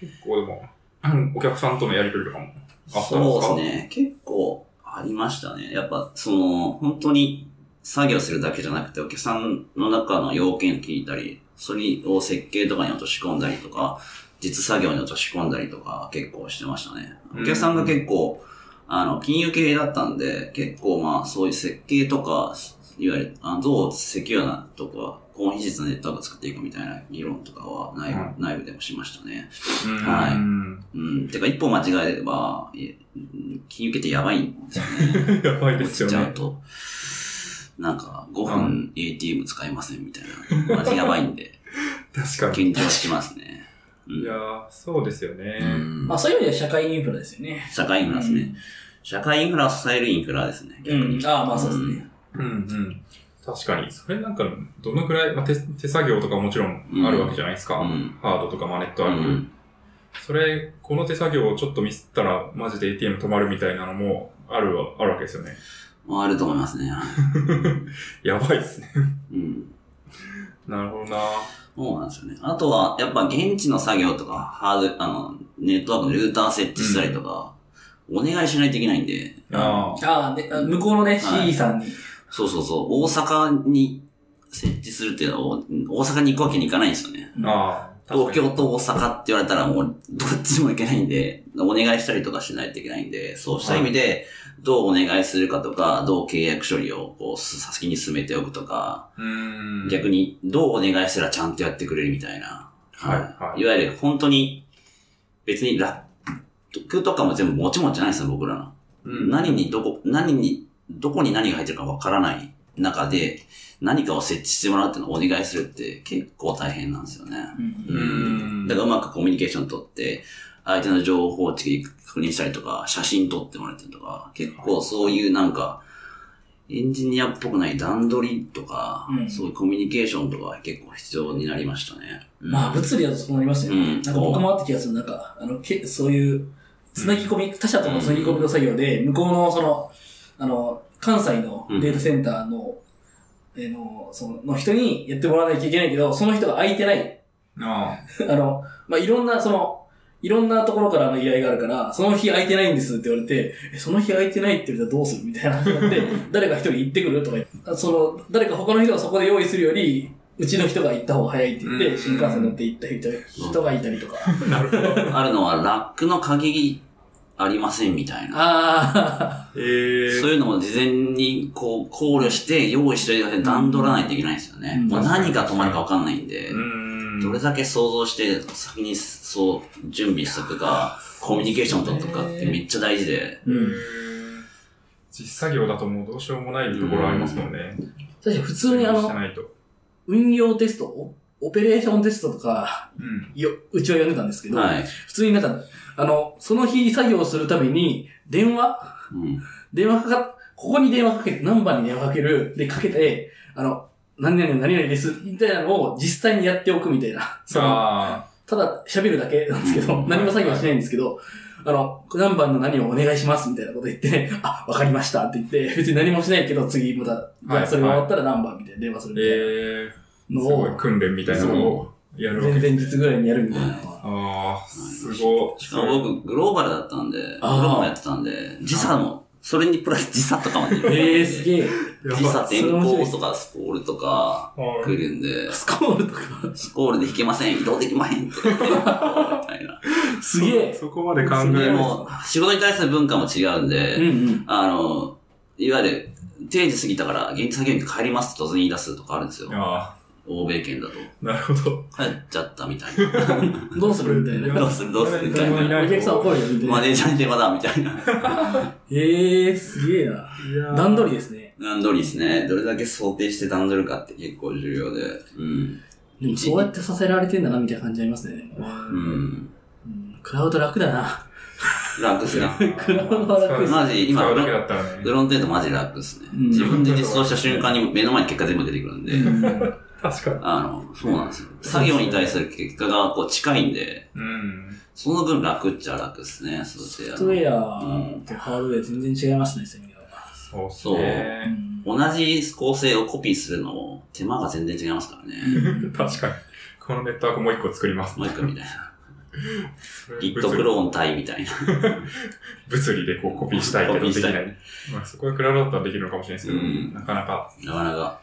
[SPEAKER 3] 結構でも、 うんお客さんとのやりとりとかもあったんですか
[SPEAKER 1] そうですね。結構ありましたね。やっぱ、その、本当に作業するだけじゃなくて、お客さんの中の要件聞いたり、それを設計とかに落とし込んだりとか、実作業に落とし込んだりとか結構してましたね。
[SPEAKER 3] うん
[SPEAKER 1] お客さんが結構、あの、金融系だったんで、結構まあ、そういう設計とか、いわゆる、あのどうセキュアなとか、高品質なネットワークを作っていくみたいな議論とかは内部,、
[SPEAKER 3] うん
[SPEAKER 1] 内部でもしましたね。
[SPEAKER 3] うん
[SPEAKER 1] はい
[SPEAKER 3] うん
[SPEAKER 1] うん、てか一歩間違えれば、いえうん金融系ってやばいんですよね。
[SPEAKER 3] やばい で
[SPEAKER 1] 落
[SPEAKER 3] す
[SPEAKER 1] ち
[SPEAKER 3] よ
[SPEAKER 1] ちゃう
[SPEAKER 3] ね。
[SPEAKER 1] と。なんか、5
[SPEAKER 3] う
[SPEAKER 1] 分 ATM 使えませんみたいな。マジやばいん で、
[SPEAKER 3] 確かに。
[SPEAKER 1] 緊張しますね。う
[SPEAKER 3] いや
[SPEAKER 1] ん。
[SPEAKER 3] ーそうですよね。
[SPEAKER 1] うん
[SPEAKER 2] まあそういう意味では社会インフラですよね。
[SPEAKER 1] 社会インフラですね。社会インフラを支えるインフラですね。
[SPEAKER 2] うん。うん。ああ、まあそうですね。
[SPEAKER 3] うんうん。確かに。それなんか、どのくらい、まあ手、手作業とかもちろんあるわけじゃないですか。
[SPEAKER 1] うん
[SPEAKER 3] ハードとかマネット
[SPEAKER 1] う
[SPEAKER 3] ワーク。
[SPEAKER 1] ん。
[SPEAKER 3] それ、この手作業をちょっとミスったら、マジで ATM 止まるみたいなのもあるわ、あるわけですよね。
[SPEAKER 1] あると思いますね。
[SPEAKER 3] やばいですね。
[SPEAKER 1] うん。
[SPEAKER 3] なるほどな
[SPEAKER 1] そうなんですよね。あとは、やっぱ現地の作業とか、ハード、あの、ネットワークのルーター設置したりとか、お願いしないといけないんで。
[SPEAKER 3] あー
[SPEAKER 2] ああ、ね、あ向こうのね、
[SPEAKER 1] はい
[SPEAKER 2] CE さんに。
[SPEAKER 1] そうそうそう、大阪に設置するっていうのは、お大阪に行くわけにいかないんですよね。
[SPEAKER 3] あー。
[SPEAKER 1] 東
[SPEAKER 3] 確
[SPEAKER 1] 京と大阪って言われたらもう、どっちも行けないんで、お願いしたりとかしないといけないんで、そうした意味で、どうお願いするかとか、どう契約処理をこうす先に進めておくとか、
[SPEAKER 3] かに。うん。
[SPEAKER 1] 逆にどうお願いしたらちゃんとやってくれるみたいな。
[SPEAKER 3] はいはい
[SPEAKER 1] いわゆる本当に、別に楽とかも全部もちもちじゃないですよ、僕らの。
[SPEAKER 3] うん
[SPEAKER 1] 何にどこ、何にどこに何が入ってるかわからない中で、何かを設置してもらうっていうのをお願いするって結構大変なんですよね。
[SPEAKER 4] うん
[SPEAKER 1] う
[SPEAKER 3] うん
[SPEAKER 1] ん。だからうまくコミュニケーション取って、相手の情報を確認したりとか、写真撮ってもらったりとか、結構そういうなんか、エンジニアっぽくない段取りとか、
[SPEAKER 4] うん
[SPEAKER 1] そういうコミュニケーションとか結構必要になりましたね。うん
[SPEAKER 2] まあ、物理だとそうなりますよね。
[SPEAKER 1] うん
[SPEAKER 2] なんか僕もあった気がする。なんか、あの、けそういう、つなぎ込み、他社とのつなぎ込みの作業で、向こうのその、あの、関西のデータセンターの、えーの、その、の人にやってもらわないといけないけど、その人が空いてない。
[SPEAKER 3] あ
[SPEAKER 2] あの、まあ、いろんな、その、いろんなところからの依頼があるから、その日空いてないんですって言われて、えその日空いてないって言われたらどうするみたいな話にな って、誰か一人行ってくるとか言ってあその、誰か他の人がそこで用意するより、うちの人が行った方が早いって言っ
[SPEAKER 3] うん
[SPEAKER 2] て、新幹線乗って行った人人がいたりとか。
[SPEAKER 3] あ、なるほ ど。
[SPEAKER 1] あるのは、ラックの鍵ありませんみたいな。
[SPEAKER 2] あ
[SPEAKER 3] え
[SPEAKER 1] そう
[SPEAKER 3] ー、
[SPEAKER 1] いうのも事前にこう考慮して用意しておいてください段取らないといけないんですよね。
[SPEAKER 2] うん
[SPEAKER 1] もう何が止まるかわかんないんで、
[SPEAKER 3] うん
[SPEAKER 1] どれだけ想像して先にそう準備しとくか、コミュニケーション取っとくかってめっちゃ大事で。
[SPEAKER 2] う
[SPEAKER 3] え
[SPEAKER 2] ん。
[SPEAKER 3] ー実作業だともうどうしようもないところありますもんね。
[SPEAKER 2] 確かに普通にあ
[SPEAKER 3] して
[SPEAKER 2] の、
[SPEAKER 3] ないと。
[SPEAKER 2] 運用テスト、オオペレーションテストとか、
[SPEAKER 3] うん。
[SPEAKER 2] よ、うちは読んでたんですけど、
[SPEAKER 1] はい。
[SPEAKER 2] 普通になんか、あの、その日作業するために、電話
[SPEAKER 1] うん。
[SPEAKER 2] 電話かかっ、ここに電話かけて、何番に電話かける、で、かけて、あの、何々何々です、みたいなのを実際にやっておくみたいな。その
[SPEAKER 3] さあ、
[SPEAKER 2] ただ喋るだけなんですけど
[SPEAKER 1] う、ん
[SPEAKER 2] 何も作業はしないんですけど、あの、何番の何をお願いしますみたいなこと言って、あ、わかりましたって言って、別に何もしないけど、次また、じゃ
[SPEAKER 3] は
[SPEAKER 2] あ
[SPEAKER 3] い
[SPEAKER 2] それが終わったら何番みたいな電話する
[SPEAKER 3] え
[SPEAKER 2] み
[SPEAKER 3] ー、
[SPEAKER 2] たいなの
[SPEAKER 3] すごい
[SPEAKER 2] を、
[SPEAKER 3] 訓練みたいなのをやるわけ
[SPEAKER 2] 前
[SPEAKER 3] で
[SPEAKER 2] 々日
[SPEAKER 3] す。
[SPEAKER 2] ぐらいにやるみたいなの は。
[SPEAKER 3] ああ、すごい。
[SPEAKER 1] しかも僕、グローバルだったんで、グロ
[SPEAKER 2] あー
[SPEAKER 1] ーバルやってたんで、時差も、それにプラス時差とかもね。
[SPEAKER 2] えー、すげえ。
[SPEAKER 3] やばい
[SPEAKER 1] 時差転校とかスコールとか
[SPEAKER 3] はい
[SPEAKER 1] 来るんで、
[SPEAKER 2] スコールとか、
[SPEAKER 1] スコールで弾けません、移動できまへ んって言って、みたいな。
[SPEAKER 2] すげえ。
[SPEAKER 3] そこまで考え
[SPEAKER 1] で
[SPEAKER 3] る
[SPEAKER 1] も、仕事に対する文化も違うんで、
[SPEAKER 2] うんうん。
[SPEAKER 1] あの、いわゆる、定時過ぎたから、現地作業員帰りますって突然言い出すとかあるんですよ。
[SPEAKER 3] あ
[SPEAKER 1] 欧米圏だと。
[SPEAKER 3] あ、なるほど。
[SPEAKER 1] 帰っちゃったみたいな。
[SPEAKER 2] どうするみたいな。
[SPEAKER 1] どうするどうするみたい
[SPEAKER 3] 誰もい
[SPEAKER 1] な。
[SPEAKER 3] ない
[SPEAKER 2] お客さん怒るよ、みたいな
[SPEAKER 1] マ。ネージャーに電話だみたいな。
[SPEAKER 2] ええー、すげえな。段取りですね。
[SPEAKER 1] 段取りですね。どれだけ想定して段取るかって結構重要で。うん。
[SPEAKER 2] でもそうやって支えられてんだな、みたいな感じありますね。
[SPEAKER 1] うん。
[SPEAKER 2] うんクラウド楽だな。
[SPEAKER 1] 楽っすね。
[SPEAKER 2] クラウドは楽です
[SPEAKER 1] マジ、今
[SPEAKER 3] 使う
[SPEAKER 1] フ
[SPEAKER 3] だけ
[SPEAKER 1] ロ
[SPEAKER 3] だ
[SPEAKER 1] ン、
[SPEAKER 3] ったらね
[SPEAKER 1] フ。ロントエンドマジ楽っすね。
[SPEAKER 2] うん
[SPEAKER 1] 自分で実装した瞬間に目の前に結果全部出てくるんで。
[SPEAKER 3] 確かに。
[SPEAKER 1] あの、そうなんですよ。作業に対する結果がこう近いんで、
[SPEAKER 3] うん。
[SPEAKER 1] その分楽っちゃ楽っすね。そうして
[SPEAKER 2] ソ
[SPEAKER 1] あ
[SPEAKER 2] フト
[SPEAKER 1] の
[SPEAKER 2] ウェアとハードウェア全然違いますね、そういう意味では
[SPEAKER 3] そうっすね。
[SPEAKER 1] 同じ構成をコピーするのも手間が全然違いますからね。
[SPEAKER 2] うん
[SPEAKER 3] 確かに。このネットワークもう一個作ります。
[SPEAKER 1] もう一個みた いな。
[SPEAKER 3] それ
[SPEAKER 1] 一
[SPEAKER 3] 物
[SPEAKER 1] ク
[SPEAKER 3] 理
[SPEAKER 1] ローン対みたいな。
[SPEAKER 3] 物理でこうコピーしたいけ
[SPEAKER 1] コ
[SPEAKER 3] ど
[SPEAKER 1] ピ
[SPEAKER 3] で
[SPEAKER 1] ー
[SPEAKER 3] き
[SPEAKER 1] したい
[SPEAKER 3] ない。まあそこはクラウドだったらできるのかもしれないですけど、
[SPEAKER 1] うん
[SPEAKER 3] なかなか
[SPEAKER 1] なかなか。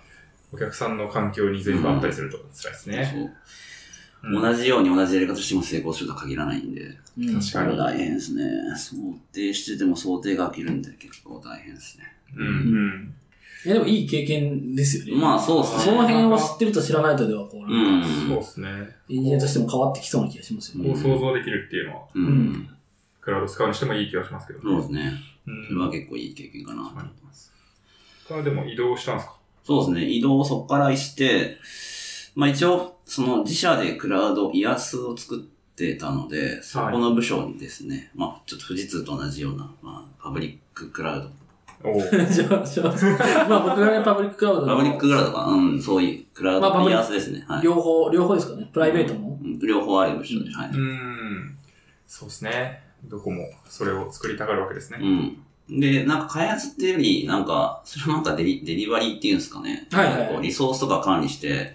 [SPEAKER 3] お客さんの環境に全部あったりすると辛いですね。
[SPEAKER 1] そう同じように同じやり方しても成功するとは限らないんで。
[SPEAKER 2] うん
[SPEAKER 3] 確
[SPEAKER 1] こ
[SPEAKER 3] か
[SPEAKER 1] れ
[SPEAKER 3] に。
[SPEAKER 1] 大変ですね。想定してても想定が飽きるんで結構大変ですね。
[SPEAKER 3] うん。うん。
[SPEAKER 2] いや、でもいい経験ですよね。
[SPEAKER 1] まあそうっ
[SPEAKER 2] そ
[SPEAKER 1] す
[SPEAKER 2] の
[SPEAKER 1] ね。
[SPEAKER 2] 辺を知ってると知らないとでは、こう、
[SPEAKER 1] う
[SPEAKER 2] エ
[SPEAKER 1] ん。
[SPEAKER 3] そうですね。
[SPEAKER 2] ンジニアとしても変わってきそうな気がしますよ
[SPEAKER 1] う
[SPEAKER 2] ね。
[SPEAKER 3] こ
[SPEAKER 1] ん
[SPEAKER 3] う想像できるっていうのは、
[SPEAKER 1] うん。
[SPEAKER 3] クラウド使うにしてもいい気がしますけど
[SPEAKER 1] そうで
[SPEAKER 3] ね。
[SPEAKER 1] すね。
[SPEAKER 3] う
[SPEAKER 1] それは
[SPEAKER 3] ん。
[SPEAKER 1] 結構いい経験かなと思います。
[SPEAKER 3] これはでも移動したんですか
[SPEAKER 1] そうですね。移動をそこからして、まあ一応、その自社でクラウド、イアスを作ってたので、そこの部署にですね、まあちょっと富士通と同じような、まあパブリッククラウ
[SPEAKER 3] おお。
[SPEAKER 2] じゃあ、じゃあ、まあ僕がね、パブリッククラウド
[SPEAKER 1] ド。
[SPEAKER 2] の
[SPEAKER 1] パブリッククラウドかなうん、そういうクラウ
[SPEAKER 2] まあパブ
[SPEAKER 1] ド、
[SPEAKER 2] リ
[SPEAKER 1] イ
[SPEAKER 2] ック
[SPEAKER 1] アスですね。はい。
[SPEAKER 2] 両方、両方ですかね。プライベートも。
[SPEAKER 1] うん両方ある部署で、は
[SPEAKER 3] う
[SPEAKER 1] い。
[SPEAKER 3] ん。そうですね。どこもそれを作りたがるわけですね。
[SPEAKER 1] うん。で、なんか開発っていうより、なんか、それはなんかデリデリバリーっていうんですかね。
[SPEAKER 2] はいはいはい
[SPEAKER 1] なんかこうリソースとか管理して、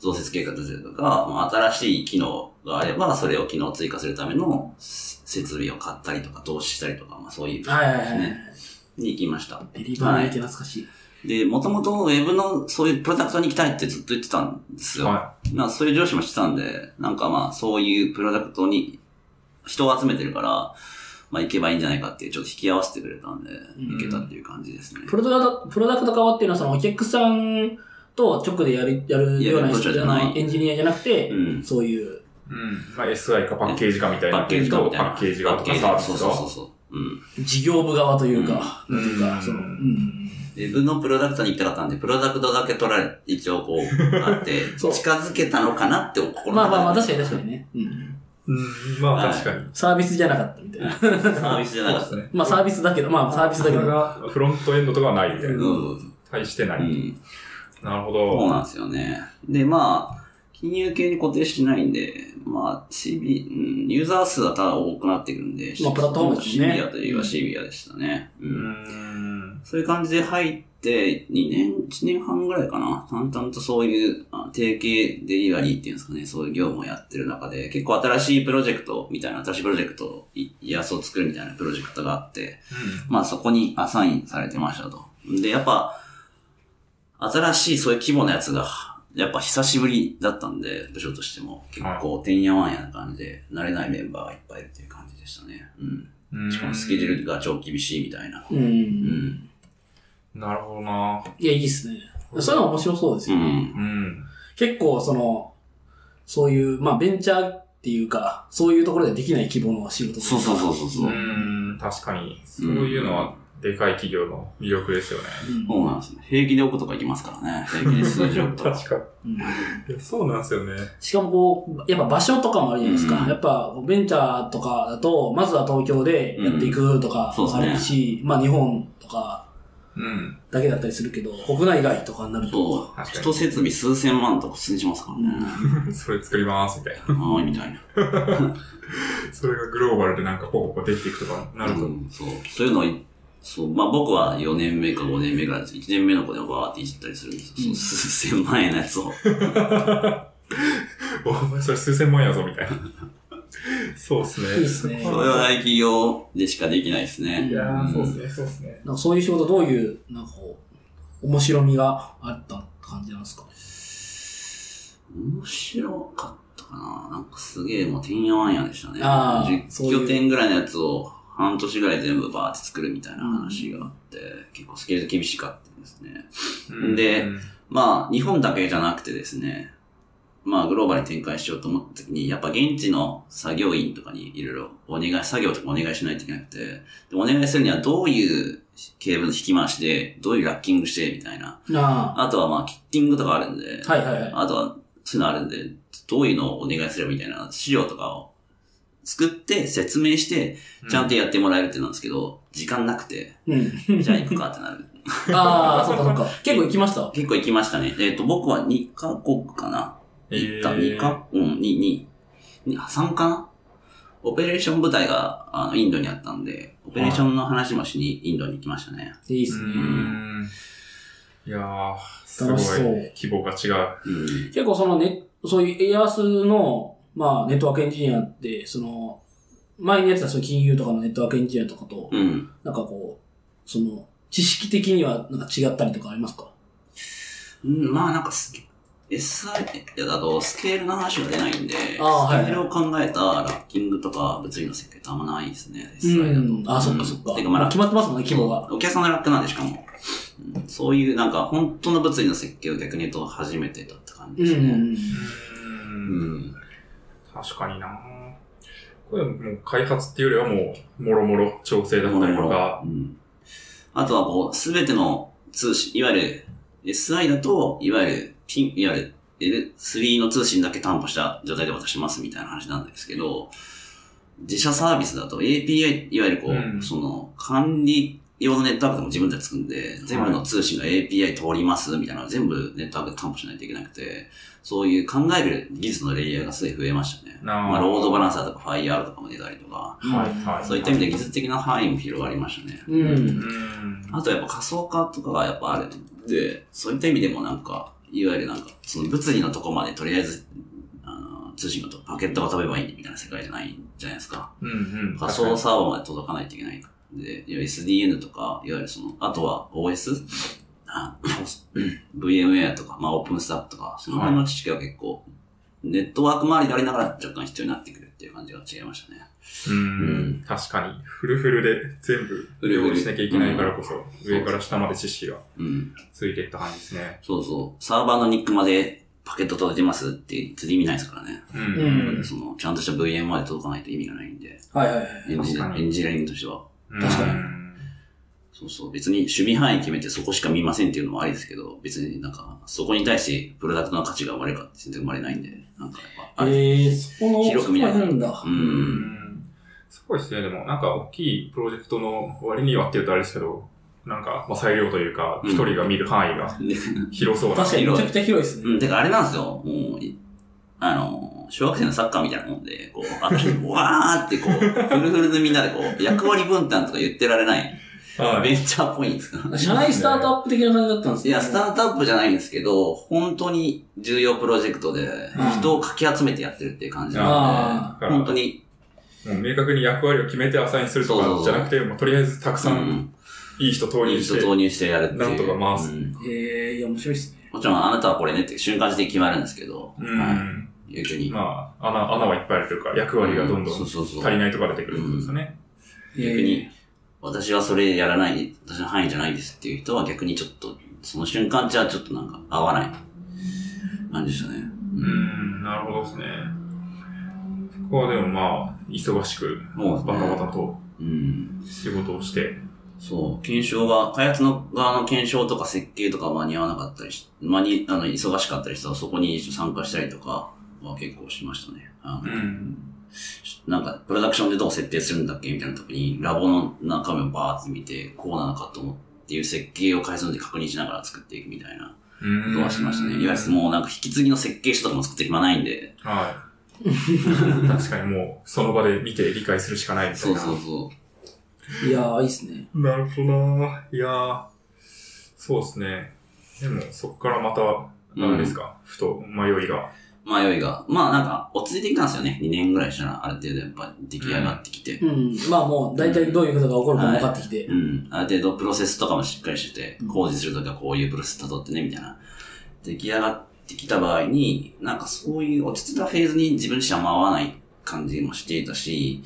[SPEAKER 1] 増設計画立てるとか、まあ、新しい機能があれば、それを機能追加するためのせ設備を買ったりとか、投資したりとか、まあそういう、
[SPEAKER 2] はいはいはい
[SPEAKER 1] ね。に行きました。
[SPEAKER 2] デリバリーって懐かしい。
[SPEAKER 1] で、もともとウェブのそういうプロダクトに行きたいってずっと言ってたんですよ。
[SPEAKER 3] は
[SPEAKER 1] まあそういう上司もしてたんで、なんかまあそういうプロダクトに人を集めてるから、まあ行けばいいんじゃないかっていう、ちょっと引き合わせてくれたんで、
[SPEAKER 2] ん
[SPEAKER 1] 行けたっていう感じですね。
[SPEAKER 2] プロダクト、プロダクト側っていうのは、そのお客さんと直でやる、やるような
[SPEAKER 1] やる部署じゃない
[SPEAKER 2] あのエンジニアじゃなくて、
[SPEAKER 1] うん。
[SPEAKER 2] そういう、
[SPEAKER 3] うん。まあ SI かパッケージかみたい
[SPEAKER 1] パ
[SPEAKER 3] な。
[SPEAKER 1] ッケージ化みたいな。
[SPEAKER 3] パッケージ化と
[SPEAKER 1] パッケ
[SPEAKER 3] か
[SPEAKER 1] ージ
[SPEAKER 3] サービ
[SPEAKER 1] そう
[SPEAKER 3] ス
[SPEAKER 1] そうそう
[SPEAKER 3] か。
[SPEAKER 1] そう。うん。
[SPEAKER 2] 事業部側というか、
[SPEAKER 3] うん
[SPEAKER 2] なんていうか、その、うん。
[SPEAKER 1] 自分のプロダクトに行きたかったんで、プロダクトだけ取られ、一応こ う、あって、近
[SPEAKER 2] そう
[SPEAKER 1] づけたのかなって心の中で
[SPEAKER 2] まあまあまあ、確かに確かにね。うん。
[SPEAKER 3] うん、まあ確かに。
[SPEAKER 2] サービスじゃなかったみたいな。
[SPEAKER 1] サ ービスじゃなかった
[SPEAKER 3] そう
[SPEAKER 1] ね。
[SPEAKER 3] ですね。
[SPEAKER 2] まあサービスだけど、まあサービスだけ
[SPEAKER 3] それ
[SPEAKER 2] ど。
[SPEAKER 3] がフロントエンドとかはないみたいな。
[SPEAKER 1] うん。
[SPEAKER 3] 対してな
[SPEAKER 1] う
[SPEAKER 3] い。
[SPEAKER 1] ん。
[SPEAKER 3] なる
[SPEAKER 1] そ
[SPEAKER 3] ほ
[SPEAKER 1] う
[SPEAKER 3] ど。
[SPEAKER 1] なんですよね。で、まあ、金融系に固定してないんで、まあ、シビ、うん、ユーザー数はただ多くなってくるんで、
[SPEAKER 2] まあプラットフォームです
[SPEAKER 1] シ
[SPEAKER 2] ね
[SPEAKER 1] ビアといえばシビアでしたね。う。
[SPEAKER 3] うんん。
[SPEAKER 1] そういう感じで入って、2年、1年半ぐらいかな。淡々とそういう、あ定型デリバリーっていうんですかね、そういう業務をやってる中で、結構新しいプロジェクトみたいな、新しいプロジェクトを、いやそう作るみたいなプロジェクトがあって、まあそこにアサインされてましたと。で、やっぱ、新しいそういう規模のやつが、やっぱ久しぶりだったんで、部署としても、結構てんやわんやな感じで、慣れないメンバーがいっぱいいるっていう感じでしたね。う。
[SPEAKER 3] うんん。
[SPEAKER 1] しかもスケジュールが超厳しいみたいな。
[SPEAKER 2] う。
[SPEAKER 1] うんん。
[SPEAKER 3] なるほどな。
[SPEAKER 2] いや、いいっすね。そういうの面白そうです
[SPEAKER 1] う
[SPEAKER 2] よ。
[SPEAKER 1] ん。
[SPEAKER 3] うん。
[SPEAKER 2] 結構、その、そういう、まあベンチャーっていうか、そういうところではできない規模の仕事とか
[SPEAKER 1] そうそうそうそうそうう。
[SPEAKER 3] ん。確かに。そういうのは、でかい企業の魅力ですよね。
[SPEAKER 2] うん
[SPEAKER 1] そうなんですね。平気で億とかいきますからね。平気で数十億とか。
[SPEAKER 3] 確か
[SPEAKER 2] うん
[SPEAKER 3] に。いやそうなんですよね。
[SPEAKER 2] しかもこう、やっぱ場所とかもあるじゃないですか。
[SPEAKER 1] うん
[SPEAKER 2] やっぱベンチャーとかだと、まずは東京でやっていくとか
[SPEAKER 1] うんそう
[SPEAKER 2] あ
[SPEAKER 1] ですね
[SPEAKER 2] るし、まあ日本とか
[SPEAKER 3] うん。
[SPEAKER 2] だけだったりするけど、国内外とかになると、
[SPEAKER 1] そ
[SPEAKER 3] 確か
[SPEAKER 1] う。
[SPEAKER 3] に
[SPEAKER 1] 人設備数千万とか普通にしますからね。
[SPEAKER 3] それ作ります、みたいな。
[SPEAKER 1] はーい、みたいな。
[SPEAKER 3] それがグローバルでなんかポコポコできていくとかなると。
[SPEAKER 1] うんそう。そういうのをい、そう、まあ僕は4年目か5年目ぐらいです。1年目の子でバーっていじったりするんですよ。
[SPEAKER 2] うん
[SPEAKER 1] そう数千万円のやつ を。
[SPEAKER 3] お前それ数千万やぞ、みたいな。そうっすね。
[SPEAKER 2] いいっすね
[SPEAKER 1] それは大企業でしかできないですね。
[SPEAKER 3] いやー、そうっす
[SPEAKER 1] ね。
[SPEAKER 3] ね、そうっすね。
[SPEAKER 2] なんかそういう仕事どういう、なんかこう、面白みがあった感じなんですか
[SPEAKER 1] 面白かったかな。なんかすげえ、もうてんやわんやでしたね。
[SPEAKER 2] あーそう
[SPEAKER 1] 10
[SPEAKER 2] いう
[SPEAKER 1] 拠点ぐらいのやつを半年ぐらい全部バーって作るみたいな話があって、結構スケール厳しかったですね。で
[SPEAKER 3] うん、
[SPEAKER 1] まあ、日本だけじゃなくてですね、まあ、グローバルに展開しようと思った時に、やっぱ現地の作業員とかにいろいろお願い、作業とかお願いしないといけなくて、でお願いするにはどういうケーブルの引き回しで、どういうラッキングして、みたいな。
[SPEAKER 2] あ
[SPEAKER 1] あとはまあ、キッティングとかあるんで、
[SPEAKER 2] あ。はいはいはい。
[SPEAKER 1] あとは、そういうのあるんで、どういうのをお願いすればみたいな資料とかを作って、説明して、ちゃんとやってもらえるってなんですけど、時間なくて、
[SPEAKER 2] うん。
[SPEAKER 1] じゃあ行くかってな る。
[SPEAKER 2] ああ、そっかそっか。結構行きました。
[SPEAKER 1] 結構行きましたね。えっ、と、僕は2カ国かな。行った、
[SPEAKER 3] え
[SPEAKER 1] 2
[SPEAKER 3] ー
[SPEAKER 1] カ国、うん、2、2、3かなオペレーション部隊があのインドにあったんで、オペレーションの話もしにインドに行きましたね。
[SPEAKER 2] いいっ
[SPEAKER 3] う
[SPEAKER 2] すね。
[SPEAKER 3] ん。いやー、すごい
[SPEAKER 2] 楽しそう。
[SPEAKER 3] 規模が違う。
[SPEAKER 1] うん。
[SPEAKER 2] 結構そのね、そういうエアースの、まあ、ネットワークエンジニアって、その、前にやってたその金融とかのネットワークエンジニアとかと、
[SPEAKER 1] うん。
[SPEAKER 2] なんかこう、その、知識的にはなんか違ったりとかありますか
[SPEAKER 1] うん、まあなんかスケ、SI だとスケールの話が出ないんで、
[SPEAKER 2] ああはい
[SPEAKER 1] スケールを考えたラッキングとか物理の設計ってあんまないですね、
[SPEAKER 2] う
[SPEAKER 1] SI だと。
[SPEAKER 2] ん。あ、そっかそっか。
[SPEAKER 1] てかまあ
[SPEAKER 2] もう決まってますもんね、規模が。
[SPEAKER 1] お客さんのラックなんで、しかも。うんそういう、なんか、本当の物理の設計を逆に言うと初めてだった感じ
[SPEAKER 2] うん
[SPEAKER 1] です
[SPEAKER 2] うんう
[SPEAKER 1] ね。
[SPEAKER 2] ん。
[SPEAKER 1] う
[SPEAKER 3] うん
[SPEAKER 1] ん。
[SPEAKER 3] 確かになこれはもう開発っていうよりはもう、もろもろ調整だったりとか、
[SPEAKER 1] うんあとはこう、すべての通信、いわゆる SI だと、いわゆるピン、いわゆる L3 の通信だけ担保した状態で渡しますみたいな話なんですけど、自社サービスだと API、いわゆるこう、
[SPEAKER 3] うん
[SPEAKER 1] その管理用のネットワークとかも自分たち作るんで、全部の通信が API 通りますみたいなのを全部ネットワークで担保しないといけなくて、そういう考える技術のレイヤーがすごい増えましたね。
[SPEAKER 3] なあ
[SPEAKER 1] まあ、ロードバランサーとか FIRE とかも出たりとか、
[SPEAKER 3] はいはい
[SPEAKER 1] そういった意味で技術的な範囲も広がりましたね。
[SPEAKER 2] う。
[SPEAKER 3] うんん。
[SPEAKER 1] あとやっぱ仮想化とかがやっぱあるんで、そういった意味でもなんか、いわゆるなんか、その物理のとこまでとりあえず、あの、通信がとパケットが飛べばいいみたいな世界じゃないんじゃないですか。
[SPEAKER 3] うんうん。
[SPEAKER 1] 仮想サーバーまで届かないといけないんで、いわゆる SDN とか、いわゆるその、あとは OS? あ VMware とか、まあ OpenStack とか、その辺の知識は結構、ネットワーク周りでありながら若干必要になってくるっていう感じが違いましたね。
[SPEAKER 3] う
[SPEAKER 1] うん
[SPEAKER 3] ん。確かに。フルフルで全部、
[SPEAKER 1] フルフル
[SPEAKER 3] 用意しなきゃいけないからこそ、上から下まで知識が
[SPEAKER 1] うん。
[SPEAKER 3] ついていった感じですね。
[SPEAKER 1] そうそう。サーバーのニックまでパケット届いてますって、釣り意味ないですからね。
[SPEAKER 3] う
[SPEAKER 2] うん
[SPEAKER 1] その、ちゃんとした VM まで届かないと意味がないんで、
[SPEAKER 2] はいはいはい。
[SPEAKER 1] エンジ
[SPEAKER 3] 確かに
[SPEAKER 1] エンジニアリングとしては。
[SPEAKER 3] う
[SPEAKER 5] 確かに
[SPEAKER 3] うん
[SPEAKER 1] そうそう。別に守備範囲決めてそこしか見ませんっていうのもありですけど、別になんか、そこに対してプロダクトの価値が生まれるかって全然生まれないんで、なんかやっぱ、あれ
[SPEAKER 5] えー、そこの、
[SPEAKER 1] 広く見ない
[SPEAKER 5] そこなんだ
[SPEAKER 1] う。。
[SPEAKER 3] うんんすごいですね、でも、なんか大きいプロジェクトの割にはって言うとあれですけど、なんか、まあ、裁量というか、
[SPEAKER 1] うん
[SPEAKER 3] 一人が見る範囲が
[SPEAKER 1] で
[SPEAKER 3] 広そうな。
[SPEAKER 5] 確かにめちゃくちゃ広いです
[SPEAKER 1] う
[SPEAKER 5] ね。
[SPEAKER 1] ん、てかあれなんですよ。もう、いあの、小学生のサッカーみたいなもんで、こう、あっちにわーってこう、フルフルでみんなでこう、役割分担とか言ってられない、
[SPEAKER 3] は
[SPEAKER 1] ベンチャーっぽいんですか
[SPEAKER 5] 社内スタートアップ的な感じだったんです
[SPEAKER 1] い
[SPEAKER 5] ね
[SPEAKER 1] や、スタートアップじゃないんですけど、本当に重要プロジェクトで、人をかき集めてやってるっていう感じな
[SPEAKER 5] あ
[SPEAKER 1] ので、
[SPEAKER 3] ー
[SPEAKER 1] 本当に、
[SPEAKER 3] もう明確に役割を決めてアサインすると
[SPEAKER 1] そうそ
[SPEAKER 3] か
[SPEAKER 1] う
[SPEAKER 3] じ
[SPEAKER 1] そう
[SPEAKER 3] ゃなくて、もうとりあえずたく
[SPEAKER 1] う
[SPEAKER 3] さん
[SPEAKER 1] ん、
[SPEAKER 3] いい人投
[SPEAKER 1] い
[SPEAKER 3] 入
[SPEAKER 1] い
[SPEAKER 3] し
[SPEAKER 1] 人
[SPEAKER 3] て。
[SPEAKER 1] 投入してやるっていう。
[SPEAKER 3] なんとか回す
[SPEAKER 1] うん
[SPEAKER 5] えー、いや、面白いですね。
[SPEAKER 1] もちろんあなたはこれねって瞬間的に決まるんですけど、
[SPEAKER 3] う
[SPEAKER 1] は
[SPEAKER 3] ん。
[SPEAKER 1] い。逆に。
[SPEAKER 3] まあ、穴、穴はいっぱいあるというか、役割がどんどん
[SPEAKER 1] そう
[SPEAKER 3] 足
[SPEAKER 1] そうそう
[SPEAKER 3] りないとか出てくるってことですよね。
[SPEAKER 1] 逆に、私はそれやらない、私の範囲じゃないですっていう人は逆にちょっと、その瞬間じゃちょっとなんか合わない感じでしたね。
[SPEAKER 3] う
[SPEAKER 1] うん
[SPEAKER 3] ん、なるほどですね。そこはでもまあ、忙しく、
[SPEAKER 1] そうですね
[SPEAKER 3] バタバタと
[SPEAKER 1] うん
[SPEAKER 3] 仕事をして。
[SPEAKER 1] そう、検証が、開発の側の検証とか設計とか間に合わなかったりし、間に、あの、忙しかったりしたらそこに一緒に参加したりとかは結構しましたね。あ
[SPEAKER 3] う
[SPEAKER 1] の
[SPEAKER 3] ん。
[SPEAKER 1] なんか、プロダクションでどう設定するんだっけみたいな時に、ラボの中身をバーって見て、こうなのかと思っていう設計を改造で確認しながら作っていくみたいな
[SPEAKER 3] うん
[SPEAKER 1] ことはしましたね。いわゆるもうなんか引き継ぎの設計書とかも作ってる暇ないんで、
[SPEAKER 3] はい。確かにもう、その場で見て理解するしかないみた
[SPEAKER 1] そ
[SPEAKER 3] いうな。
[SPEAKER 1] そうそ
[SPEAKER 5] いやー、いいですね。
[SPEAKER 3] なるほどなぁいやーそうですね。でも、そこからまた、あれですか、ふと迷いが。
[SPEAKER 1] う。迷いが。まあなんか、落ち着いてきたんですよね。2年ぐらいしたら、ある程度やっぱ出来上がってきて。
[SPEAKER 5] うん。まあもう、大体どういうことが起こるかも分かってきて。
[SPEAKER 1] うん。ある程度プロセスとかもしっかりしてて
[SPEAKER 5] うん、
[SPEAKER 1] 工事するときはこういうプロセス辿ってね、みたいな。出来上がってきた場合に、なんかそういう落ち着いたフェーズに自分自身は合わない感じもしていたし、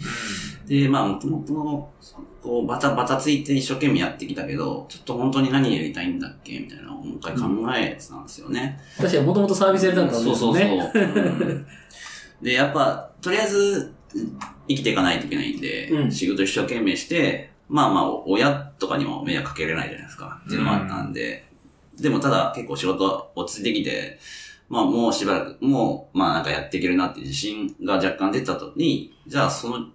[SPEAKER 1] で、まあ、もともとの、こう、バタバタついて一生懸命やってきたけど、ちょっと本当に何やりたいんだっけみたいなのをもう一回考えてたんですよね。
[SPEAKER 5] 確かにもともとサービスやりたかったんです
[SPEAKER 1] そ
[SPEAKER 5] よ
[SPEAKER 1] う
[SPEAKER 5] ね。
[SPEAKER 1] そうそう。うんで、やっぱ、とりあえず、生きていかないといけないんで、
[SPEAKER 5] うん
[SPEAKER 1] 仕事一生懸命して、まあまあ、親とかにも迷惑かけれないじゃないですか、っていうのもあったんで、でもただ結構仕事落ち着いてきて、まあもうしばらく、もう、まあなんかやっていけるなって自信が若干出た後に、じゃあその、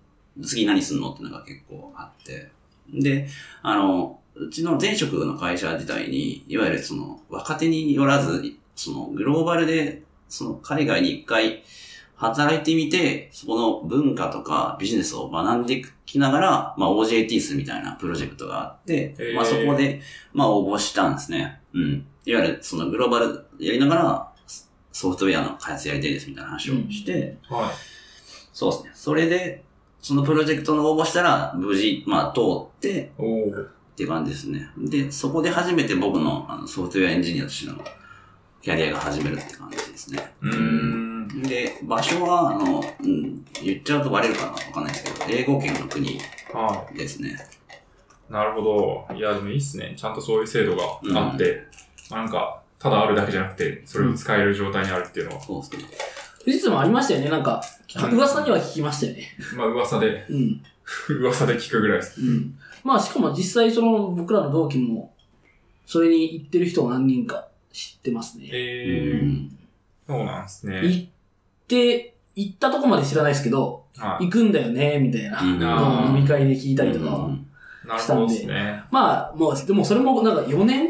[SPEAKER 1] 次何すんのっていうのが結構あって。で、あの、うちの前職の会社自体に、いわゆるその、若手によらず、その、グローバルで、その、海外に一回働いてみて、そこの文化とかビジネスを学んでいきながら、まあ、OJT するみたいなプロジェクトがあって、
[SPEAKER 3] へー
[SPEAKER 1] まあ、そこで、まあ、応募したんですね。うん。いわゆる、その、グローバルやりながら、ソフトウェアの開発やりたいですみたいな話をして、
[SPEAKER 3] は
[SPEAKER 1] そうですね。それで、そのプロジェクトの応募したら、無事、まあ、通って、
[SPEAKER 3] い。おー
[SPEAKER 1] っていう感じですね。で、そこで初めて僕のあのソフトウェアエンジニアとしてのキャリアが始めるって感じですね。
[SPEAKER 3] うーん。
[SPEAKER 1] で、場所は、あの、うん、言っちゃうとバレるかなわかんないですけど、英語圏の国
[SPEAKER 3] は
[SPEAKER 1] ですね。
[SPEAKER 3] い。なるほど。いや、でもいいっすね。ちゃんとそういう制度があって、なんか、ただあるだけじゃなくて、それを使える状態にあるっていうのは、
[SPEAKER 1] そうですね。
[SPEAKER 5] 富士通もありましたよね、なんか。
[SPEAKER 3] うん
[SPEAKER 5] 噂には聞きましたよね。
[SPEAKER 3] まあ、噂で、
[SPEAKER 5] うん。
[SPEAKER 3] 噂で聞くぐらいです。
[SPEAKER 5] うん。まあ、しかも実際、その、僕らの同期も、それに行ってる人を何人か知ってますね。
[SPEAKER 1] う
[SPEAKER 3] えー、
[SPEAKER 1] ん。
[SPEAKER 3] そうなんですね。
[SPEAKER 5] 行って、行ったとこまで知らないですけど、
[SPEAKER 3] はい。
[SPEAKER 5] 行くんだよね、みたいな。
[SPEAKER 3] あー
[SPEAKER 5] 飲み会で聞いたりと
[SPEAKER 1] う
[SPEAKER 5] か。
[SPEAKER 1] ん
[SPEAKER 3] なるほどですね。
[SPEAKER 5] まあ、もう、でもそれも、なんか4年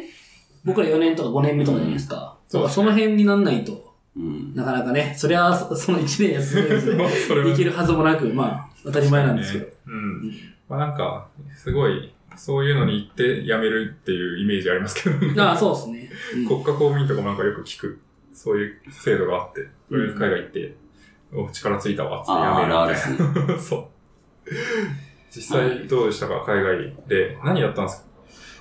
[SPEAKER 5] 僕ら4年とか5年目とかじゃないですか。
[SPEAKER 3] うん
[SPEAKER 5] なんかその辺になんないと、
[SPEAKER 1] うん。
[SPEAKER 5] なかなかね、そりゃ、そその1年休んでですね
[SPEAKER 3] まあ それは
[SPEAKER 5] できるはずもなく、まあ、当たり前なんですけど。
[SPEAKER 3] ねうん。まあなんか、すごい、そういうのに行って辞めるっていうイメージありますけど、ね、
[SPEAKER 5] ああ、そうですね。うん
[SPEAKER 3] 国家公務員とかもなんかよく聞く、そういう制度があって、とりあえず海外行って、お力ついたわ、つ
[SPEAKER 1] あー、あるある
[SPEAKER 3] っ
[SPEAKER 1] で
[SPEAKER 3] て辞
[SPEAKER 1] すね。
[SPEAKER 3] めるみたいな。 そう。実際どうでしたか、海外で。何やったんですか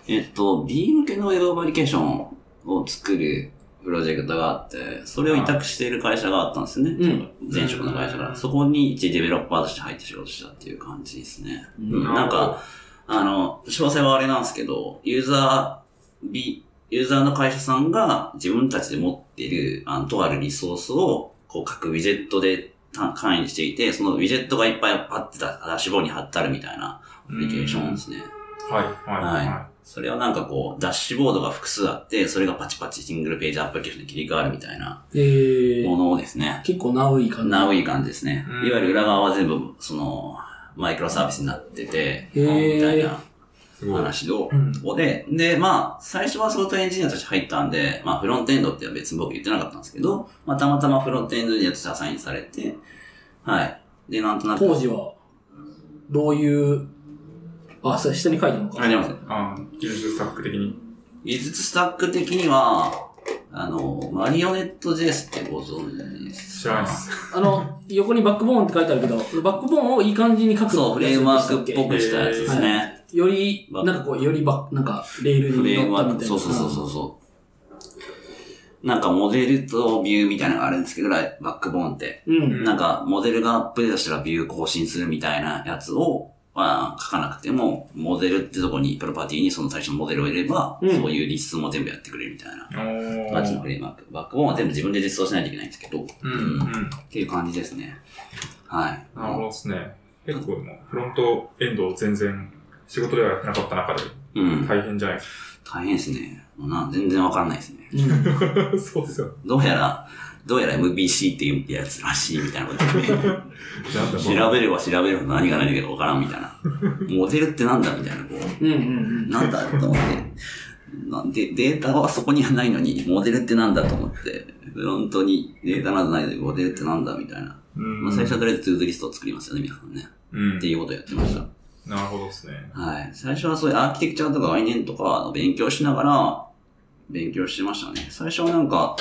[SPEAKER 1] えっと、B 向けのウェブアプリケーションを作るプロジェクトがあって、それを委託している会社があったんですよね。
[SPEAKER 5] うん
[SPEAKER 1] 前職の会社か
[SPEAKER 3] うん
[SPEAKER 1] ら。そこに一デベロッパーとして入って仕事したっていう感じですね。
[SPEAKER 5] うん
[SPEAKER 1] うんなんか、あの、詳細はあれなんですけど、ユーザー、B、ユーザーの会社さんが自分たちで持っている、あの、とあるリソースを、こう、各ウィジェットで単単位にしていて、そのウィジェットがいっぱいパッて出ダッシュボードに貼ってあるみたいなアプリケーションですね。
[SPEAKER 3] はい、はい、
[SPEAKER 1] はい
[SPEAKER 3] は
[SPEAKER 1] それをなんかこう、ダッシュボードが複数あって、それがパチパチシングルページアプリケーションに切り替わるみたいな
[SPEAKER 5] えー
[SPEAKER 1] も、のをですね、
[SPEAKER 5] 結構ナウい感じ。
[SPEAKER 1] なおいい感じですね。
[SPEAKER 3] うん。
[SPEAKER 1] いわゆる裏側は全部、その、マイクロサービスになってて、み
[SPEAKER 5] ー
[SPEAKER 1] たいない
[SPEAKER 3] すごい。
[SPEAKER 1] 話を
[SPEAKER 3] う、ん。
[SPEAKER 1] で、で、まあ、最初はソフトエンジニアとして入ったんで、まあ、フロントエンドっては別に僕言ってなかったんですけど、まあ、たまたまフロントエンドエンジニアとしてアサインされて、はい。で、なんとなく、
[SPEAKER 5] 当時は、どういう、あ、それ下に書いてあるのか。
[SPEAKER 1] あります
[SPEAKER 3] あー技術スタック的に。
[SPEAKER 1] 技術スタック的には、あの、マリオネット JS ってご存知です
[SPEAKER 3] 知らないです。
[SPEAKER 5] あの、横にバックボーンって書いてあるけど、バックボーンをいい感じに書く
[SPEAKER 1] そう、フレームワークっぽ
[SPEAKER 3] で
[SPEAKER 1] く
[SPEAKER 3] し
[SPEAKER 1] したた
[SPEAKER 3] っけ
[SPEAKER 1] やつですね。
[SPEAKER 5] より、なんかこう、よりば、なんか、レール
[SPEAKER 1] フ
[SPEAKER 5] に
[SPEAKER 1] レ
[SPEAKER 5] 乗
[SPEAKER 1] ーム
[SPEAKER 5] った
[SPEAKER 1] ワ
[SPEAKER 5] み
[SPEAKER 1] ー
[SPEAKER 5] たい
[SPEAKER 1] ク、
[SPEAKER 5] な。
[SPEAKER 1] そうそうそうそうそう。なんかモデルとビューみたいなのがあるんですけど、ライバックボーンって。
[SPEAKER 5] うん。うん。
[SPEAKER 3] ん
[SPEAKER 1] なんか、モデルがアップデートしたらビュー更新するみたいなやつを、まあ、書かなくても、モデルってとこに、プロパティにその最初のモデルを入れれば、
[SPEAKER 5] うん
[SPEAKER 1] そういうリストも全部やってくれるみたいな
[SPEAKER 3] おー
[SPEAKER 1] 感じのフレームワーク。バックボーンは全部自分で実装しないといけないんですけど、
[SPEAKER 3] うん、う
[SPEAKER 1] うんっ
[SPEAKER 3] ん。
[SPEAKER 1] ていう感じですね。はい。
[SPEAKER 3] なるほどですね。結構もう、フロントエンドを全然、仕事ではやってなかった中で、
[SPEAKER 1] うん。
[SPEAKER 3] 大変じ ゃないです
[SPEAKER 1] 大変ですね。もうな全然わかんないですね。
[SPEAKER 3] か。そうっすよ。
[SPEAKER 1] どうやら、どうやら MBC っていうやつらしいみたいなこと言って、
[SPEAKER 3] なんだこれ
[SPEAKER 1] 調べれば調べるほど何が何だかわからんみたいな。モデルってなんだみたいな、こう。
[SPEAKER 5] うんうん
[SPEAKER 1] なんだと思って。なんで、データはそこにはないのに、モデルってなんだと思って、フロントにデータなどないのに、モデルってなんだみたいな。
[SPEAKER 3] うん。
[SPEAKER 1] まあ、最初はとりあえずトゥードリストを作りますよね、皆さんね。
[SPEAKER 3] うん
[SPEAKER 1] って。いうことをやってました。
[SPEAKER 3] なるほどですね。
[SPEAKER 1] はい。最初はそういうアーキテクチャとか概念とかの勉強しながら、勉強してましたね。最初はなんか、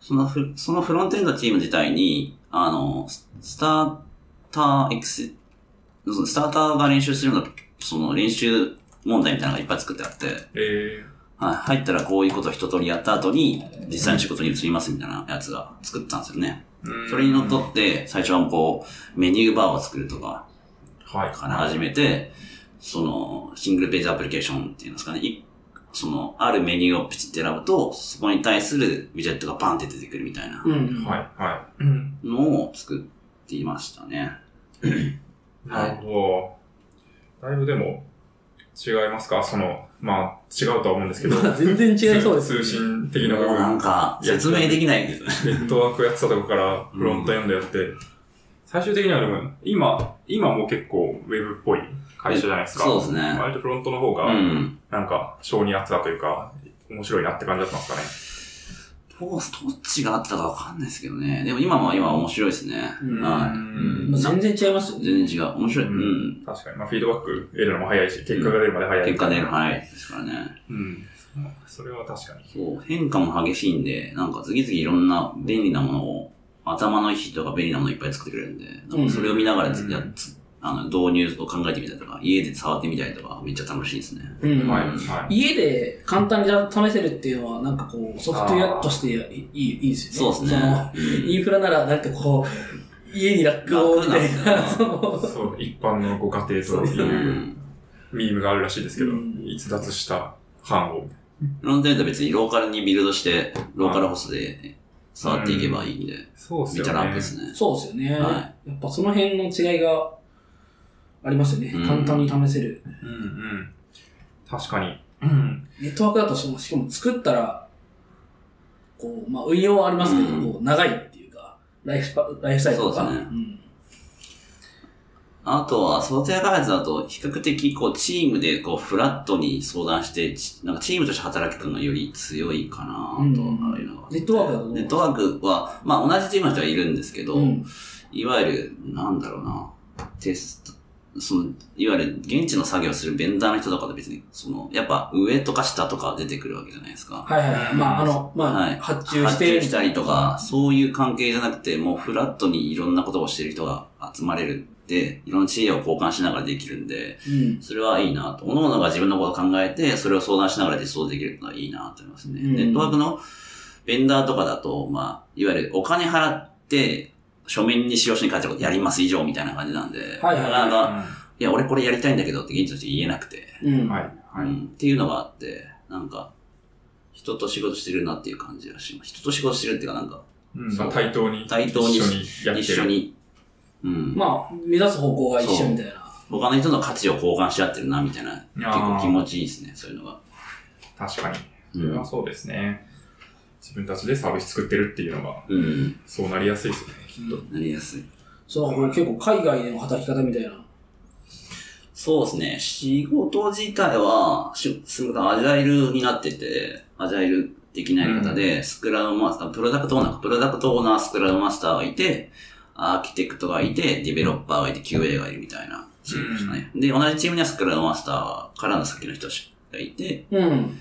[SPEAKER 1] そのフそのフロントエンドチーム自体に、あの、ススターターエクセ、そのスターターが練習するの、その練習問題みたいなのがいっぱい作ってあって、
[SPEAKER 3] え
[SPEAKER 1] はい、入ったらこういうことを一通りやった後に、実際の仕事に移りますみたいなやつが作ったんですよね。
[SPEAKER 3] ーうん
[SPEAKER 1] それにのっとって、最初はこう、メニューバーを作るとか、
[SPEAKER 3] はい。
[SPEAKER 1] から始めて、その、シングルページアプリケーションっていうんですかね、いその、あるメニューをピチって選ぶと、そこに対するウィジェットがバンって出てくるみたいな
[SPEAKER 5] うん。うん。
[SPEAKER 3] はい、はい。うん。
[SPEAKER 1] のを作っていましたね。
[SPEAKER 3] なるほど。だいぶでも、違いますかその、まあ、違うとは思うんですけど。
[SPEAKER 5] 全然 違いそうですね
[SPEAKER 3] 通信的な
[SPEAKER 1] も
[SPEAKER 3] 部
[SPEAKER 1] うなん
[SPEAKER 3] 分。
[SPEAKER 1] か、説明できないですね。
[SPEAKER 3] ネットワークやってたとこから、フロントエンドやって、最終的にはでも、今、今も結構ウェブっぽい会社じゃないですか。
[SPEAKER 1] そうですね。
[SPEAKER 3] 割とフロントの方
[SPEAKER 1] う
[SPEAKER 3] が、
[SPEAKER 1] ん。
[SPEAKER 3] なんか、性に合ってたというか、面白いなって感じだったんです
[SPEAKER 1] どう、どっちがあったかわかんないですけどね。でも今は今は面白いですね。
[SPEAKER 5] うん
[SPEAKER 1] はい。
[SPEAKER 3] うん
[SPEAKER 5] まあ
[SPEAKER 1] な
[SPEAKER 5] 全然違いますよね。
[SPEAKER 1] 全然違う。面白い。
[SPEAKER 3] う
[SPEAKER 1] うんん。
[SPEAKER 3] かね。確かに。まあ、フィードバック得るのも早いし、結果が出るまで早い。
[SPEAKER 1] 結果ね、はい。ですからね。
[SPEAKER 3] うん。それは確かに。
[SPEAKER 1] そう、変化も激しいんで、なんか次々いろんな便利なものを、頭のいい人が便利なものをいっぱい作ってくれるんで、なんかそれを見ながらつ、
[SPEAKER 3] うん
[SPEAKER 1] やつあの導入を考えてみたりとか、家で触ってみたりとか、めっちゃ楽しいですね。
[SPEAKER 5] うん。
[SPEAKER 3] はい、はい。
[SPEAKER 5] 家で簡単に試せるっていうのは、なんかこう、ソフトウェアとしていい、いいいいです
[SPEAKER 1] そ
[SPEAKER 5] よ
[SPEAKER 1] う
[SPEAKER 5] ね。
[SPEAKER 1] ですね。
[SPEAKER 5] そのインフラなら、なんかこう、家に楽を、みたいな。
[SPEAKER 1] 楽
[SPEAKER 5] そう
[SPEAKER 3] そう、一般のご家庭と
[SPEAKER 1] う
[SPEAKER 3] いう、
[SPEAKER 1] ん。
[SPEAKER 3] ミームがあるらしいですけど
[SPEAKER 5] うん、
[SPEAKER 3] 逸脱した班を。
[SPEAKER 1] フロントエンドは別にローカルにビルドして、ローカルホストで触っていけばいいんで、
[SPEAKER 3] そうっす
[SPEAKER 1] めっ
[SPEAKER 3] よ
[SPEAKER 1] ち
[SPEAKER 3] ね。
[SPEAKER 1] ゃ楽ですね。
[SPEAKER 5] そうですよね。
[SPEAKER 1] は
[SPEAKER 5] やっぱその辺の違いがありますよね
[SPEAKER 1] うん。
[SPEAKER 5] 簡単に試せる。
[SPEAKER 3] うんうん。確かに。うん。
[SPEAKER 5] ネットワークだとその、しかも作ったら、こう、まあ運用はありますけど、
[SPEAKER 1] うん
[SPEAKER 5] こう長いっていうか、ライフスパライフサイクルとか。
[SPEAKER 1] そうですね
[SPEAKER 5] ん
[SPEAKER 1] あとは、ソフトウェア開発だと、比較的、こう、チームで、こう、フラットに相談して、ちなんか、チームとして働く感がより強いかなとは、あれながら
[SPEAKER 5] ネットワークだと
[SPEAKER 1] ネットワークは、まあ、同じチームの人はいるんですけど、
[SPEAKER 5] うん。
[SPEAKER 1] いわゆる、なんだろうな、テスト、その、いわゆる、現地の作業するベンダーの人とかで別に、その、やっぱ、上とか下とか出てくるわけじゃないですか。
[SPEAKER 5] はいはいはい。まああの、まあ、
[SPEAKER 1] はい
[SPEAKER 5] 発注し
[SPEAKER 1] 発
[SPEAKER 5] て。
[SPEAKER 1] 注したりとか、そういう関係じゃなくて、もうフラットにいろんなことをしてる人が集まれるって、いろんな知恵を交換しながらできるんで、
[SPEAKER 5] うん。
[SPEAKER 1] それはいいなと。各々が自分のことを考えて、それを相談しながら実装できるのはいいなと思いますね。
[SPEAKER 5] うん
[SPEAKER 1] ネットワークのベンダーとかだと、まあ、いわゆるお金払って、書面に使用書に書いてあることやります以上みたいな感じなんで、
[SPEAKER 5] はいはいはい
[SPEAKER 1] なかな
[SPEAKER 3] う
[SPEAKER 1] か
[SPEAKER 3] ん
[SPEAKER 1] いや、俺これやりたいんだけどって現地の人言えなくて、
[SPEAKER 5] うん。
[SPEAKER 3] はい、は
[SPEAKER 1] う
[SPEAKER 3] い。
[SPEAKER 1] ん、っていうのがあって、なんか、人と仕事してるなっていう感じがします。人と仕事してるっていうか、なんか、
[SPEAKER 3] うん
[SPEAKER 1] そ
[SPEAKER 3] ま
[SPEAKER 1] う
[SPEAKER 3] あ、対等に。
[SPEAKER 1] 対等に
[SPEAKER 3] 一緒にやってる。
[SPEAKER 1] 一緒に。うん。
[SPEAKER 5] まあ、目指す方向が一緒みたいな。
[SPEAKER 1] 他の人の価値を交換し合ってるな、みたいな。結構気持ちいいですね、そういうのが。
[SPEAKER 3] 確か
[SPEAKER 1] う
[SPEAKER 3] に。それは
[SPEAKER 1] ん。
[SPEAKER 3] そうですね。自分たちでサービス作ってるっていうのが、
[SPEAKER 1] うん。
[SPEAKER 3] そうなりやすいですね、きっと。
[SPEAKER 1] なりやすい。
[SPEAKER 5] そう、これ結構海外での働き方みたいな。
[SPEAKER 1] そうですね。仕事自体は、しすごくアジャイルになってて、アジャイル的なやり方で、スクラムマスター、プロダクトオーナー、プロダクトオーナー、スクラムマスターがいて、アーキテクトがいて、ディベロッパーがいて、QA がいるみたいなチームでしたね。で、同じチームにはスクラムマスターからの先の人がいて、
[SPEAKER 5] うん。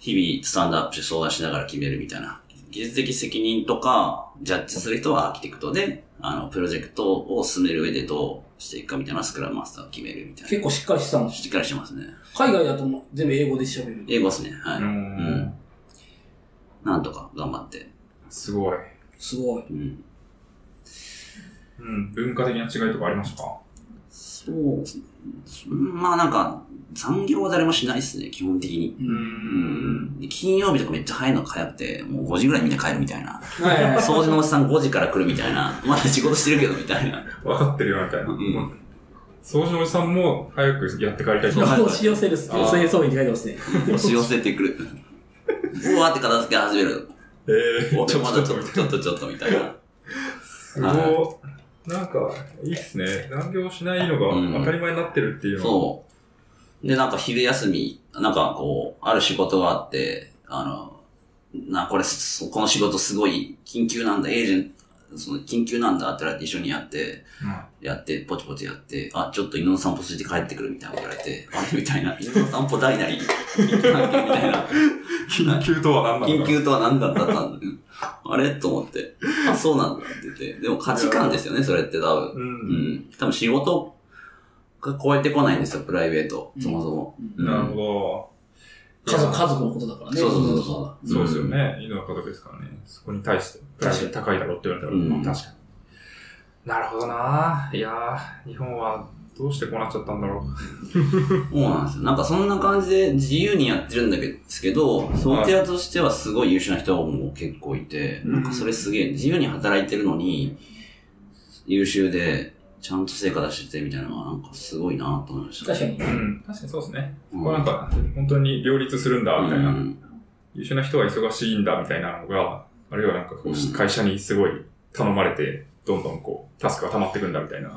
[SPEAKER 1] 日々スタンドアップして相談しながら決めるみたいな。技術的責任とか、ジャッジする人はアーキテクトで、あの、プロジェクトを進める上でどうしていくかみたいなスクラムマスターを決めるみたいな。
[SPEAKER 5] 結構しっかりしてたんですよ。
[SPEAKER 1] しっかりしてますね。
[SPEAKER 5] 海外だともう全部英語で喋る。
[SPEAKER 1] 英語ですね。はい。
[SPEAKER 3] う
[SPEAKER 1] うん
[SPEAKER 3] ん。
[SPEAKER 1] なんとか頑張って。
[SPEAKER 3] すごい。
[SPEAKER 5] すごい。
[SPEAKER 1] うん。
[SPEAKER 3] うん。文化的な違いとかありましたか
[SPEAKER 1] そうですね。まあなんか、残業は誰もしないですね、基本的に。
[SPEAKER 5] う
[SPEAKER 3] う。
[SPEAKER 1] うん。で金曜日とかめっちゃ早いの早くて、もう5時ぐらいみんな帰るみたいな。
[SPEAKER 5] はいはいはい。
[SPEAKER 1] 掃除のおじさん5時から来るみたいな。まだ仕事してるけどみたいな。
[SPEAKER 3] 分かってるよ、みたいな。
[SPEAKER 1] うん
[SPEAKER 3] 掃除のおじさんも早くやって帰 りたいと
[SPEAKER 1] そう
[SPEAKER 3] か。
[SPEAKER 5] 押し寄せるっす。
[SPEAKER 1] あー
[SPEAKER 5] そういうそうに書いてますね。
[SPEAKER 1] 押し寄せてくる。うわーって片付け始める。
[SPEAKER 3] えー、
[SPEAKER 1] お
[SPEAKER 3] ちょ
[SPEAKER 1] ま
[SPEAKER 3] っ
[SPEAKER 1] だ
[SPEAKER 3] と
[SPEAKER 1] ち
[SPEAKER 3] ち
[SPEAKER 1] ょ
[SPEAKER 3] ょ
[SPEAKER 1] っ
[SPEAKER 3] っ
[SPEAKER 1] と、
[SPEAKER 3] と。
[SPEAKER 1] ちょっと、ちょっとみたいな。
[SPEAKER 3] すごい。なんか、いいっすね。残業しないの
[SPEAKER 1] うん
[SPEAKER 3] が当たり前になってるっていうのは。
[SPEAKER 1] そう。で、なんか昼休み、なんかこう、ある仕事があって、あの、な、これ、そこの仕事すごい緊急なんだ、エージェント、その緊急なんだって言われて一緒にやって、やって、ポチポチやって、あ、ちょっと犬の散歩して帰ってくるみたいなこと言われて、あれみたいな、犬の散歩大なり、 緊急案件みたいな。
[SPEAKER 3] 緊急とは何なん
[SPEAKER 1] 緊
[SPEAKER 3] だ
[SPEAKER 1] 急とは何だったんだうんあれと思って。あ、そうなんだって言って。でも価値観ですよね、それって多分。
[SPEAKER 3] う。
[SPEAKER 1] うんん。多分仕事が超えてこないんですよ、プライベート。そもそも。
[SPEAKER 5] うん
[SPEAKER 3] なるほど。
[SPEAKER 5] 家族、家族のことだからね。
[SPEAKER 1] そうそうそうそう。
[SPEAKER 3] そうですよね。犬は家族ですからね。そこに対して、プライド高いだろって言われたら、
[SPEAKER 1] うん
[SPEAKER 3] 確かに。なるほどなぁ。いやぁ、日本はどうしてこうなっちゃったんだろう。
[SPEAKER 1] うん。そうなんですよ。なんかそんな感じで自由にやってるんだけですけど、ソテアとしてはすごい優秀な人も結構いて、
[SPEAKER 3] うん
[SPEAKER 1] なんかそれすげえ、自由に働いてるのに、優秀で、ちゃんと成果出しててみたいなのは、なんかすごいなと思いました。
[SPEAKER 5] 確かに
[SPEAKER 3] う。ん、確かにそうですね。
[SPEAKER 1] うん
[SPEAKER 3] ここはなんか、本当に両立するんだ、みたいうな。
[SPEAKER 1] ん
[SPEAKER 3] 優秀な人は忙しいんだ、みたいなのが、あるいはなんかこ
[SPEAKER 1] うん
[SPEAKER 3] う、会社にすごい頼まれて、どんどんこう、タスクが溜まってくんだ、みたいな。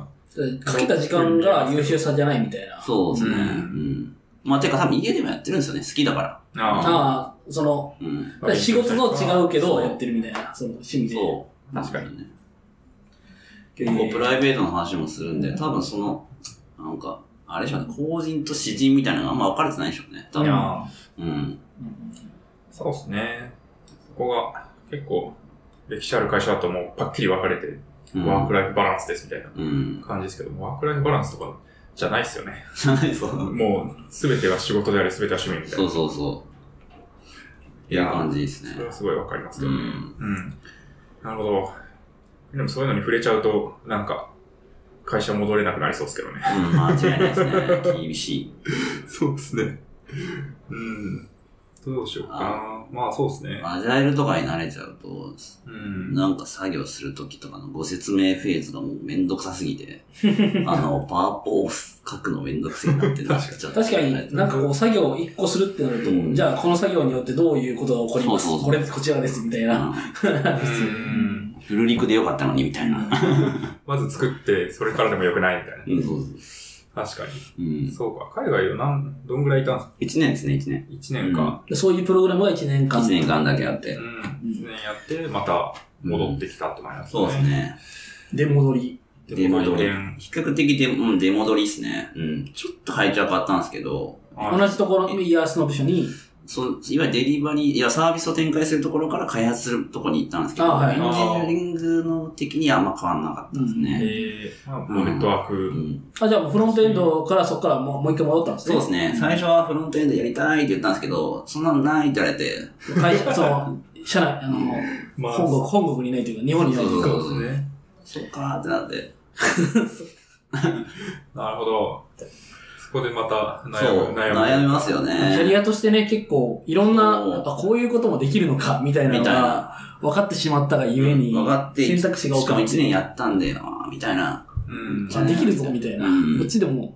[SPEAKER 5] かけた時間が優秀さじゃないみたいな。
[SPEAKER 1] そうですね。う
[SPEAKER 3] うん
[SPEAKER 1] ん。まあ、てか多分家でもやってるんですよね。好きだから。
[SPEAKER 3] あ
[SPEAKER 5] ああ、その、
[SPEAKER 1] うん。
[SPEAKER 3] あ。
[SPEAKER 5] 仕事と違うけ
[SPEAKER 1] そ
[SPEAKER 5] ど、
[SPEAKER 1] う
[SPEAKER 5] やってるみたいな。その趣味で。
[SPEAKER 1] そう。
[SPEAKER 3] 確かに
[SPEAKER 1] ね。
[SPEAKER 5] え
[SPEAKER 1] 結構プライベートの話もするんで、多分その、なんか、あれでしょうね、公人と詩人みたいなのがあんま分かれてないでしょうね。多
[SPEAKER 3] いや
[SPEAKER 1] 分。
[SPEAKER 3] ぁ
[SPEAKER 1] うん。
[SPEAKER 3] そうですね。ここが結構歴史ある会社だともうパッキリ分かれて、
[SPEAKER 1] うん
[SPEAKER 3] ワークライフバランスですみたいな
[SPEAKER 1] うん。
[SPEAKER 3] 感じですけど、ワークライフバランスとかじゃないですよね。
[SPEAKER 1] じゃないそう。
[SPEAKER 3] もう全ては仕事であり全ては趣味みたい
[SPEAKER 1] そ
[SPEAKER 3] な。
[SPEAKER 1] うそうそう。い
[SPEAKER 3] いや
[SPEAKER 1] う感じですね
[SPEAKER 3] そ。れはすごい分かりま
[SPEAKER 1] う
[SPEAKER 3] すけどね。
[SPEAKER 1] ん。
[SPEAKER 3] うん。なるほど。でもそういうのに触れちゃうと、なんか、会社戻れなくなりそうですけどね。
[SPEAKER 1] うん、間違いないですね。厳しい。
[SPEAKER 3] そうですね。うん。どうしようかな。まあそうですね。
[SPEAKER 1] アジャイルとかに慣れちゃうと、
[SPEAKER 3] うん。
[SPEAKER 1] なんか作業するときとかのご説明フェーズがもうめんどくさすぎ て、あの、パワポを書くのめんどくせえなってなっちゃって。
[SPEAKER 5] 確かに、なんかこう、作業を一個するってなると、
[SPEAKER 1] うん
[SPEAKER 5] じゃあこの作業によってどういうことが起こります
[SPEAKER 1] そうそうそう
[SPEAKER 5] これ、こちらです、みたいな。
[SPEAKER 3] うん
[SPEAKER 1] フルリクでよかったのにみたいな。
[SPEAKER 3] まず作って、それからでもよくないみたい
[SPEAKER 1] う
[SPEAKER 3] な。
[SPEAKER 1] ん、そうそう。
[SPEAKER 3] 確か
[SPEAKER 1] う
[SPEAKER 3] に。
[SPEAKER 1] ん。
[SPEAKER 3] そうか。海外を何、どんぐらいいたん
[SPEAKER 1] 1年ですね、1年。
[SPEAKER 3] ですか ?1 年か。
[SPEAKER 5] そういうプログラムが1年間。
[SPEAKER 1] 1年間だけあっ
[SPEAKER 3] う
[SPEAKER 1] て。
[SPEAKER 3] ん。1年やって、また戻ってきたって感じなんですね。
[SPEAKER 1] そうですね。
[SPEAKER 5] で戻り。
[SPEAKER 1] 出戻り
[SPEAKER 3] で。
[SPEAKER 1] 比較的で、うん、出戻りですね。うん。ちょっと配置は変わったんですけど、
[SPEAKER 5] 同じところ、イヤースの部署に、
[SPEAKER 1] そのいわゆるデリバリー、いや、サービスを展開するところから開発するところに行ったんですけど、
[SPEAKER 5] あはい
[SPEAKER 1] エンジニアリングの的にはあんま変わんなかったです
[SPEAKER 3] え
[SPEAKER 1] ね。
[SPEAKER 3] ー、まあ、もうネットワーク。
[SPEAKER 1] うん
[SPEAKER 5] あ、じゃあもうフロントエンドからそこからもうもう一回戻ったんですね。
[SPEAKER 1] そうですね。最初はフロントエンドやりたいって言ったんですけど、そんなのないって言われて、
[SPEAKER 5] 会社、その、社内、あの、
[SPEAKER 3] まあ、
[SPEAKER 5] 本国、本国にいないというか、日本にいないというか。
[SPEAKER 3] そうですね。
[SPEAKER 1] そうかーってなって。
[SPEAKER 3] なるほど。そこでまた
[SPEAKER 1] そ
[SPEAKER 3] 悩
[SPEAKER 1] う、
[SPEAKER 3] む、
[SPEAKER 1] 悩み
[SPEAKER 3] む。
[SPEAKER 1] ますよ
[SPEAKER 2] キャリ
[SPEAKER 1] ね。
[SPEAKER 2] アとしてね、結構、いろんな、
[SPEAKER 1] そう
[SPEAKER 2] あ、こういうこともできるのか、みたいな
[SPEAKER 1] み
[SPEAKER 2] の
[SPEAKER 1] たい
[SPEAKER 2] が、
[SPEAKER 1] な。
[SPEAKER 2] 分かってしまったがゆえに、
[SPEAKER 1] 分かって、
[SPEAKER 2] 選択肢が多
[SPEAKER 1] しか
[SPEAKER 2] か
[SPEAKER 1] も
[SPEAKER 2] っ
[SPEAKER 1] 1年やったんだよな、みたいな。
[SPEAKER 3] うん。
[SPEAKER 2] た。あできるぞ、みたいな。
[SPEAKER 1] うん
[SPEAKER 2] こっちでも、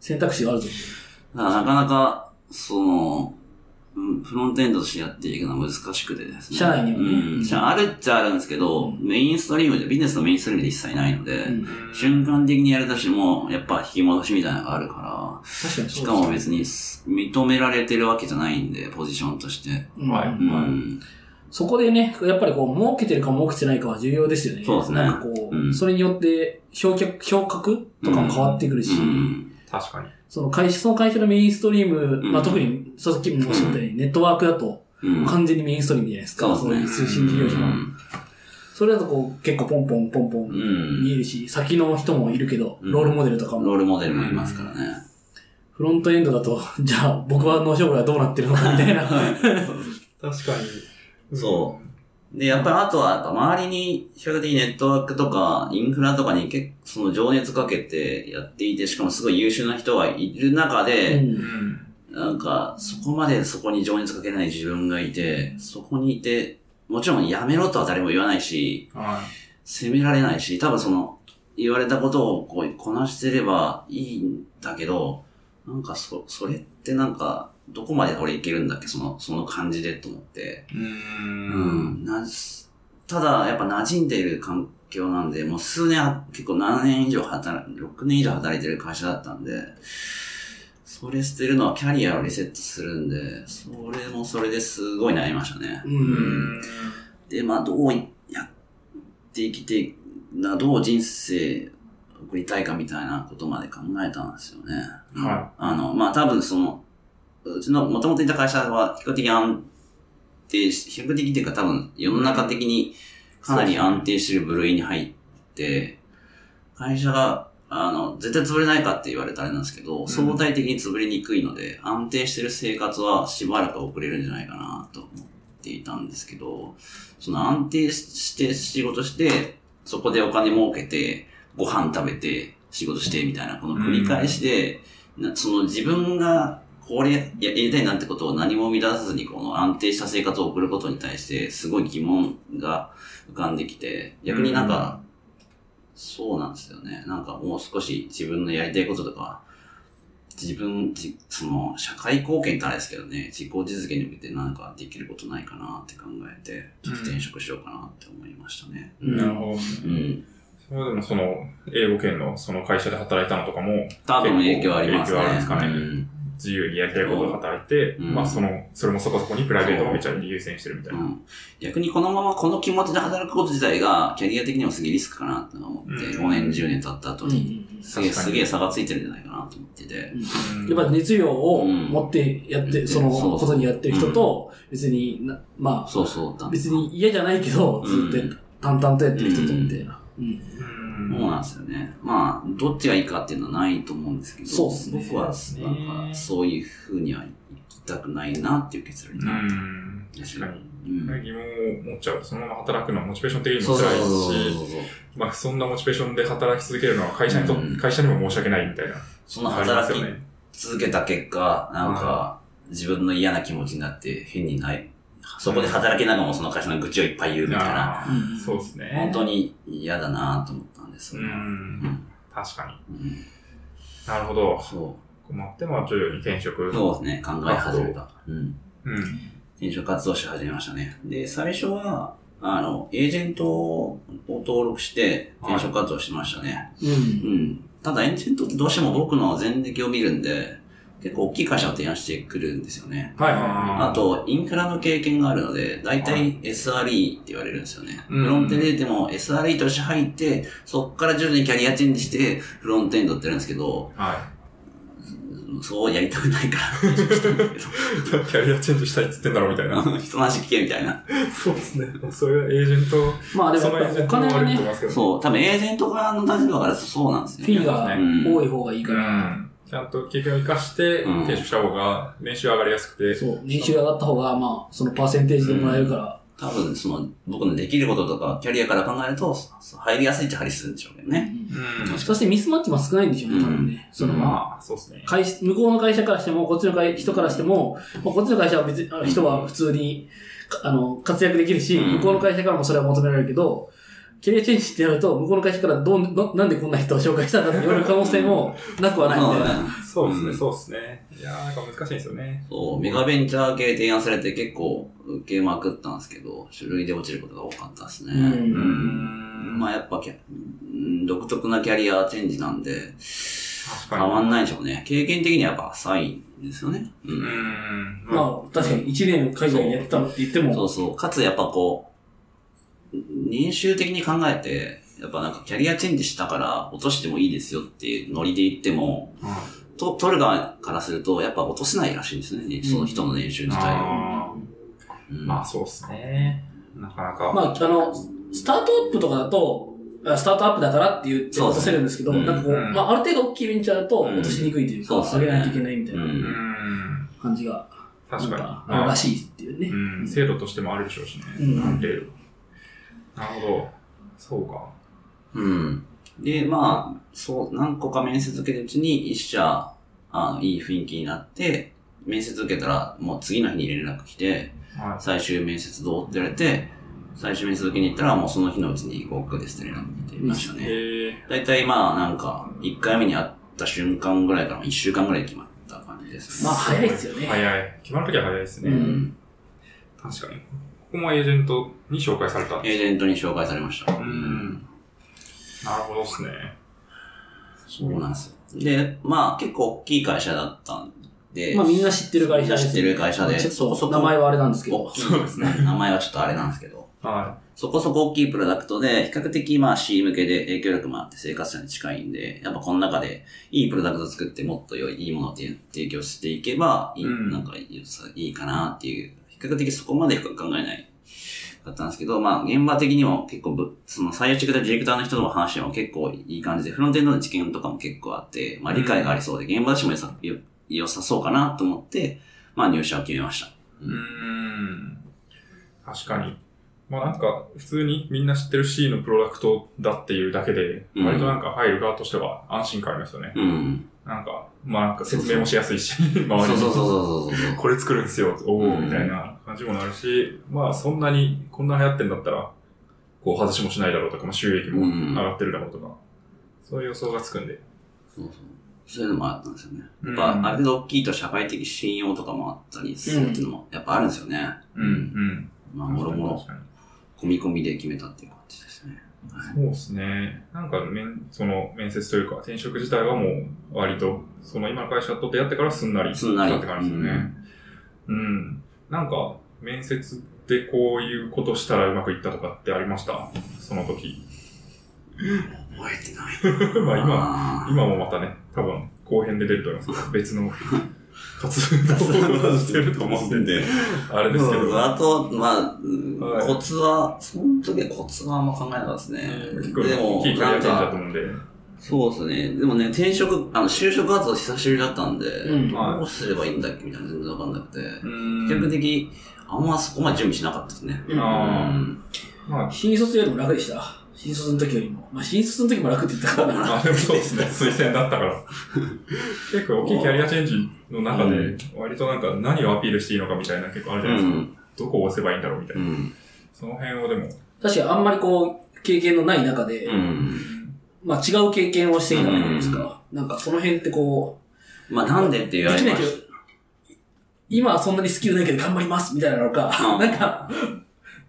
[SPEAKER 2] 選択肢があるぞ。
[SPEAKER 1] だからなかなか、その、うんフロントエンドとしてやっていくのは難しくてですね。
[SPEAKER 2] 社内にはね
[SPEAKER 1] うん。社あるっちゃあるんですけど、
[SPEAKER 2] うん
[SPEAKER 1] メインストリームで、ビジネスのメインストリームで一切ないので、
[SPEAKER 2] うん
[SPEAKER 1] 瞬間的にやるとしても、やっぱ引き戻しみたいなのがあるか
[SPEAKER 2] 確かに
[SPEAKER 1] ら、し
[SPEAKER 2] そう
[SPEAKER 1] かも別に認められてるわけじゃないんで、ポジションとして。
[SPEAKER 2] うん
[SPEAKER 3] はいうはい
[SPEAKER 1] ん。
[SPEAKER 2] そこでね、やっぱりこう、儲けてるか儲けてないかは重要ですよね。
[SPEAKER 1] そうですね
[SPEAKER 2] なんかこう、
[SPEAKER 1] うん
[SPEAKER 2] それによって、評価、評価とかも変わってくるし、
[SPEAKER 1] うん。
[SPEAKER 3] 確かに。
[SPEAKER 2] その会社、その会社のメインストリーム、
[SPEAKER 1] ん
[SPEAKER 2] まあ特に、さっきもおっしゃったように、ネットワークだと、
[SPEAKER 1] うん。
[SPEAKER 2] 完全にメインストリームじゃないですか。
[SPEAKER 1] そう
[SPEAKER 2] い
[SPEAKER 1] で
[SPEAKER 2] う
[SPEAKER 1] す
[SPEAKER 2] 通
[SPEAKER 1] ね
[SPEAKER 2] 信事業者
[SPEAKER 1] う
[SPEAKER 2] の。
[SPEAKER 1] ん
[SPEAKER 2] それだとこう、結構ポンポンポンポン
[SPEAKER 1] う、ん。
[SPEAKER 2] 見えるし、先の人もいるけど、
[SPEAKER 1] うん
[SPEAKER 2] ロールモデルとかも、
[SPEAKER 1] ロールモデルもいますからね。
[SPEAKER 2] フロントエンドだと、 じゃあ僕はの将来はどうなってるのかみたい な。
[SPEAKER 3] 確かに。
[SPEAKER 1] そで、やっぱりあとは、やっぱ周りに、比較的ネットワークとか、インフラとかに結構、その情熱かけてやっていて、しかもすごい優秀な人がいる中
[SPEAKER 2] う
[SPEAKER 1] で、
[SPEAKER 3] うんん。
[SPEAKER 1] なんか、そこまでそこに情熱かけない自分がいて、そこにいて、もちろんやめろとは誰も言わないし、
[SPEAKER 3] は
[SPEAKER 1] 責められないし、多分その、言われたことをこう、こなしてればいいんだけど、なんかそ、それってなんか、どこまで俺いけるんだっけその、その感じでと思って。
[SPEAKER 3] い。うん。
[SPEAKER 1] うん、なじただ、やっぱ馴染んでいる環境なんで、もう数年は、結構7年以上働、6年以上働いてる会社だったんで、それ捨てるのはキャリアをリセットするんで、それもそれですごい悩みましたね。
[SPEAKER 2] うん
[SPEAKER 3] うん。
[SPEAKER 1] で、まあ、どういやって生きて、な、どう人生送りたいかみたいなことまで考えたんですよね。
[SPEAKER 3] は
[SPEAKER 1] あの、まあ、多分その、うちの元々いた会社は比較的安定し、比較的っていうか多分世の中的にかなり安定してる部類に入って、会社が、あの、絶対潰れないかって言われたらあれなんですけど、相対的に潰れにくいので、安定してる生活はしばらく遅れるんじゃないかなと思っていたんですけど、その安定して仕事して、そこでお金儲けて、ご飯食べて、仕事してみたいな、この繰り返しで、なその自分がこれややりたいなってことを何も生み出さずにこの安定した生活を送ることに対してすごい疑問が浮かんできて、逆になんか、そうなんですよね。なんかもう少し自分のやりたいこととか、自分、じその、社会貢献ってあれですけどね、自己実現に向けてなんかできることないかなって考えて、ちょっと転職しようかなって思いましたね。
[SPEAKER 2] うん
[SPEAKER 3] なるほど。
[SPEAKER 1] うん。
[SPEAKER 3] そうでもその、英語圏のその会社で働いたのとかも、
[SPEAKER 1] 多分影響ありますね。
[SPEAKER 3] 影響あるんですかね
[SPEAKER 1] うん
[SPEAKER 3] 自由にやりたいことを働いて、
[SPEAKER 1] うん
[SPEAKER 3] まあその、それもそこそこにプライベートをめちゃ優先してるみたいうな。
[SPEAKER 1] ん、逆にこのままこの気持ちで働くこと自体がキャリア的にもすげえリスクかなって思って、
[SPEAKER 3] うん
[SPEAKER 1] 5年10年経った後
[SPEAKER 2] うん
[SPEAKER 1] に、すげえ
[SPEAKER 3] 確か
[SPEAKER 1] す
[SPEAKER 3] に
[SPEAKER 1] げえ差がついてるんじゃないかなと思ってて、
[SPEAKER 3] うん
[SPEAKER 2] やっぱ熱量を
[SPEAKER 1] うん
[SPEAKER 2] 持ってやって、
[SPEAKER 1] うん
[SPEAKER 2] そのことにやってる人と、別にな、ま
[SPEAKER 1] そうそうだ
[SPEAKER 2] あ、別に嫌じゃないけど、ずっと淡々とやってる人とみたいな。うん
[SPEAKER 3] うん
[SPEAKER 1] そうなんですよね。まあ、どっちがいいかっていうのはないと思うんですけど、
[SPEAKER 2] そうっすね
[SPEAKER 1] 僕は
[SPEAKER 3] そうっすね
[SPEAKER 1] なんかそういうふうには行きたくないなっていう結論に
[SPEAKER 3] う
[SPEAKER 1] なった。
[SPEAKER 3] ん。確かに。
[SPEAKER 1] うん
[SPEAKER 3] 疑問を持っちゃう。そのまま働くのはモチベーション的に
[SPEAKER 1] そ
[SPEAKER 3] も
[SPEAKER 1] うそう
[SPEAKER 3] 辛
[SPEAKER 1] そう
[SPEAKER 3] いし、
[SPEAKER 1] そうそう。
[SPEAKER 3] まあそんなモチベーションで働き続けるのは会社にと、
[SPEAKER 1] うん
[SPEAKER 3] 会社にも申し訳ないみたいな。
[SPEAKER 1] その
[SPEAKER 3] ありま
[SPEAKER 1] 働
[SPEAKER 3] す
[SPEAKER 1] き
[SPEAKER 3] よね。
[SPEAKER 1] 続けた結果、なんか、自分の嫌な気持ちになって変にない。そこで働きながらもその会社の愚痴をいっぱい言うみたいな。
[SPEAKER 3] あーそうですね。
[SPEAKER 1] 本当に嫌だなと思ったんです
[SPEAKER 3] う
[SPEAKER 1] よね。
[SPEAKER 3] ん。確かに。
[SPEAKER 1] うん
[SPEAKER 3] なるほど。
[SPEAKER 1] そ
[SPEAKER 3] 困って、まあ徐々に転職。
[SPEAKER 1] う。そうですね、考え始めた。うん。
[SPEAKER 3] うん。
[SPEAKER 1] 転職活動し始めましたね。で、最初は、あの、エージェントを登録して転職活動してましたね。
[SPEAKER 2] うん。
[SPEAKER 1] うん。ただ、エージェントってどうしても僕の前歴を見るんで、結構大きい会社を提案してくるんですよね。
[SPEAKER 2] はい
[SPEAKER 3] あ
[SPEAKER 1] あと、インフラの経験があるので、大
[SPEAKER 3] は
[SPEAKER 1] 体 SRE って言われるんですよね。
[SPEAKER 3] うん
[SPEAKER 1] フロントエンドでも SRE として入って、そっから徐々にキャリアチェンジして、フロントエンドってやるんですけど、
[SPEAKER 3] は
[SPEAKER 1] そうやりたくないから転職したんだけ
[SPEAKER 3] い。キャリアチェンジしたいっつってんだろみたいな。
[SPEAKER 1] ど、人の話聞けみたいな。
[SPEAKER 3] そうですね。それはエージェント、
[SPEAKER 2] まあで
[SPEAKER 3] そ
[SPEAKER 2] も
[SPEAKER 3] のエ
[SPEAKER 2] や
[SPEAKER 3] ー
[SPEAKER 2] っ
[SPEAKER 3] ジ
[SPEAKER 2] ぱ
[SPEAKER 3] ェ
[SPEAKER 2] お金
[SPEAKER 3] ントも
[SPEAKER 2] が
[SPEAKER 3] 悪い
[SPEAKER 2] ね
[SPEAKER 3] と思い、ますけど。
[SPEAKER 1] そう、多分エージェント側の立場からそうなんです
[SPEAKER 2] フ
[SPEAKER 1] よ
[SPEAKER 2] ィ
[SPEAKER 1] ね。
[SPEAKER 2] ーが多い方がいいか
[SPEAKER 3] う
[SPEAKER 2] ら、
[SPEAKER 3] ん。ちゃんと経験を生かして、
[SPEAKER 1] うん
[SPEAKER 3] 転職した方が、年収上がりやすくて、
[SPEAKER 2] そう、年収上がった方が、まあ、そのパーセンテージでもらえるから、
[SPEAKER 1] 多分、その、僕のできることとか、キャリアから考えると、そう入りやすいっちゃ入りするんでしょうけどね。
[SPEAKER 3] う。
[SPEAKER 2] そしてミスマッチも少ないんでしょうね、多分ね。その
[SPEAKER 1] うんん
[SPEAKER 3] まあ、そうですね。
[SPEAKER 2] 会社向こうの会社からしても、こっちの会人からしても、まあこっちの会社は別に、あの人は普通に、かあの、活躍できるし、
[SPEAKER 1] うん
[SPEAKER 2] 向こうの会社からもそれは求められるけど、キャリアチェンジってやると、向こうの会社からどう、ななんでこんな人を紹介したんだって言われる可能性もなくはないみたいな。
[SPEAKER 3] そうですね、
[SPEAKER 1] うん
[SPEAKER 3] そうですね。いやー、なんか難しいんですよね。
[SPEAKER 1] そう、メガベンチャー系提案されて結構受けまくったんですけど、種類で落ちることが多かったですね。
[SPEAKER 2] うん
[SPEAKER 3] うーん。
[SPEAKER 1] まあやっぱキャ、うん独特なキャリアチェンジなんで、変
[SPEAKER 3] 確かに。
[SPEAKER 1] わんないんでしょうね。経験的にはやっぱ浅いんですよね。う。
[SPEAKER 3] うんん。まあ、
[SPEAKER 5] まあ、確かに1年海外にやったって言って
[SPEAKER 1] そ
[SPEAKER 5] も、
[SPEAKER 1] うそう。かつやっぱこう、年収的に考えて、やっぱなんかキャリアチェンジしたから落としてもいいですよっていうノリで言っても、
[SPEAKER 3] うん
[SPEAKER 1] と取る側からするとやっぱ落とせないらしいんですね。その人の年収自体を。
[SPEAKER 3] あ
[SPEAKER 1] うん
[SPEAKER 3] ーまあ、そうですね。なかなか。
[SPEAKER 5] まあ、あの、スタートアップとかだと、あスタートアップだからって言って
[SPEAKER 1] そう
[SPEAKER 5] 落
[SPEAKER 1] で
[SPEAKER 5] と
[SPEAKER 1] す
[SPEAKER 5] せるんですけど、
[SPEAKER 1] うん
[SPEAKER 5] なんかこう、
[SPEAKER 3] うん
[SPEAKER 5] まあ、ある程度大きいベンチャーだと
[SPEAKER 1] うん
[SPEAKER 5] 落としにくいというか、
[SPEAKER 1] そうそう。
[SPEAKER 5] 上げないといけないみたいうなん
[SPEAKER 3] うんん。
[SPEAKER 5] 感じが、なん
[SPEAKER 3] 確かに。
[SPEAKER 5] か、あるらしいっていうね。
[SPEAKER 3] うん、制度としてもあるでしょうしね。
[SPEAKER 5] うん
[SPEAKER 3] ある程度。なるほど。そうか。
[SPEAKER 1] うん。で、まあ、そう、何個か面接受けたうちに、一社、あの、いい雰囲気になって、面接受けたら、もう次の日に連絡来て、
[SPEAKER 3] は
[SPEAKER 1] 最終面接どうって言われて、最終面接受けに行ったら、もうその日のうちに合格ですって連絡来てました
[SPEAKER 3] い。
[SPEAKER 1] ね。
[SPEAKER 3] へえ。
[SPEAKER 1] 大体まあ、なんか、1回目に会った瞬間ぐらいから、1週間ぐらいで決まった感じですね。
[SPEAKER 5] まあ、早いですよね。
[SPEAKER 3] 早い。決まるときは早いです
[SPEAKER 1] う
[SPEAKER 3] ね。
[SPEAKER 1] ん。
[SPEAKER 3] 確かに。ここもエージェントに紹介された。
[SPEAKER 1] エージェントに紹介されました。
[SPEAKER 3] うん。なるほどですね。
[SPEAKER 1] そうなんですよ。で、まあ、結構大きい会社だったんで、
[SPEAKER 2] まあみんな知ってる会社です
[SPEAKER 1] 知ってる会社で
[SPEAKER 2] ちょっ
[SPEAKER 1] そ
[SPEAKER 2] と
[SPEAKER 1] こ
[SPEAKER 2] 名前はあれなんですけど。
[SPEAKER 1] そうですね。名前はちょっとあれなんですけど、
[SPEAKER 3] は
[SPEAKER 1] そこそこ大きいプロダクトで、比較的まあ C 向けで影響力もあって生活者に近いんで、やっぱこの中でいいプロダクト作ってもっと良い、いいものを提提供していけばいい、
[SPEAKER 3] うん
[SPEAKER 1] なんかいいさいいかなっていう、比較的そこまで深く考えない。だったんですけど、まあ、現場的にも結構ぶ、その採用してくれたディレクターの人との話も結構いい感じで、フロントエンドの知見とかも結構あって、まあ理解がありそうで、現場としても良さよ良さそうかなと思って、まあ入社を決めました。
[SPEAKER 3] い。うーん。確かに。まあなんか、普通にみんな知ってる C のプロダクトだっていうだけで、
[SPEAKER 1] うん
[SPEAKER 3] 割となんか入る側としては安心感ありますよね。
[SPEAKER 1] うん。
[SPEAKER 3] なんか、まあなんか説明もしやすいし、 周りに。
[SPEAKER 1] そうそうそうそうそうそう。
[SPEAKER 3] これ作るんですよ、おお
[SPEAKER 1] うん
[SPEAKER 3] みたいな感じもなるし、まあそんなに、こんな流行ってんだったら、こう外しもしないだろうとか、まあ収益も上がってるだろうとか、そういう予想がつくんで。
[SPEAKER 1] そうそう。そういうのもあったんですよね。
[SPEAKER 3] う
[SPEAKER 1] やっ
[SPEAKER 3] ん
[SPEAKER 1] ぱ、ある程度大きいと社会的信用とかもあったりするっていうのも、やっぱあるんですよね。
[SPEAKER 3] うん、
[SPEAKER 1] ま
[SPEAKER 3] う
[SPEAKER 1] あ、
[SPEAKER 3] ん。
[SPEAKER 1] もろもろ、
[SPEAKER 3] 確かに
[SPEAKER 1] 込み込みで決めたっていう感じですね。はい
[SPEAKER 3] そうですね。なんか面、その面接というか、転職自体はもう、割と、その今の会社と出会ってからすんなり
[SPEAKER 1] すんなり
[SPEAKER 3] 来たって感じですよね。うん、なんか、面接でこういうことしたらうまくいったとかってありましたその時。
[SPEAKER 1] 覚えてない。
[SPEAKER 3] まあ今、
[SPEAKER 1] あー
[SPEAKER 3] 今もまたね、多分後編で出ると思いますけど、別の活動をしてると思うんで、あれですけど、
[SPEAKER 1] そ うあと、まあ、うん
[SPEAKER 3] はい
[SPEAKER 1] コツは、その時はコツはあんま考えなかったですね。
[SPEAKER 3] 結構
[SPEAKER 1] でも
[SPEAKER 3] 大きい、キャリ
[SPEAKER 1] な
[SPEAKER 3] ア
[SPEAKER 1] ん
[SPEAKER 3] チェンジだと
[SPEAKER 1] か、
[SPEAKER 3] 思うんで、
[SPEAKER 1] そうですね。でもね、転職、あの、就職活動久しぶりだったんで、
[SPEAKER 2] うん
[SPEAKER 3] はい
[SPEAKER 1] どうすればいいんだっけみたいな全然わかんなくて、
[SPEAKER 3] うん
[SPEAKER 1] 比較的、あんまそこまで準備しなかったですね。
[SPEAKER 5] うん
[SPEAKER 3] あー
[SPEAKER 1] うん
[SPEAKER 3] まあ、
[SPEAKER 5] 新卒よりも楽でした。新卒の時よりも。まあ、新卒の時も楽って言ったからな。
[SPEAKER 3] まあでもそうですね、推薦だったから。結構大きいキャリアチェンジの中で、割となんか何をアピールしていいのかみたいな結構あるじ
[SPEAKER 1] う
[SPEAKER 3] ゃないですか。
[SPEAKER 1] ん。
[SPEAKER 3] どこを押せばいいんだろうみたいうな。
[SPEAKER 1] ん。
[SPEAKER 3] その辺をでも、
[SPEAKER 5] 確かにあんまりこう、経験のない中で、
[SPEAKER 1] うん。
[SPEAKER 5] まあ違う経験をしてきたわけじゃないですか。なんかその辺ってこ
[SPEAKER 1] まあなんでって
[SPEAKER 5] う、
[SPEAKER 1] 言
[SPEAKER 5] で
[SPEAKER 1] われ
[SPEAKER 5] きない
[SPEAKER 1] ま
[SPEAKER 5] けど
[SPEAKER 1] し、
[SPEAKER 5] 今はそんなにスキルないけど頑張りますみたいなのか、
[SPEAKER 1] うん
[SPEAKER 5] なんか、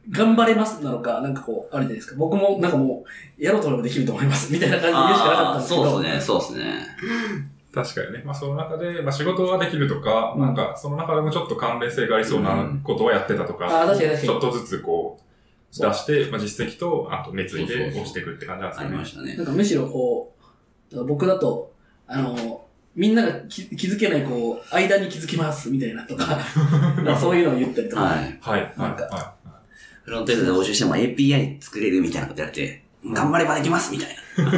[SPEAKER 5] 頑張れますなのか、なんかこう、あれじゃないですか。僕もなんかもう、やろうと思えばできると思いますみたいな感
[SPEAKER 1] た。
[SPEAKER 5] じで言うしかなかった
[SPEAKER 1] あ
[SPEAKER 5] ん
[SPEAKER 1] あ、
[SPEAKER 5] ですけど。
[SPEAKER 1] そうですね、そうですね。
[SPEAKER 3] 確かにね。まあその中で、まあ仕事はできるとか、なんかその中でもちょっと関連性がありそうなことはやってたとか、
[SPEAKER 5] ああ、確かに確
[SPEAKER 3] ち
[SPEAKER 5] か
[SPEAKER 3] ょっ
[SPEAKER 5] に。
[SPEAKER 3] とずつこう、出して、まあ、実績と、あと熱
[SPEAKER 1] そ
[SPEAKER 3] 意
[SPEAKER 1] う
[SPEAKER 3] で
[SPEAKER 1] そうそう
[SPEAKER 3] 押していくって感じなんです
[SPEAKER 1] あ
[SPEAKER 3] よ
[SPEAKER 1] り
[SPEAKER 3] ね。
[SPEAKER 1] ましたね
[SPEAKER 5] なん。かむしろこう、だから僕だと、あの、みんなが気気づけない、こう、間に気づきます、みたいなと か、なんかそういうのを言ったりとか、
[SPEAKER 1] はい。
[SPEAKER 3] はい、はい、
[SPEAKER 5] なんか
[SPEAKER 3] は
[SPEAKER 1] フロントエンドで募集しても API 作れるみたいなことやって、頑張ればできますみたい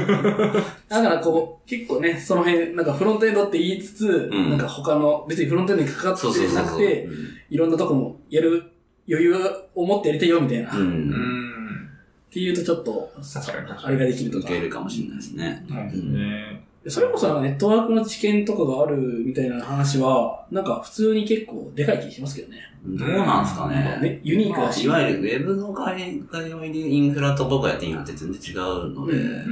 [SPEAKER 1] な。
[SPEAKER 5] だからこう、結構ね、その辺、なんかフロントエンドって言いつつ、
[SPEAKER 1] うん
[SPEAKER 5] なんか他の、別にフロントエンドにかかって
[SPEAKER 1] そうそうそう
[SPEAKER 5] な
[SPEAKER 1] そ
[SPEAKER 5] く
[SPEAKER 1] う。
[SPEAKER 5] て、いろんなとこもやる
[SPEAKER 2] 余裕を持ってやりたいよみたいな。
[SPEAKER 1] う。
[SPEAKER 2] っ
[SPEAKER 3] うんん。
[SPEAKER 2] ていうとちょっと、
[SPEAKER 3] 確かに確
[SPEAKER 2] あ
[SPEAKER 3] か
[SPEAKER 2] れ
[SPEAKER 3] に。
[SPEAKER 2] ができると
[SPEAKER 1] 受
[SPEAKER 2] か。
[SPEAKER 1] けるかもしれないですね。
[SPEAKER 3] なるほどね。
[SPEAKER 2] それこそなんかネットワークの知見とかがあるみたいな話は、なんか普通に結構でかい気しますけどね。
[SPEAKER 1] どうなんですか
[SPEAKER 2] なんか
[SPEAKER 1] ね。
[SPEAKER 2] ねユニークだし。
[SPEAKER 1] いわゆるウェブの界隈でインフラと僕がやってるのって全然違うので、
[SPEAKER 2] う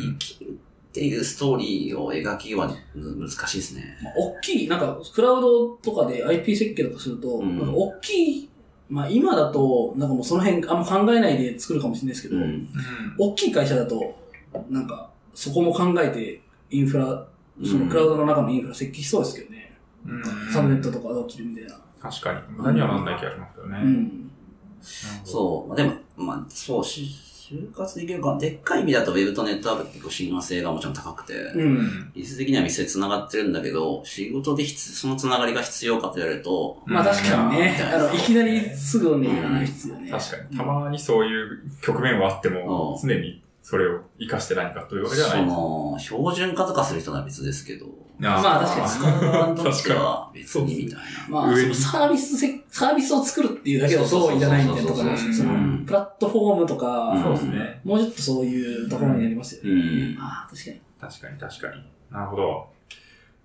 [SPEAKER 1] 生
[SPEAKER 3] う
[SPEAKER 1] きるっていうストーリーを描きは難しいですね。
[SPEAKER 2] まあ大きい、なんか、クラウドとかで IP 設計とかすると、
[SPEAKER 1] うん
[SPEAKER 2] なんか大きい、まあ今だと、なんかもうその辺あんま考えないで作るかもしれないですけど、
[SPEAKER 1] ん。
[SPEAKER 3] ん。
[SPEAKER 2] 大きい会社だと、なんか、そこも考えて、インフラ、そのクラウ
[SPEAKER 1] ド
[SPEAKER 2] ドの中のインフラ設計しそうですけどね。
[SPEAKER 3] うん
[SPEAKER 2] サブネットとかどう切るみたいな。
[SPEAKER 3] 確かに。無駄にはなんない気がしますよね。
[SPEAKER 2] うん。
[SPEAKER 1] そう。まあでも、まあ、そう、し就活できるか、でっかい意味だとウェブとネットワークって結構親和性がもちろん高くて、
[SPEAKER 2] うん。
[SPEAKER 1] 技術的には密接に繋がってるんだけど、仕事で必その繋がりが必要かと言われると、
[SPEAKER 2] まあ確かにね
[SPEAKER 1] う、ん
[SPEAKER 2] あの、いきなりすぐね、やらない必要ね。
[SPEAKER 3] 確かに。たまにそういう局面はあっても、
[SPEAKER 1] う
[SPEAKER 3] 常にそれを活かして何かというわけじゃな
[SPEAKER 1] そ
[SPEAKER 3] い。
[SPEAKER 1] の、標準化とかする人は別ですけど、
[SPEAKER 3] あー
[SPEAKER 2] まあ確かに
[SPEAKER 1] 使う側にとっては別にみたいな。
[SPEAKER 2] まあ、
[SPEAKER 3] 上
[SPEAKER 2] そ
[SPEAKER 3] に
[SPEAKER 2] のサービスせ、サービスを作るっていうだけだといらないみたいなところですね。
[SPEAKER 3] そ
[SPEAKER 2] そう
[SPEAKER 3] そうそうそう
[SPEAKER 2] のプラットフォームとか、
[SPEAKER 1] うん
[SPEAKER 3] そうですね。
[SPEAKER 2] もうちょっとそういうところになりますよね。
[SPEAKER 1] うん。
[SPEAKER 2] まあ、確かに。
[SPEAKER 3] 確かに確かに。なるほど。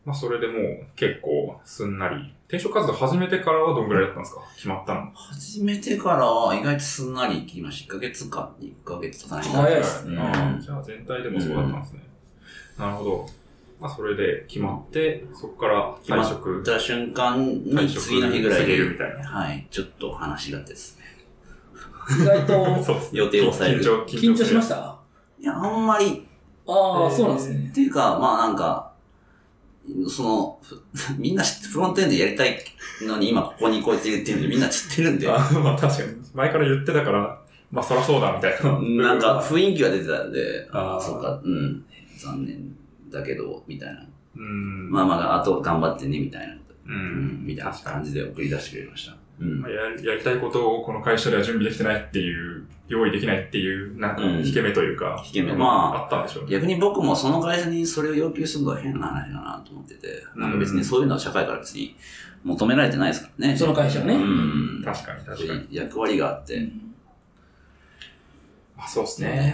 [SPEAKER 3] まあそれでもう結構すんなり。転職活動始めてからはどんぐらいだったんですか決まったの。
[SPEAKER 1] 始めてからは意外とすんなり行きました。1ヶ月か、1ヶ月とかない
[SPEAKER 2] 早いっ
[SPEAKER 3] です
[SPEAKER 2] す
[SPEAKER 1] ね
[SPEAKER 3] あーじゃあ全体でもそうだったんですね。なるほど。まあそれで決まって、そこから退職
[SPEAKER 1] 行っ。た瞬間
[SPEAKER 3] 退
[SPEAKER 1] に
[SPEAKER 3] 職
[SPEAKER 1] 次の日ぐらい
[SPEAKER 3] 過ぎ
[SPEAKER 1] で
[SPEAKER 3] る、みたいな。
[SPEAKER 1] はい、ちょっと話がですね。
[SPEAKER 2] 意外と、
[SPEAKER 3] そうですね。
[SPEAKER 1] 予定を抑える
[SPEAKER 3] 緊張、緊。
[SPEAKER 2] 緊張しましたたあ
[SPEAKER 1] いや、あんまり、
[SPEAKER 2] あ、
[SPEAKER 3] えー
[SPEAKER 2] そうなんですね。
[SPEAKER 1] っていうか、まあなんか、その、 ふみんな知って、フロントエンドやりたいのに今ここにこいつ言ってるんで、みんな知ってるんで、
[SPEAKER 3] あまあ確かに。前から言ってたから、まあそらそうだみたいな。
[SPEAKER 1] なんか、雰囲気は出てたんで、
[SPEAKER 3] あー
[SPEAKER 1] あそうか、うん、残念だけど、みたいな。
[SPEAKER 3] うん。
[SPEAKER 1] まあまだ、あと頑張ってね、みたいな。
[SPEAKER 3] う
[SPEAKER 1] うんん、。みたいな感じで送り出してくれました。うん
[SPEAKER 3] まあ、。ややりたいことをこの会社では準備できてないっていう、用意できないっていう、なんか、
[SPEAKER 1] うん
[SPEAKER 3] 引け目というか、
[SPEAKER 1] 引け目
[SPEAKER 3] ま
[SPEAKER 1] ま
[SPEAKER 3] あ、あったんでしょうね。
[SPEAKER 1] 逆に僕もその会社にそれを要求するのは変な話だなと思ってて、なんか別にそういうのは社会から別に求められてないですからね。
[SPEAKER 2] その会社はね。
[SPEAKER 1] う
[SPEAKER 2] うん
[SPEAKER 1] ん。
[SPEAKER 3] 確かに、確かに。
[SPEAKER 1] 役割があって。
[SPEAKER 3] まあ、そうですね。
[SPEAKER 1] ね。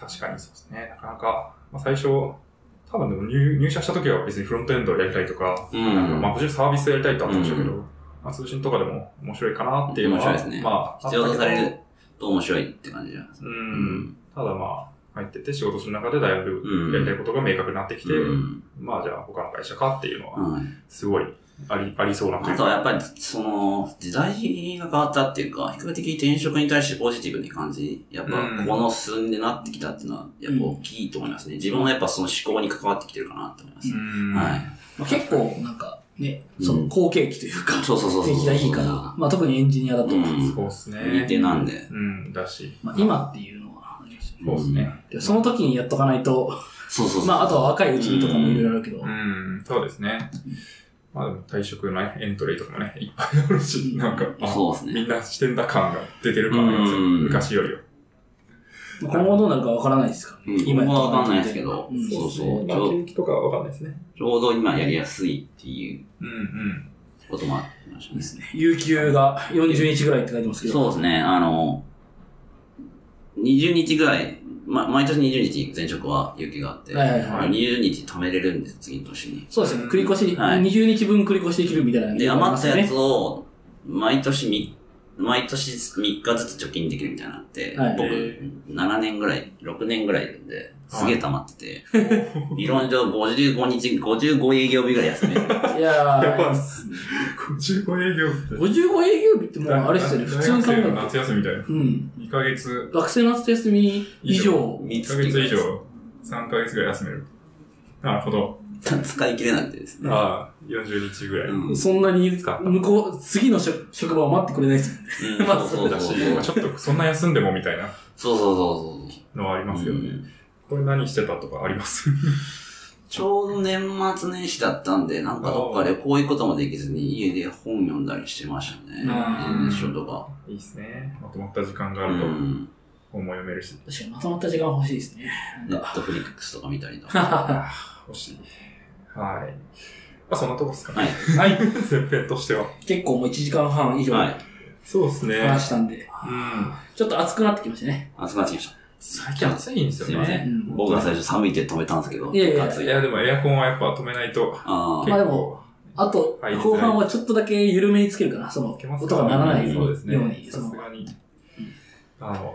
[SPEAKER 3] 確かにそうですね。なかなか、まあ、最初、多分でも入入社した時は別にフロントエンドをやりたいとか、
[SPEAKER 1] うん
[SPEAKER 3] なんかまあ、もちろんサービスをやりたいとはあったんでしょうけど、
[SPEAKER 1] う
[SPEAKER 3] まあ、通信とかでも面白いかなっていうのは、
[SPEAKER 1] 面白いですね
[SPEAKER 3] まあ、
[SPEAKER 1] 必要とされ
[SPEAKER 3] あった
[SPEAKER 1] ると面白いって感じじゃないです
[SPEAKER 3] けど。う。。
[SPEAKER 1] うん
[SPEAKER 3] ただまあ、入ってって仕事する中でだいぶやりたいことが明確になってきて、
[SPEAKER 1] うん
[SPEAKER 3] まあじゃあ他の会社かっていうのは、
[SPEAKER 1] はい
[SPEAKER 3] すごいあり、ありそうな
[SPEAKER 1] あ
[SPEAKER 3] 感
[SPEAKER 1] とはやっぱり、その、時代が変わったっていうか、比較的転職に対してポジティブに感じ、やっぱ、
[SPEAKER 3] うん
[SPEAKER 1] この数年でなってきたっていうのは、やっぱ大きいと思いますね。自分もやっぱその思考に関わってきてるかなと思います。はい。
[SPEAKER 2] まあ、結構、なんか、ね、
[SPEAKER 1] うん
[SPEAKER 2] その後継機というか、
[SPEAKER 1] そうそうそうそう
[SPEAKER 2] 景気がいいから、まあ特にエンジニアだと、
[SPEAKER 1] うん
[SPEAKER 3] そうですね。
[SPEAKER 1] 右手なんで。
[SPEAKER 3] うん、だし。
[SPEAKER 2] まあ今っていうのはありますよね、
[SPEAKER 3] そうですね。
[SPEAKER 2] でその時にやっとかないと、
[SPEAKER 1] そうそうそう。
[SPEAKER 2] まああとは若いうちにとかもいろいろあるけど、
[SPEAKER 3] うん、そうですね。まあでも退職のね、エントリーとかもね、いっぱいあるし、なんか、あ
[SPEAKER 1] そうですね。
[SPEAKER 3] みんなしてんだ感が出てる感がありますよ
[SPEAKER 1] うん
[SPEAKER 3] 昔よりは。
[SPEAKER 2] まあ今後どうなるかわからないですからね。
[SPEAKER 1] 今
[SPEAKER 2] やっ
[SPEAKER 1] は
[SPEAKER 2] と
[SPEAKER 1] わか
[SPEAKER 2] と
[SPEAKER 1] んないですけど、
[SPEAKER 2] うん
[SPEAKER 1] そう
[SPEAKER 3] ですね
[SPEAKER 1] そう。ち
[SPEAKER 3] まあ、
[SPEAKER 1] ょ
[SPEAKER 3] 景気とかはわかんないですね。
[SPEAKER 1] ちょうど今やりやすいっていう
[SPEAKER 3] うんうん。
[SPEAKER 1] こともありましたね。
[SPEAKER 2] 有給が40日ぐらいって書いてますけど。
[SPEAKER 1] そうですね、あの、20日ぐらい、ま、毎年20日前職は有給があって、
[SPEAKER 2] はいはいはい
[SPEAKER 1] 20日貯めれるんです、次の年に。
[SPEAKER 2] そうですよね。繰り越し、
[SPEAKER 1] はい
[SPEAKER 2] 20日分繰り越しできるみたいな、
[SPEAKER 1] で、余ったやつ
[SPEAKER 2] を。
[SPEAKER 1] を、毎年み、毎年3日ずつ貯金できるみたいなのあって、
[SPEAKER 2] はい
[SPEAKER 1] 僕、
[SPEAKER 3] え
[SPEAKER 1] 7年ぐらい、6年ぐらいいるんで、すげえ溜まってて、 理論上55日、55営業日ぐらい 休める。
[SPEAKER 2] いや
[SPEAKER 3] やばいっ
[SPEAKER 2] ー、
[SPEAKER 3] す。55営業って。
[SPEAKER 2] 55営業日ってもうあれですよね。普通に考える
[SPEAKER 3] 大学生の
[SPEAKER 2] と。
[SPEAKER 3] 夏休みみたいな。
[SPEAKER 2] うん。
[SPEAKER 3] 2ヶ月、
[SPEAKER 2] 学生の夏休み以上。
[SPEAKER 1] 三
[SPEAKER 3] 2ヶ月以上、3ヶ月ぐらい休める。なるほど。
[SPEAKER 1] 使い切れなくてですね。
[SPEAKER 3] ああ、40日ぐらい。
[SPEAKER 1] うん
[SPEAKER 2] そんなに
[SPEAKER 3] 使っ、た
[SPEAKER 2] 向こう、次の職職場を待ってくれないです。
[SPEAKER 1] うん
[SPEAKER 2] まあ
[SPEAKER 1] そうそ
[SPEAKER 3] だ
[SPEAKER 1] う
[SPEAKER 3] し
[SPEAKER 1] そう。、
[SPEAKER 3] まあちょっとそんな休んでもみたいな
[SPEAKER 1] そうそうそうそう。
[SPEAKER 3] のはありますよね。
[SPEAKER 1] うん
[SPEAKER 3] これ何してたとかあります
[SPEAKER 1] ちょうど年末年始だったんで、なんかどっかでこういうこともできずに家で本読んだりしてましたね。
[SPEAKER 3] うん
[SPEAKER 1] 年初とか。
[SPEAKER 3] いいですね。まとまった時間があ
[SPEAKER 1] う
[SPEAKER 3] ると
[SPEAKER 1] ん。
[SPEAKER 3] 本も読めるし。
[SPEAKER 2] 確かにまとまった時間欲しい ですね。
[SPEAKER 1] ネットフリックスとか見た りとか。
[SPEAKER 2] は
[SPEAKER 3] ああ、欲しい。はい。まあそんなとこですか
[SPEAKER 1] は
[SPEAKER 3] ね。はい。前編としては。
[SPEAKER 2] い。結構もう1時間半以上
[SPEAKER 1] はい。
[SPEAKER 3] そうですね。
[SPEAKER 5] 話したんで、
[SPEAKER 3] うん。
[SPEAKER 5] ちょっと熱くなってきましたね。
[SPEAKER 1] 暑くなってきまし
[SPEAKER 3] 最近暑いんです
[SPEAKER 1] た。
[SPEAKER 3] よ
[SPEAKER 1] すい
[SPEAKER 3] ね。
[SPEAKER 1] ま
[SPEAKER 5] う
[SPEAKER 1] せ。
[SPEAKER 5] んん
[SPEAKER 1] 僕が最初寒いって止めたんですけど、
[SPEAKER 5] いやいや
[SPEAKER 1] 暑
[SPEAKER 3] い
[SPEAKER 1] い。
[SPEAKER 3] や、でもエアコンはやっぱ止めないと。
[SPEAKER 1] あ
[SPEAKER 5] まあ
[SPEAKER 1] あ
[SPEAKER 5] でも、あと
[SPEAKER 3] はい、
[SPEAKER 5] 後半はちょっとだけ緩めにつけるかな、その、
[SPEAKER 3] いけます
[SPEAKER 5] 音が鳴らないよ
[SPEAKER 3] そう
[SPEAKER 5] う
[SPEAKER 3] ですね。
[SPEAKER 5] に、そ
[SPEAKER 3] さ
[SPEAKER 5] の
[SPEAKER 3] す、がに。あの、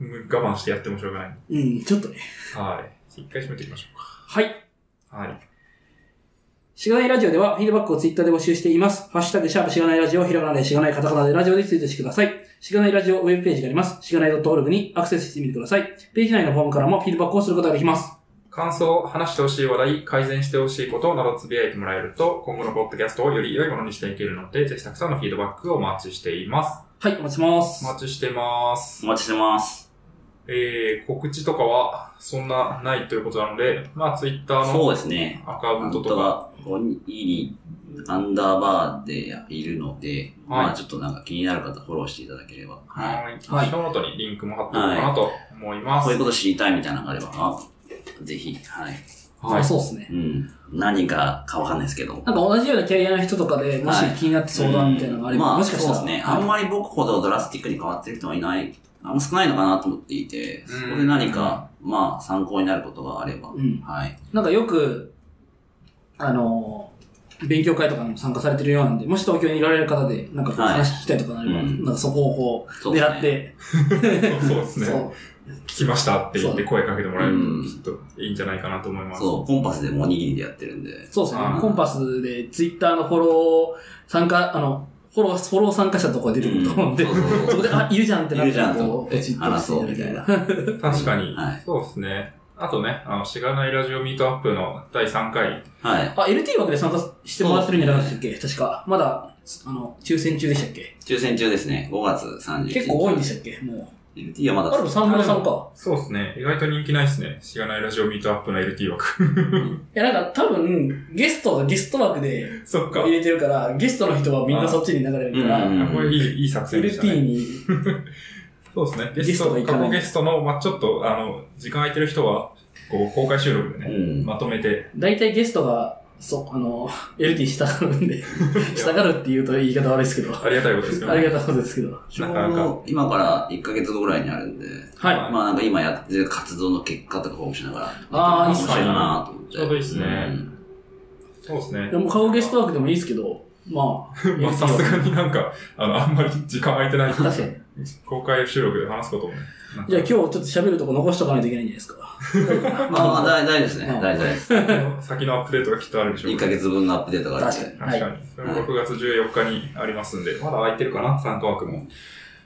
[SPEAKER 3] む我慢してやってもしょうがない。
[SPEAKER 5] うん、ちょっとね。
[SPEAKER 3] はい。一回閉めていきましょう
[SPEAKER 2] はい。
[SPEAKER 3] か。はい。
[SPEAKER 2] しがないラジオではフィードバックをツイッターで募集しています。ハッシュタグ、シャープしがないラジオ、ひらがなでしがないカタカナでラジオでツイートしてください。しがないラジオウェブページがあります。しがない .org にアクセスしてみてください。ページ内のフォームからもフィードバックをすることができます。
[SPEAKER 3] 感想、話してほしい話題、改善してほしいことなどつぶやいてもらえると、今後のポッドキャストをより良いものにしていけるので、ぜひたくさんのフィードバックをお待ちしています。
[SPEAKER 2] はい、お待ちしてます
[SPEAKER 3] お。待ちしてます
[SPEAKER 1] お。待ちしてます。
[SPEAKER 3] えー、告知とかはそんなないということなので、まあ、ツイッター
[SPEAKER 1] そ
[SPEAKER 3] の
[SPEAKER 1] うですね。
[SPEAKER 3] アカウ
[SPEAKER 1] 本
[SPEAKER 3] ント
[SPEAKER 1] 当
[SPEAKER 3] とか、
[SPEAKER 1] は、おにぎり、アンダーバーでいるので、
[SPEAKER 3] はい
[SPEAKER 1] まあちょっとなんか気になる方フォローしていただければ。はい。
[SPEAKER 3] はい、ショ
[SPEAKER 2] はい
[SPEAKER 3] ーノートにリンクも貼っておこうかなと思います。
[SPEAKER 1] こういうこと知りたいみたいなのがあれば、あぜひ、はい。
[SPEAKER 3] はい
[SPEAKER 2] あそうですね。
[SPEAKER 1] うん。何かかわかんないですけど。
[SPEAKER 2] なんか同じようなキャリアの人とかで、もし
[SPEAKER 1] はい
[SPEAKER 2] 気になって相談みたいなのがあれば、
[SPEAKER 1] まあ、
[SPEAKER 2] もしかしたら。
[SPEAKER 1] そうですね。
[SPEAKER 2] はい
[SPEAKER 1] あんまり僕ほどドラスティックに変わってる人はいない、あんま少ないのかなと思っていて、
[SPEAKER 3] ん
[SPEAKER 1] そこで何か、まあ、参考になることがあれば。
[SPEAKER 2] うん。
[SPEAKER 1] はい。
[SPEAKER 2] なんかよく、あのー勉強会とかにも参加されてるようなんで、もし東京にいられる方で、なんかこう
[SPEAKER 1] はい
[SPEAKER 2] 話聞きたいとかなれば、
[SPEAKER 1] うん
[SPEAKER 2] なんかそこをこう、
[SPEAKER 1] そうですね
[SPEAKER 2] 狙って、
[SPEAKER 3] そうですね。
[SPEAKER 2] そう
[SPEAKER 3] 聞きましたって言って声かけてもらえる
[SPEAKER 1] うん
[SPEAKER 3] と、きっといいんじゃないかなと思います。
[SPEAKER 1] そう、コンパスでもおにぎりでやってるんで。
[SPEAKER 2] そうですね
[SPEAKER 3] う。ん
[SPEAKER 2] コンパスでツイッターのフォロー参加、あの、フォロー、フォロー参加者とか出てくると思うんで、
[SPEAKER 1] うんそうそうそう
[SPEAKER 2] そこで、 あ、いるじゃんって
[SPEAKER 1] い
[SPEAKER 2] なっ
[SPEAKER 1] る
[SPEAKER 2] て
[SPEAKER 1] じゃんと
[SPEAKER 2] こ
[SPEAKER 1] 思っ
[SPEAKER 2] う、ポ
[SPEAKER 1] て
[SPEAKER 2] チ ッと押
[SPEAKER 1] 話
[SPEAKER 2] して
[SPEAKER 1] そうみたいな。。は
[SPEAKER 3] 確かに、
[SPEAKER 1] はい
[SPEAKER 3] そうですね。あとね、あの、しがないラジオミートアップの第3回、
[SPEAKER 1] い。
[SPEAKER 2] あ、LT 枠で参加してもらってるんじゃなかったっけ確か。まだ、あの、抽選中でしたっけ
[SPEAKER 1] 抽選中ですね。5月31日。
[SPEAKER 2] 結構多いんでしたっけも
[SPEAKER 1] LT はま
[SPEAKER 2] う。
[SPEAKER 1] だ
[SPEAKER 2] あれも3分の3か。
[SPEAKER 3] そうですね。意外と人気ないですね。しがないラジオミートアップの LT 枠。
[SPEAKER 5] いや、なんか多分、ゲストがゲスト枠で
[SPEAKER 3] そっか。
[SPEAKER 5] 入れてるから、ゲストの人はみんなそっちに流れるから、
[SPEAKER 1] うんうん
[SPEAKER 3] これいい、いい作戦でしたね。
[SPEAKER 5] LT に、
[SPEAKER 3] そうですね。ゲ
[SPEAKER 5] ゲ
[SPEAKER 3] ス
[SPEAKER 5] スト
[SPEAKER 3] ト、
[SPEAKER 5] が行
[SPEAKER 3] 過
[SPEAKER 5] かない
[SPEAKER 3] 去ゲストの、まあちょっと、あの、時間空いてる人は、こう、公開収録で
[SPEAKER 1] う
[SPEAKER 3] ね、
[SPEAKER 1] ん。
[SPEAKER 3] まとめて、
[SPEAKER 5] 大体ゲストが、そう、あの、LT したがるん で、したがるって言うと言い方悪いですけど、
[SPEAKER 3] ありがたいことですけど、
[SPEAKER 5] ありがたそうですけど。
[SPEAKER 1] ちょう
[SPEAKER 3] なかなか
[SPEAKER 1] ど今から1ヶ月後ぐらいにあるんで、
[SPEAKER 2] はい。
[SPEAKER 1] まあなんか今やってる活動の結果とか報告しながら、
[SPEAKER 2] あーいいっ
[SPEAKER 1] 面
[SPEAKER 2] すね
[SPEAKER 1] 白いかなと思って。
[SPEAKER 3] ちょうどいいっすね
[SPEAKER 1] うん
[SPEAKER 3] そうですね
[SPEAKER 5] で。も、顔ゲスト枠でもいいですけど、まあ、
[SPEAKER 3] まあ、さすがになんか、あの、あんまり時間空いてない。
[SPEAKER 5] 確かに。
[SPEAKER 3] 公開収録で話すこともね。なんか
[SPEAKER 5] じゃあ今日ちょっと喋るとこ残しとかないといけないんじゃないです か。
[SPEAKER 1] まあ、大大丈夫ですね。
[SPEAKER 5] うん
[SPEAKER 1] 大丈夫です。
[SPEAKER 3] 先のアップデートがきっとあるでしょう
[SPEAKER 1] 1ヶ月分のアップデートがあるんで。
[SPEAKER 5] 確か
[SPEAKER 3] 確かに。それも6月14日にありますんで、まだ空いてるかな、参加枠も。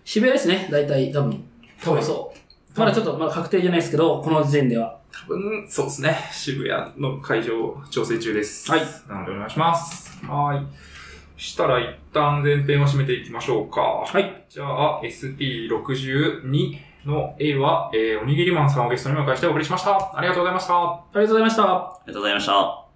[SPEAKER 2] 渋谷ですね、大体、多分。
[SPEAKER 3] 多分
[SPEAKER 2] そう。まだちょっと、まだ確定じゃないですけど、この時点では。
[SPEAKER 3] 多分、そうですね。渋谷の会場調整中です。
[SPEAKER 2] はい。
[SPEAKER 3] なのでお願いします。はい。したら一旦前編を締めていきましょうか。
[SPEAKER 2] はい。
[SPEAKER 3] じゃあ、SP62 の A は、えー、おにぎりマンさんをゲストにお迎えしてお送りしました。ありがとうございました。
[SPEAKER 2] ありがとうございました。
[SPEAKER 1] ありがとうございました。